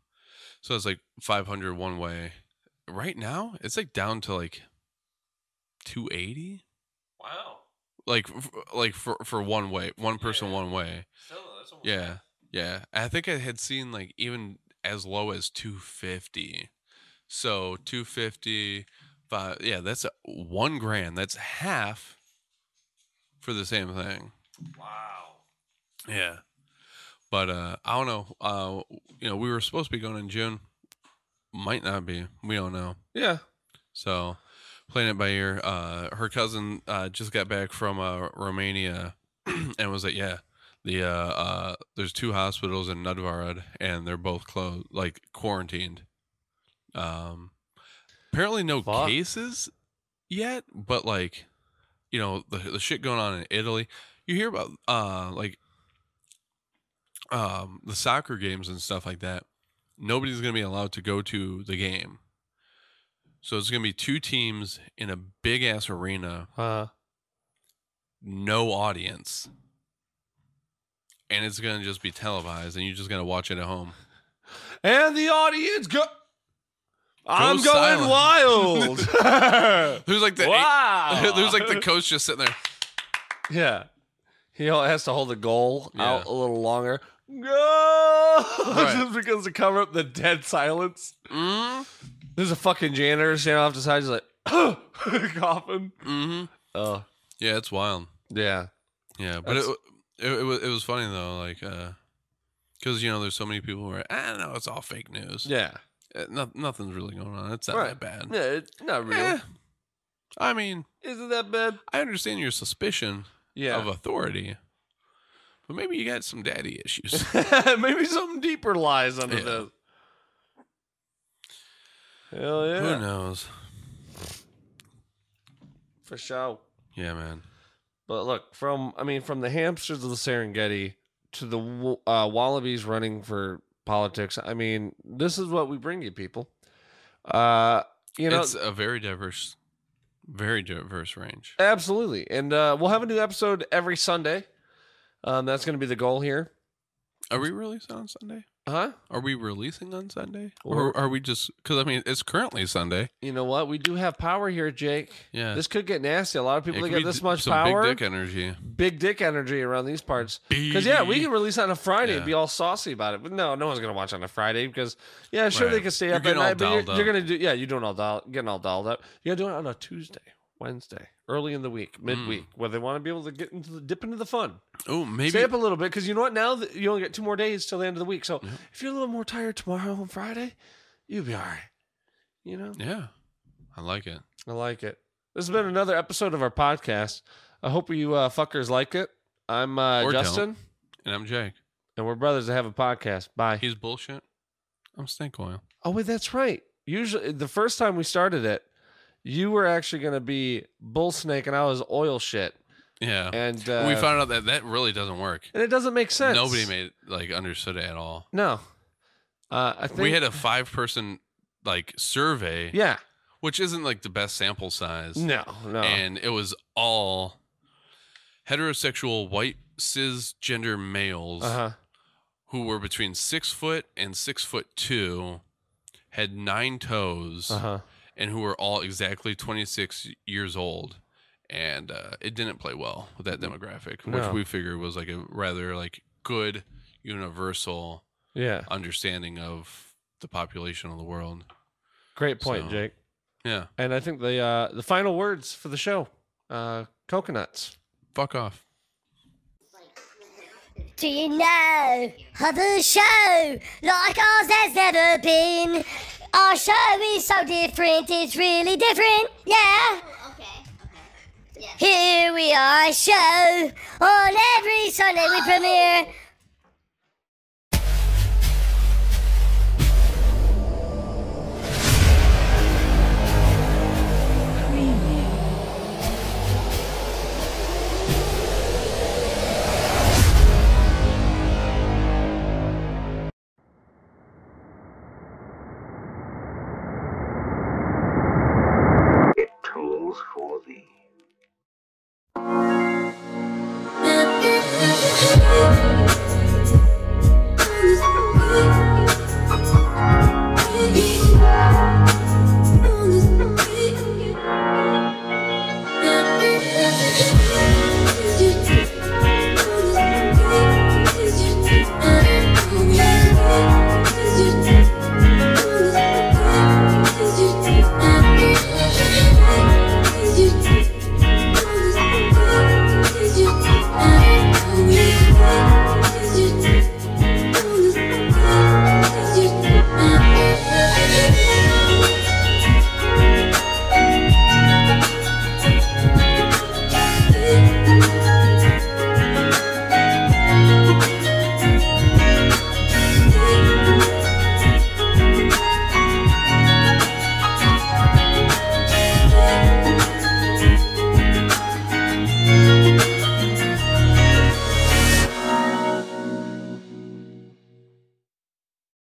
Speaker 3: so it's like 500 one way. Right now, it's like down to like 280,
Speaker 2: Wow.
Speaker 3: like f- like for for one way, one person
Speaker 2: Yeah.
Speaker 3: one way.
Speaker 2: Still, that's almost
Speaker 3: Yeah, yeah. I think I had seen like even as low as 250. So 250, five, yeah, that's a- one grand. That's half for the same thing.
Speaker 2: Wow.
Speaker 3: Yeah. But uh, I don't know. Uh, you know, we were supposed to be going in June. might not be. We don't know.
Speaker 1: Yeah.
Speaker 3: So playing it by ear. Uh, her cousin uh, just got back from uh, Romania [clears throat] and was like, "Yeah, the uh, uh, there's two hospitals in Nudvarad, and they're both closed, like quarantined. Um, apparently no
Speaker 1: Fuck.
Speaker 3: cases yet, but like, you know, the the shit going on in Italy. You hear about uh, like, um, the soccer games and stuff like that. Nobody's gonna be allowed to go to the game." So it's going to be two teams in a big ass arena
Speaker 1: Uh,
Speaker 3: no audience and it's gonna just be televised and you're just gonna watch it at home
Speaker 1: and the audience go. I'm going
Speaker 3: silent. [laughs]
Speaker 1: wild. [laughs]
Speaker 3: there's like the
Speaker 1: wow.
Speaker 3: [laughs] there's like the coach just sitting there
Speaker 1: yeah. He has to hold the goal
Speaker 3: Yeah.
Speaker 1: out a little longer. Go!
Speaker 3: Right.
Speaker 1: [laughs] Just because to cover up the dead silence.
Speaker 3: mm,
Speaker 1: There's a fucking janitor standing off to the side. He's like, [laughs] coughing.
Speaker 3: hmm
Speaker 1: Oh,
Speaker 3: yeah it's wild
Speaker 1: yeah.
Speaker 3: yeah but it, it, it, was, it was funny though like uh because you know there's so many people who are i don't know it's all fake news
Speaker 1: Yeah.
Speaker 3: Uh, no, nothing's really going on it's not
Speaker 1: Right.
Speaker 3: that bad
Speaker 1: Yeah, it's not real.
Speaker 3: Eh, i mean
Speaker 1: Isn't that bad?
Speaker 3: i understand your suspicion
Speaker 1: Yeah.
Speaker 3: of authority but maybe you got some daddy
Speaker 1: [laughs]
Speaker 3: issues
Speaker 1: Maybe something deeper lies under
Speaker 3: Yeah.
Speaker 1: this. Hell
Speaker 3: who
Speaker 1: yeah.
Speaker 3: knows
Speaker 1: For sure.
Speaker 3: yeah man
Speaker 1: But look, from I mean, from the hamsters of the Serengeti to the wa- uh, wallabies running for politics. I mean, this is what we bring you, people. Uh, you know,
Speaker 3: it's a very diverse, very diverse range.
Speaker 1: absolutely. And uh, we'll have a new episode every Sunday. Um, that's going to be the goal here.
Speaker 3: Are we releasing on Sunday?
Speaker 1: Huh?
Speaker 3: Are we releasing on Sunday,
Speaker 1: Or-
Speaker 3: or are we just? Because I mean, it's currently Sunday.
Speaker 1: You know what? We do have power here, Jake.
Speaker 3: Yeah,
Speaker 1: This could get nasty. A lot of people
Speaker 3: It
Speaker 1: that
Speaker 3: could
Speaker 1: got
Speaker 3: be
Speaker 1: this
Speaker 3: d-
Speaker 1: much
Speaker 3: some
Speaker 1: power,
Speaker 3: Big dick e energy.
Speaker 1: big dick energy around these parts. Because yeah, we can release on a Friday and be all saucy about it. But no, no one's gonna watch on a Friday because yeah, sure they
Speaker 3: Right.
Speaker 1: can stay
Speaker 3: You're
Speaker 1: up at
Speaker 3: getting all
Speaker 1: night, but you're,
Speaker 3: dolled
Speaker 1: you're
Speaker 3: up.
Speaker 1: gonna do yeah, you're doing all doll, getting all dolled up. You're doing it on a Tuesday, Wednesday, early in the week, midweek, where they want to be able to get into the dip into the fun,
Speaker 3: Oh, Mm. maybe
Speaker 1: stay up a little bit. Because you know what? Now that you only get two more days till the end of the week, so if you're a little more tired tomorrow on Friday, you'll be all right. You know.
Speaker 3: Yeah, I like it.
Speaker 1: I like it. This has been another episode of our podcast. I hope you uh, fuckers like it. I'm uh,
Speaker 3: Or don't.
Speaker 1: Justin,
Speaker 3: And I'm Jake.
Speaker 1: and we're brothers that have a podcast. Bye.
Speaker 3: He's bullshit. I'm snake oil.
Speaker 1: Oh wait, that's right. Usually, the first time we started it, you were actually going to be bull snake, and I was oil shit,
Speaker 3: Yeah,
Speaker 1: and uh,
Speaker 3: we found out that that really doesn't work.
Speaker 1: and it doesn't make sense.
Speaker 3: Nobody made like understood it at all.
Speaker 1: no. Uh, I think
Speaker 3: We had a five person like survey,
Speaker 1: yeah.
Speaker 3: which isn't like the best sample size.
Speaker 1: No, no.
Speaker 3: and it was all heterosexual white cisgender males
Speaker 1: uh huh.
Speaker 3: who were between six foot and six foot two, had nine toes,
Speaker 1: Uh huh.
Speaker 3: and who were all exactly 26 years old. And uh, it didn't play well with that demographic,
Speaker 1: No.
Speaker 3: which we figured was like a rather like good universal
Speaker 1: Yeah.
Speaker 3: understanding of the population of the world.
Speaker 1: Great point,
Speaker 3: So-
Speaker 1: Jake.
Speaker 3: Yeah,
Speaker 1: And I think the uh, the final words for the show, uh, coconuts.
Speaker 3: fuck off.
Speaker 4: Do you know of a show like ours has never been? Our show is so different, it's really different, yeah.
Speaker 5: Oh, Okay.
Speaker 4: Here we are, a show on every Sunday
Speaker 5: [gasps]
Speaker 4: we premiere.
Speaker 6: it tolls for thee.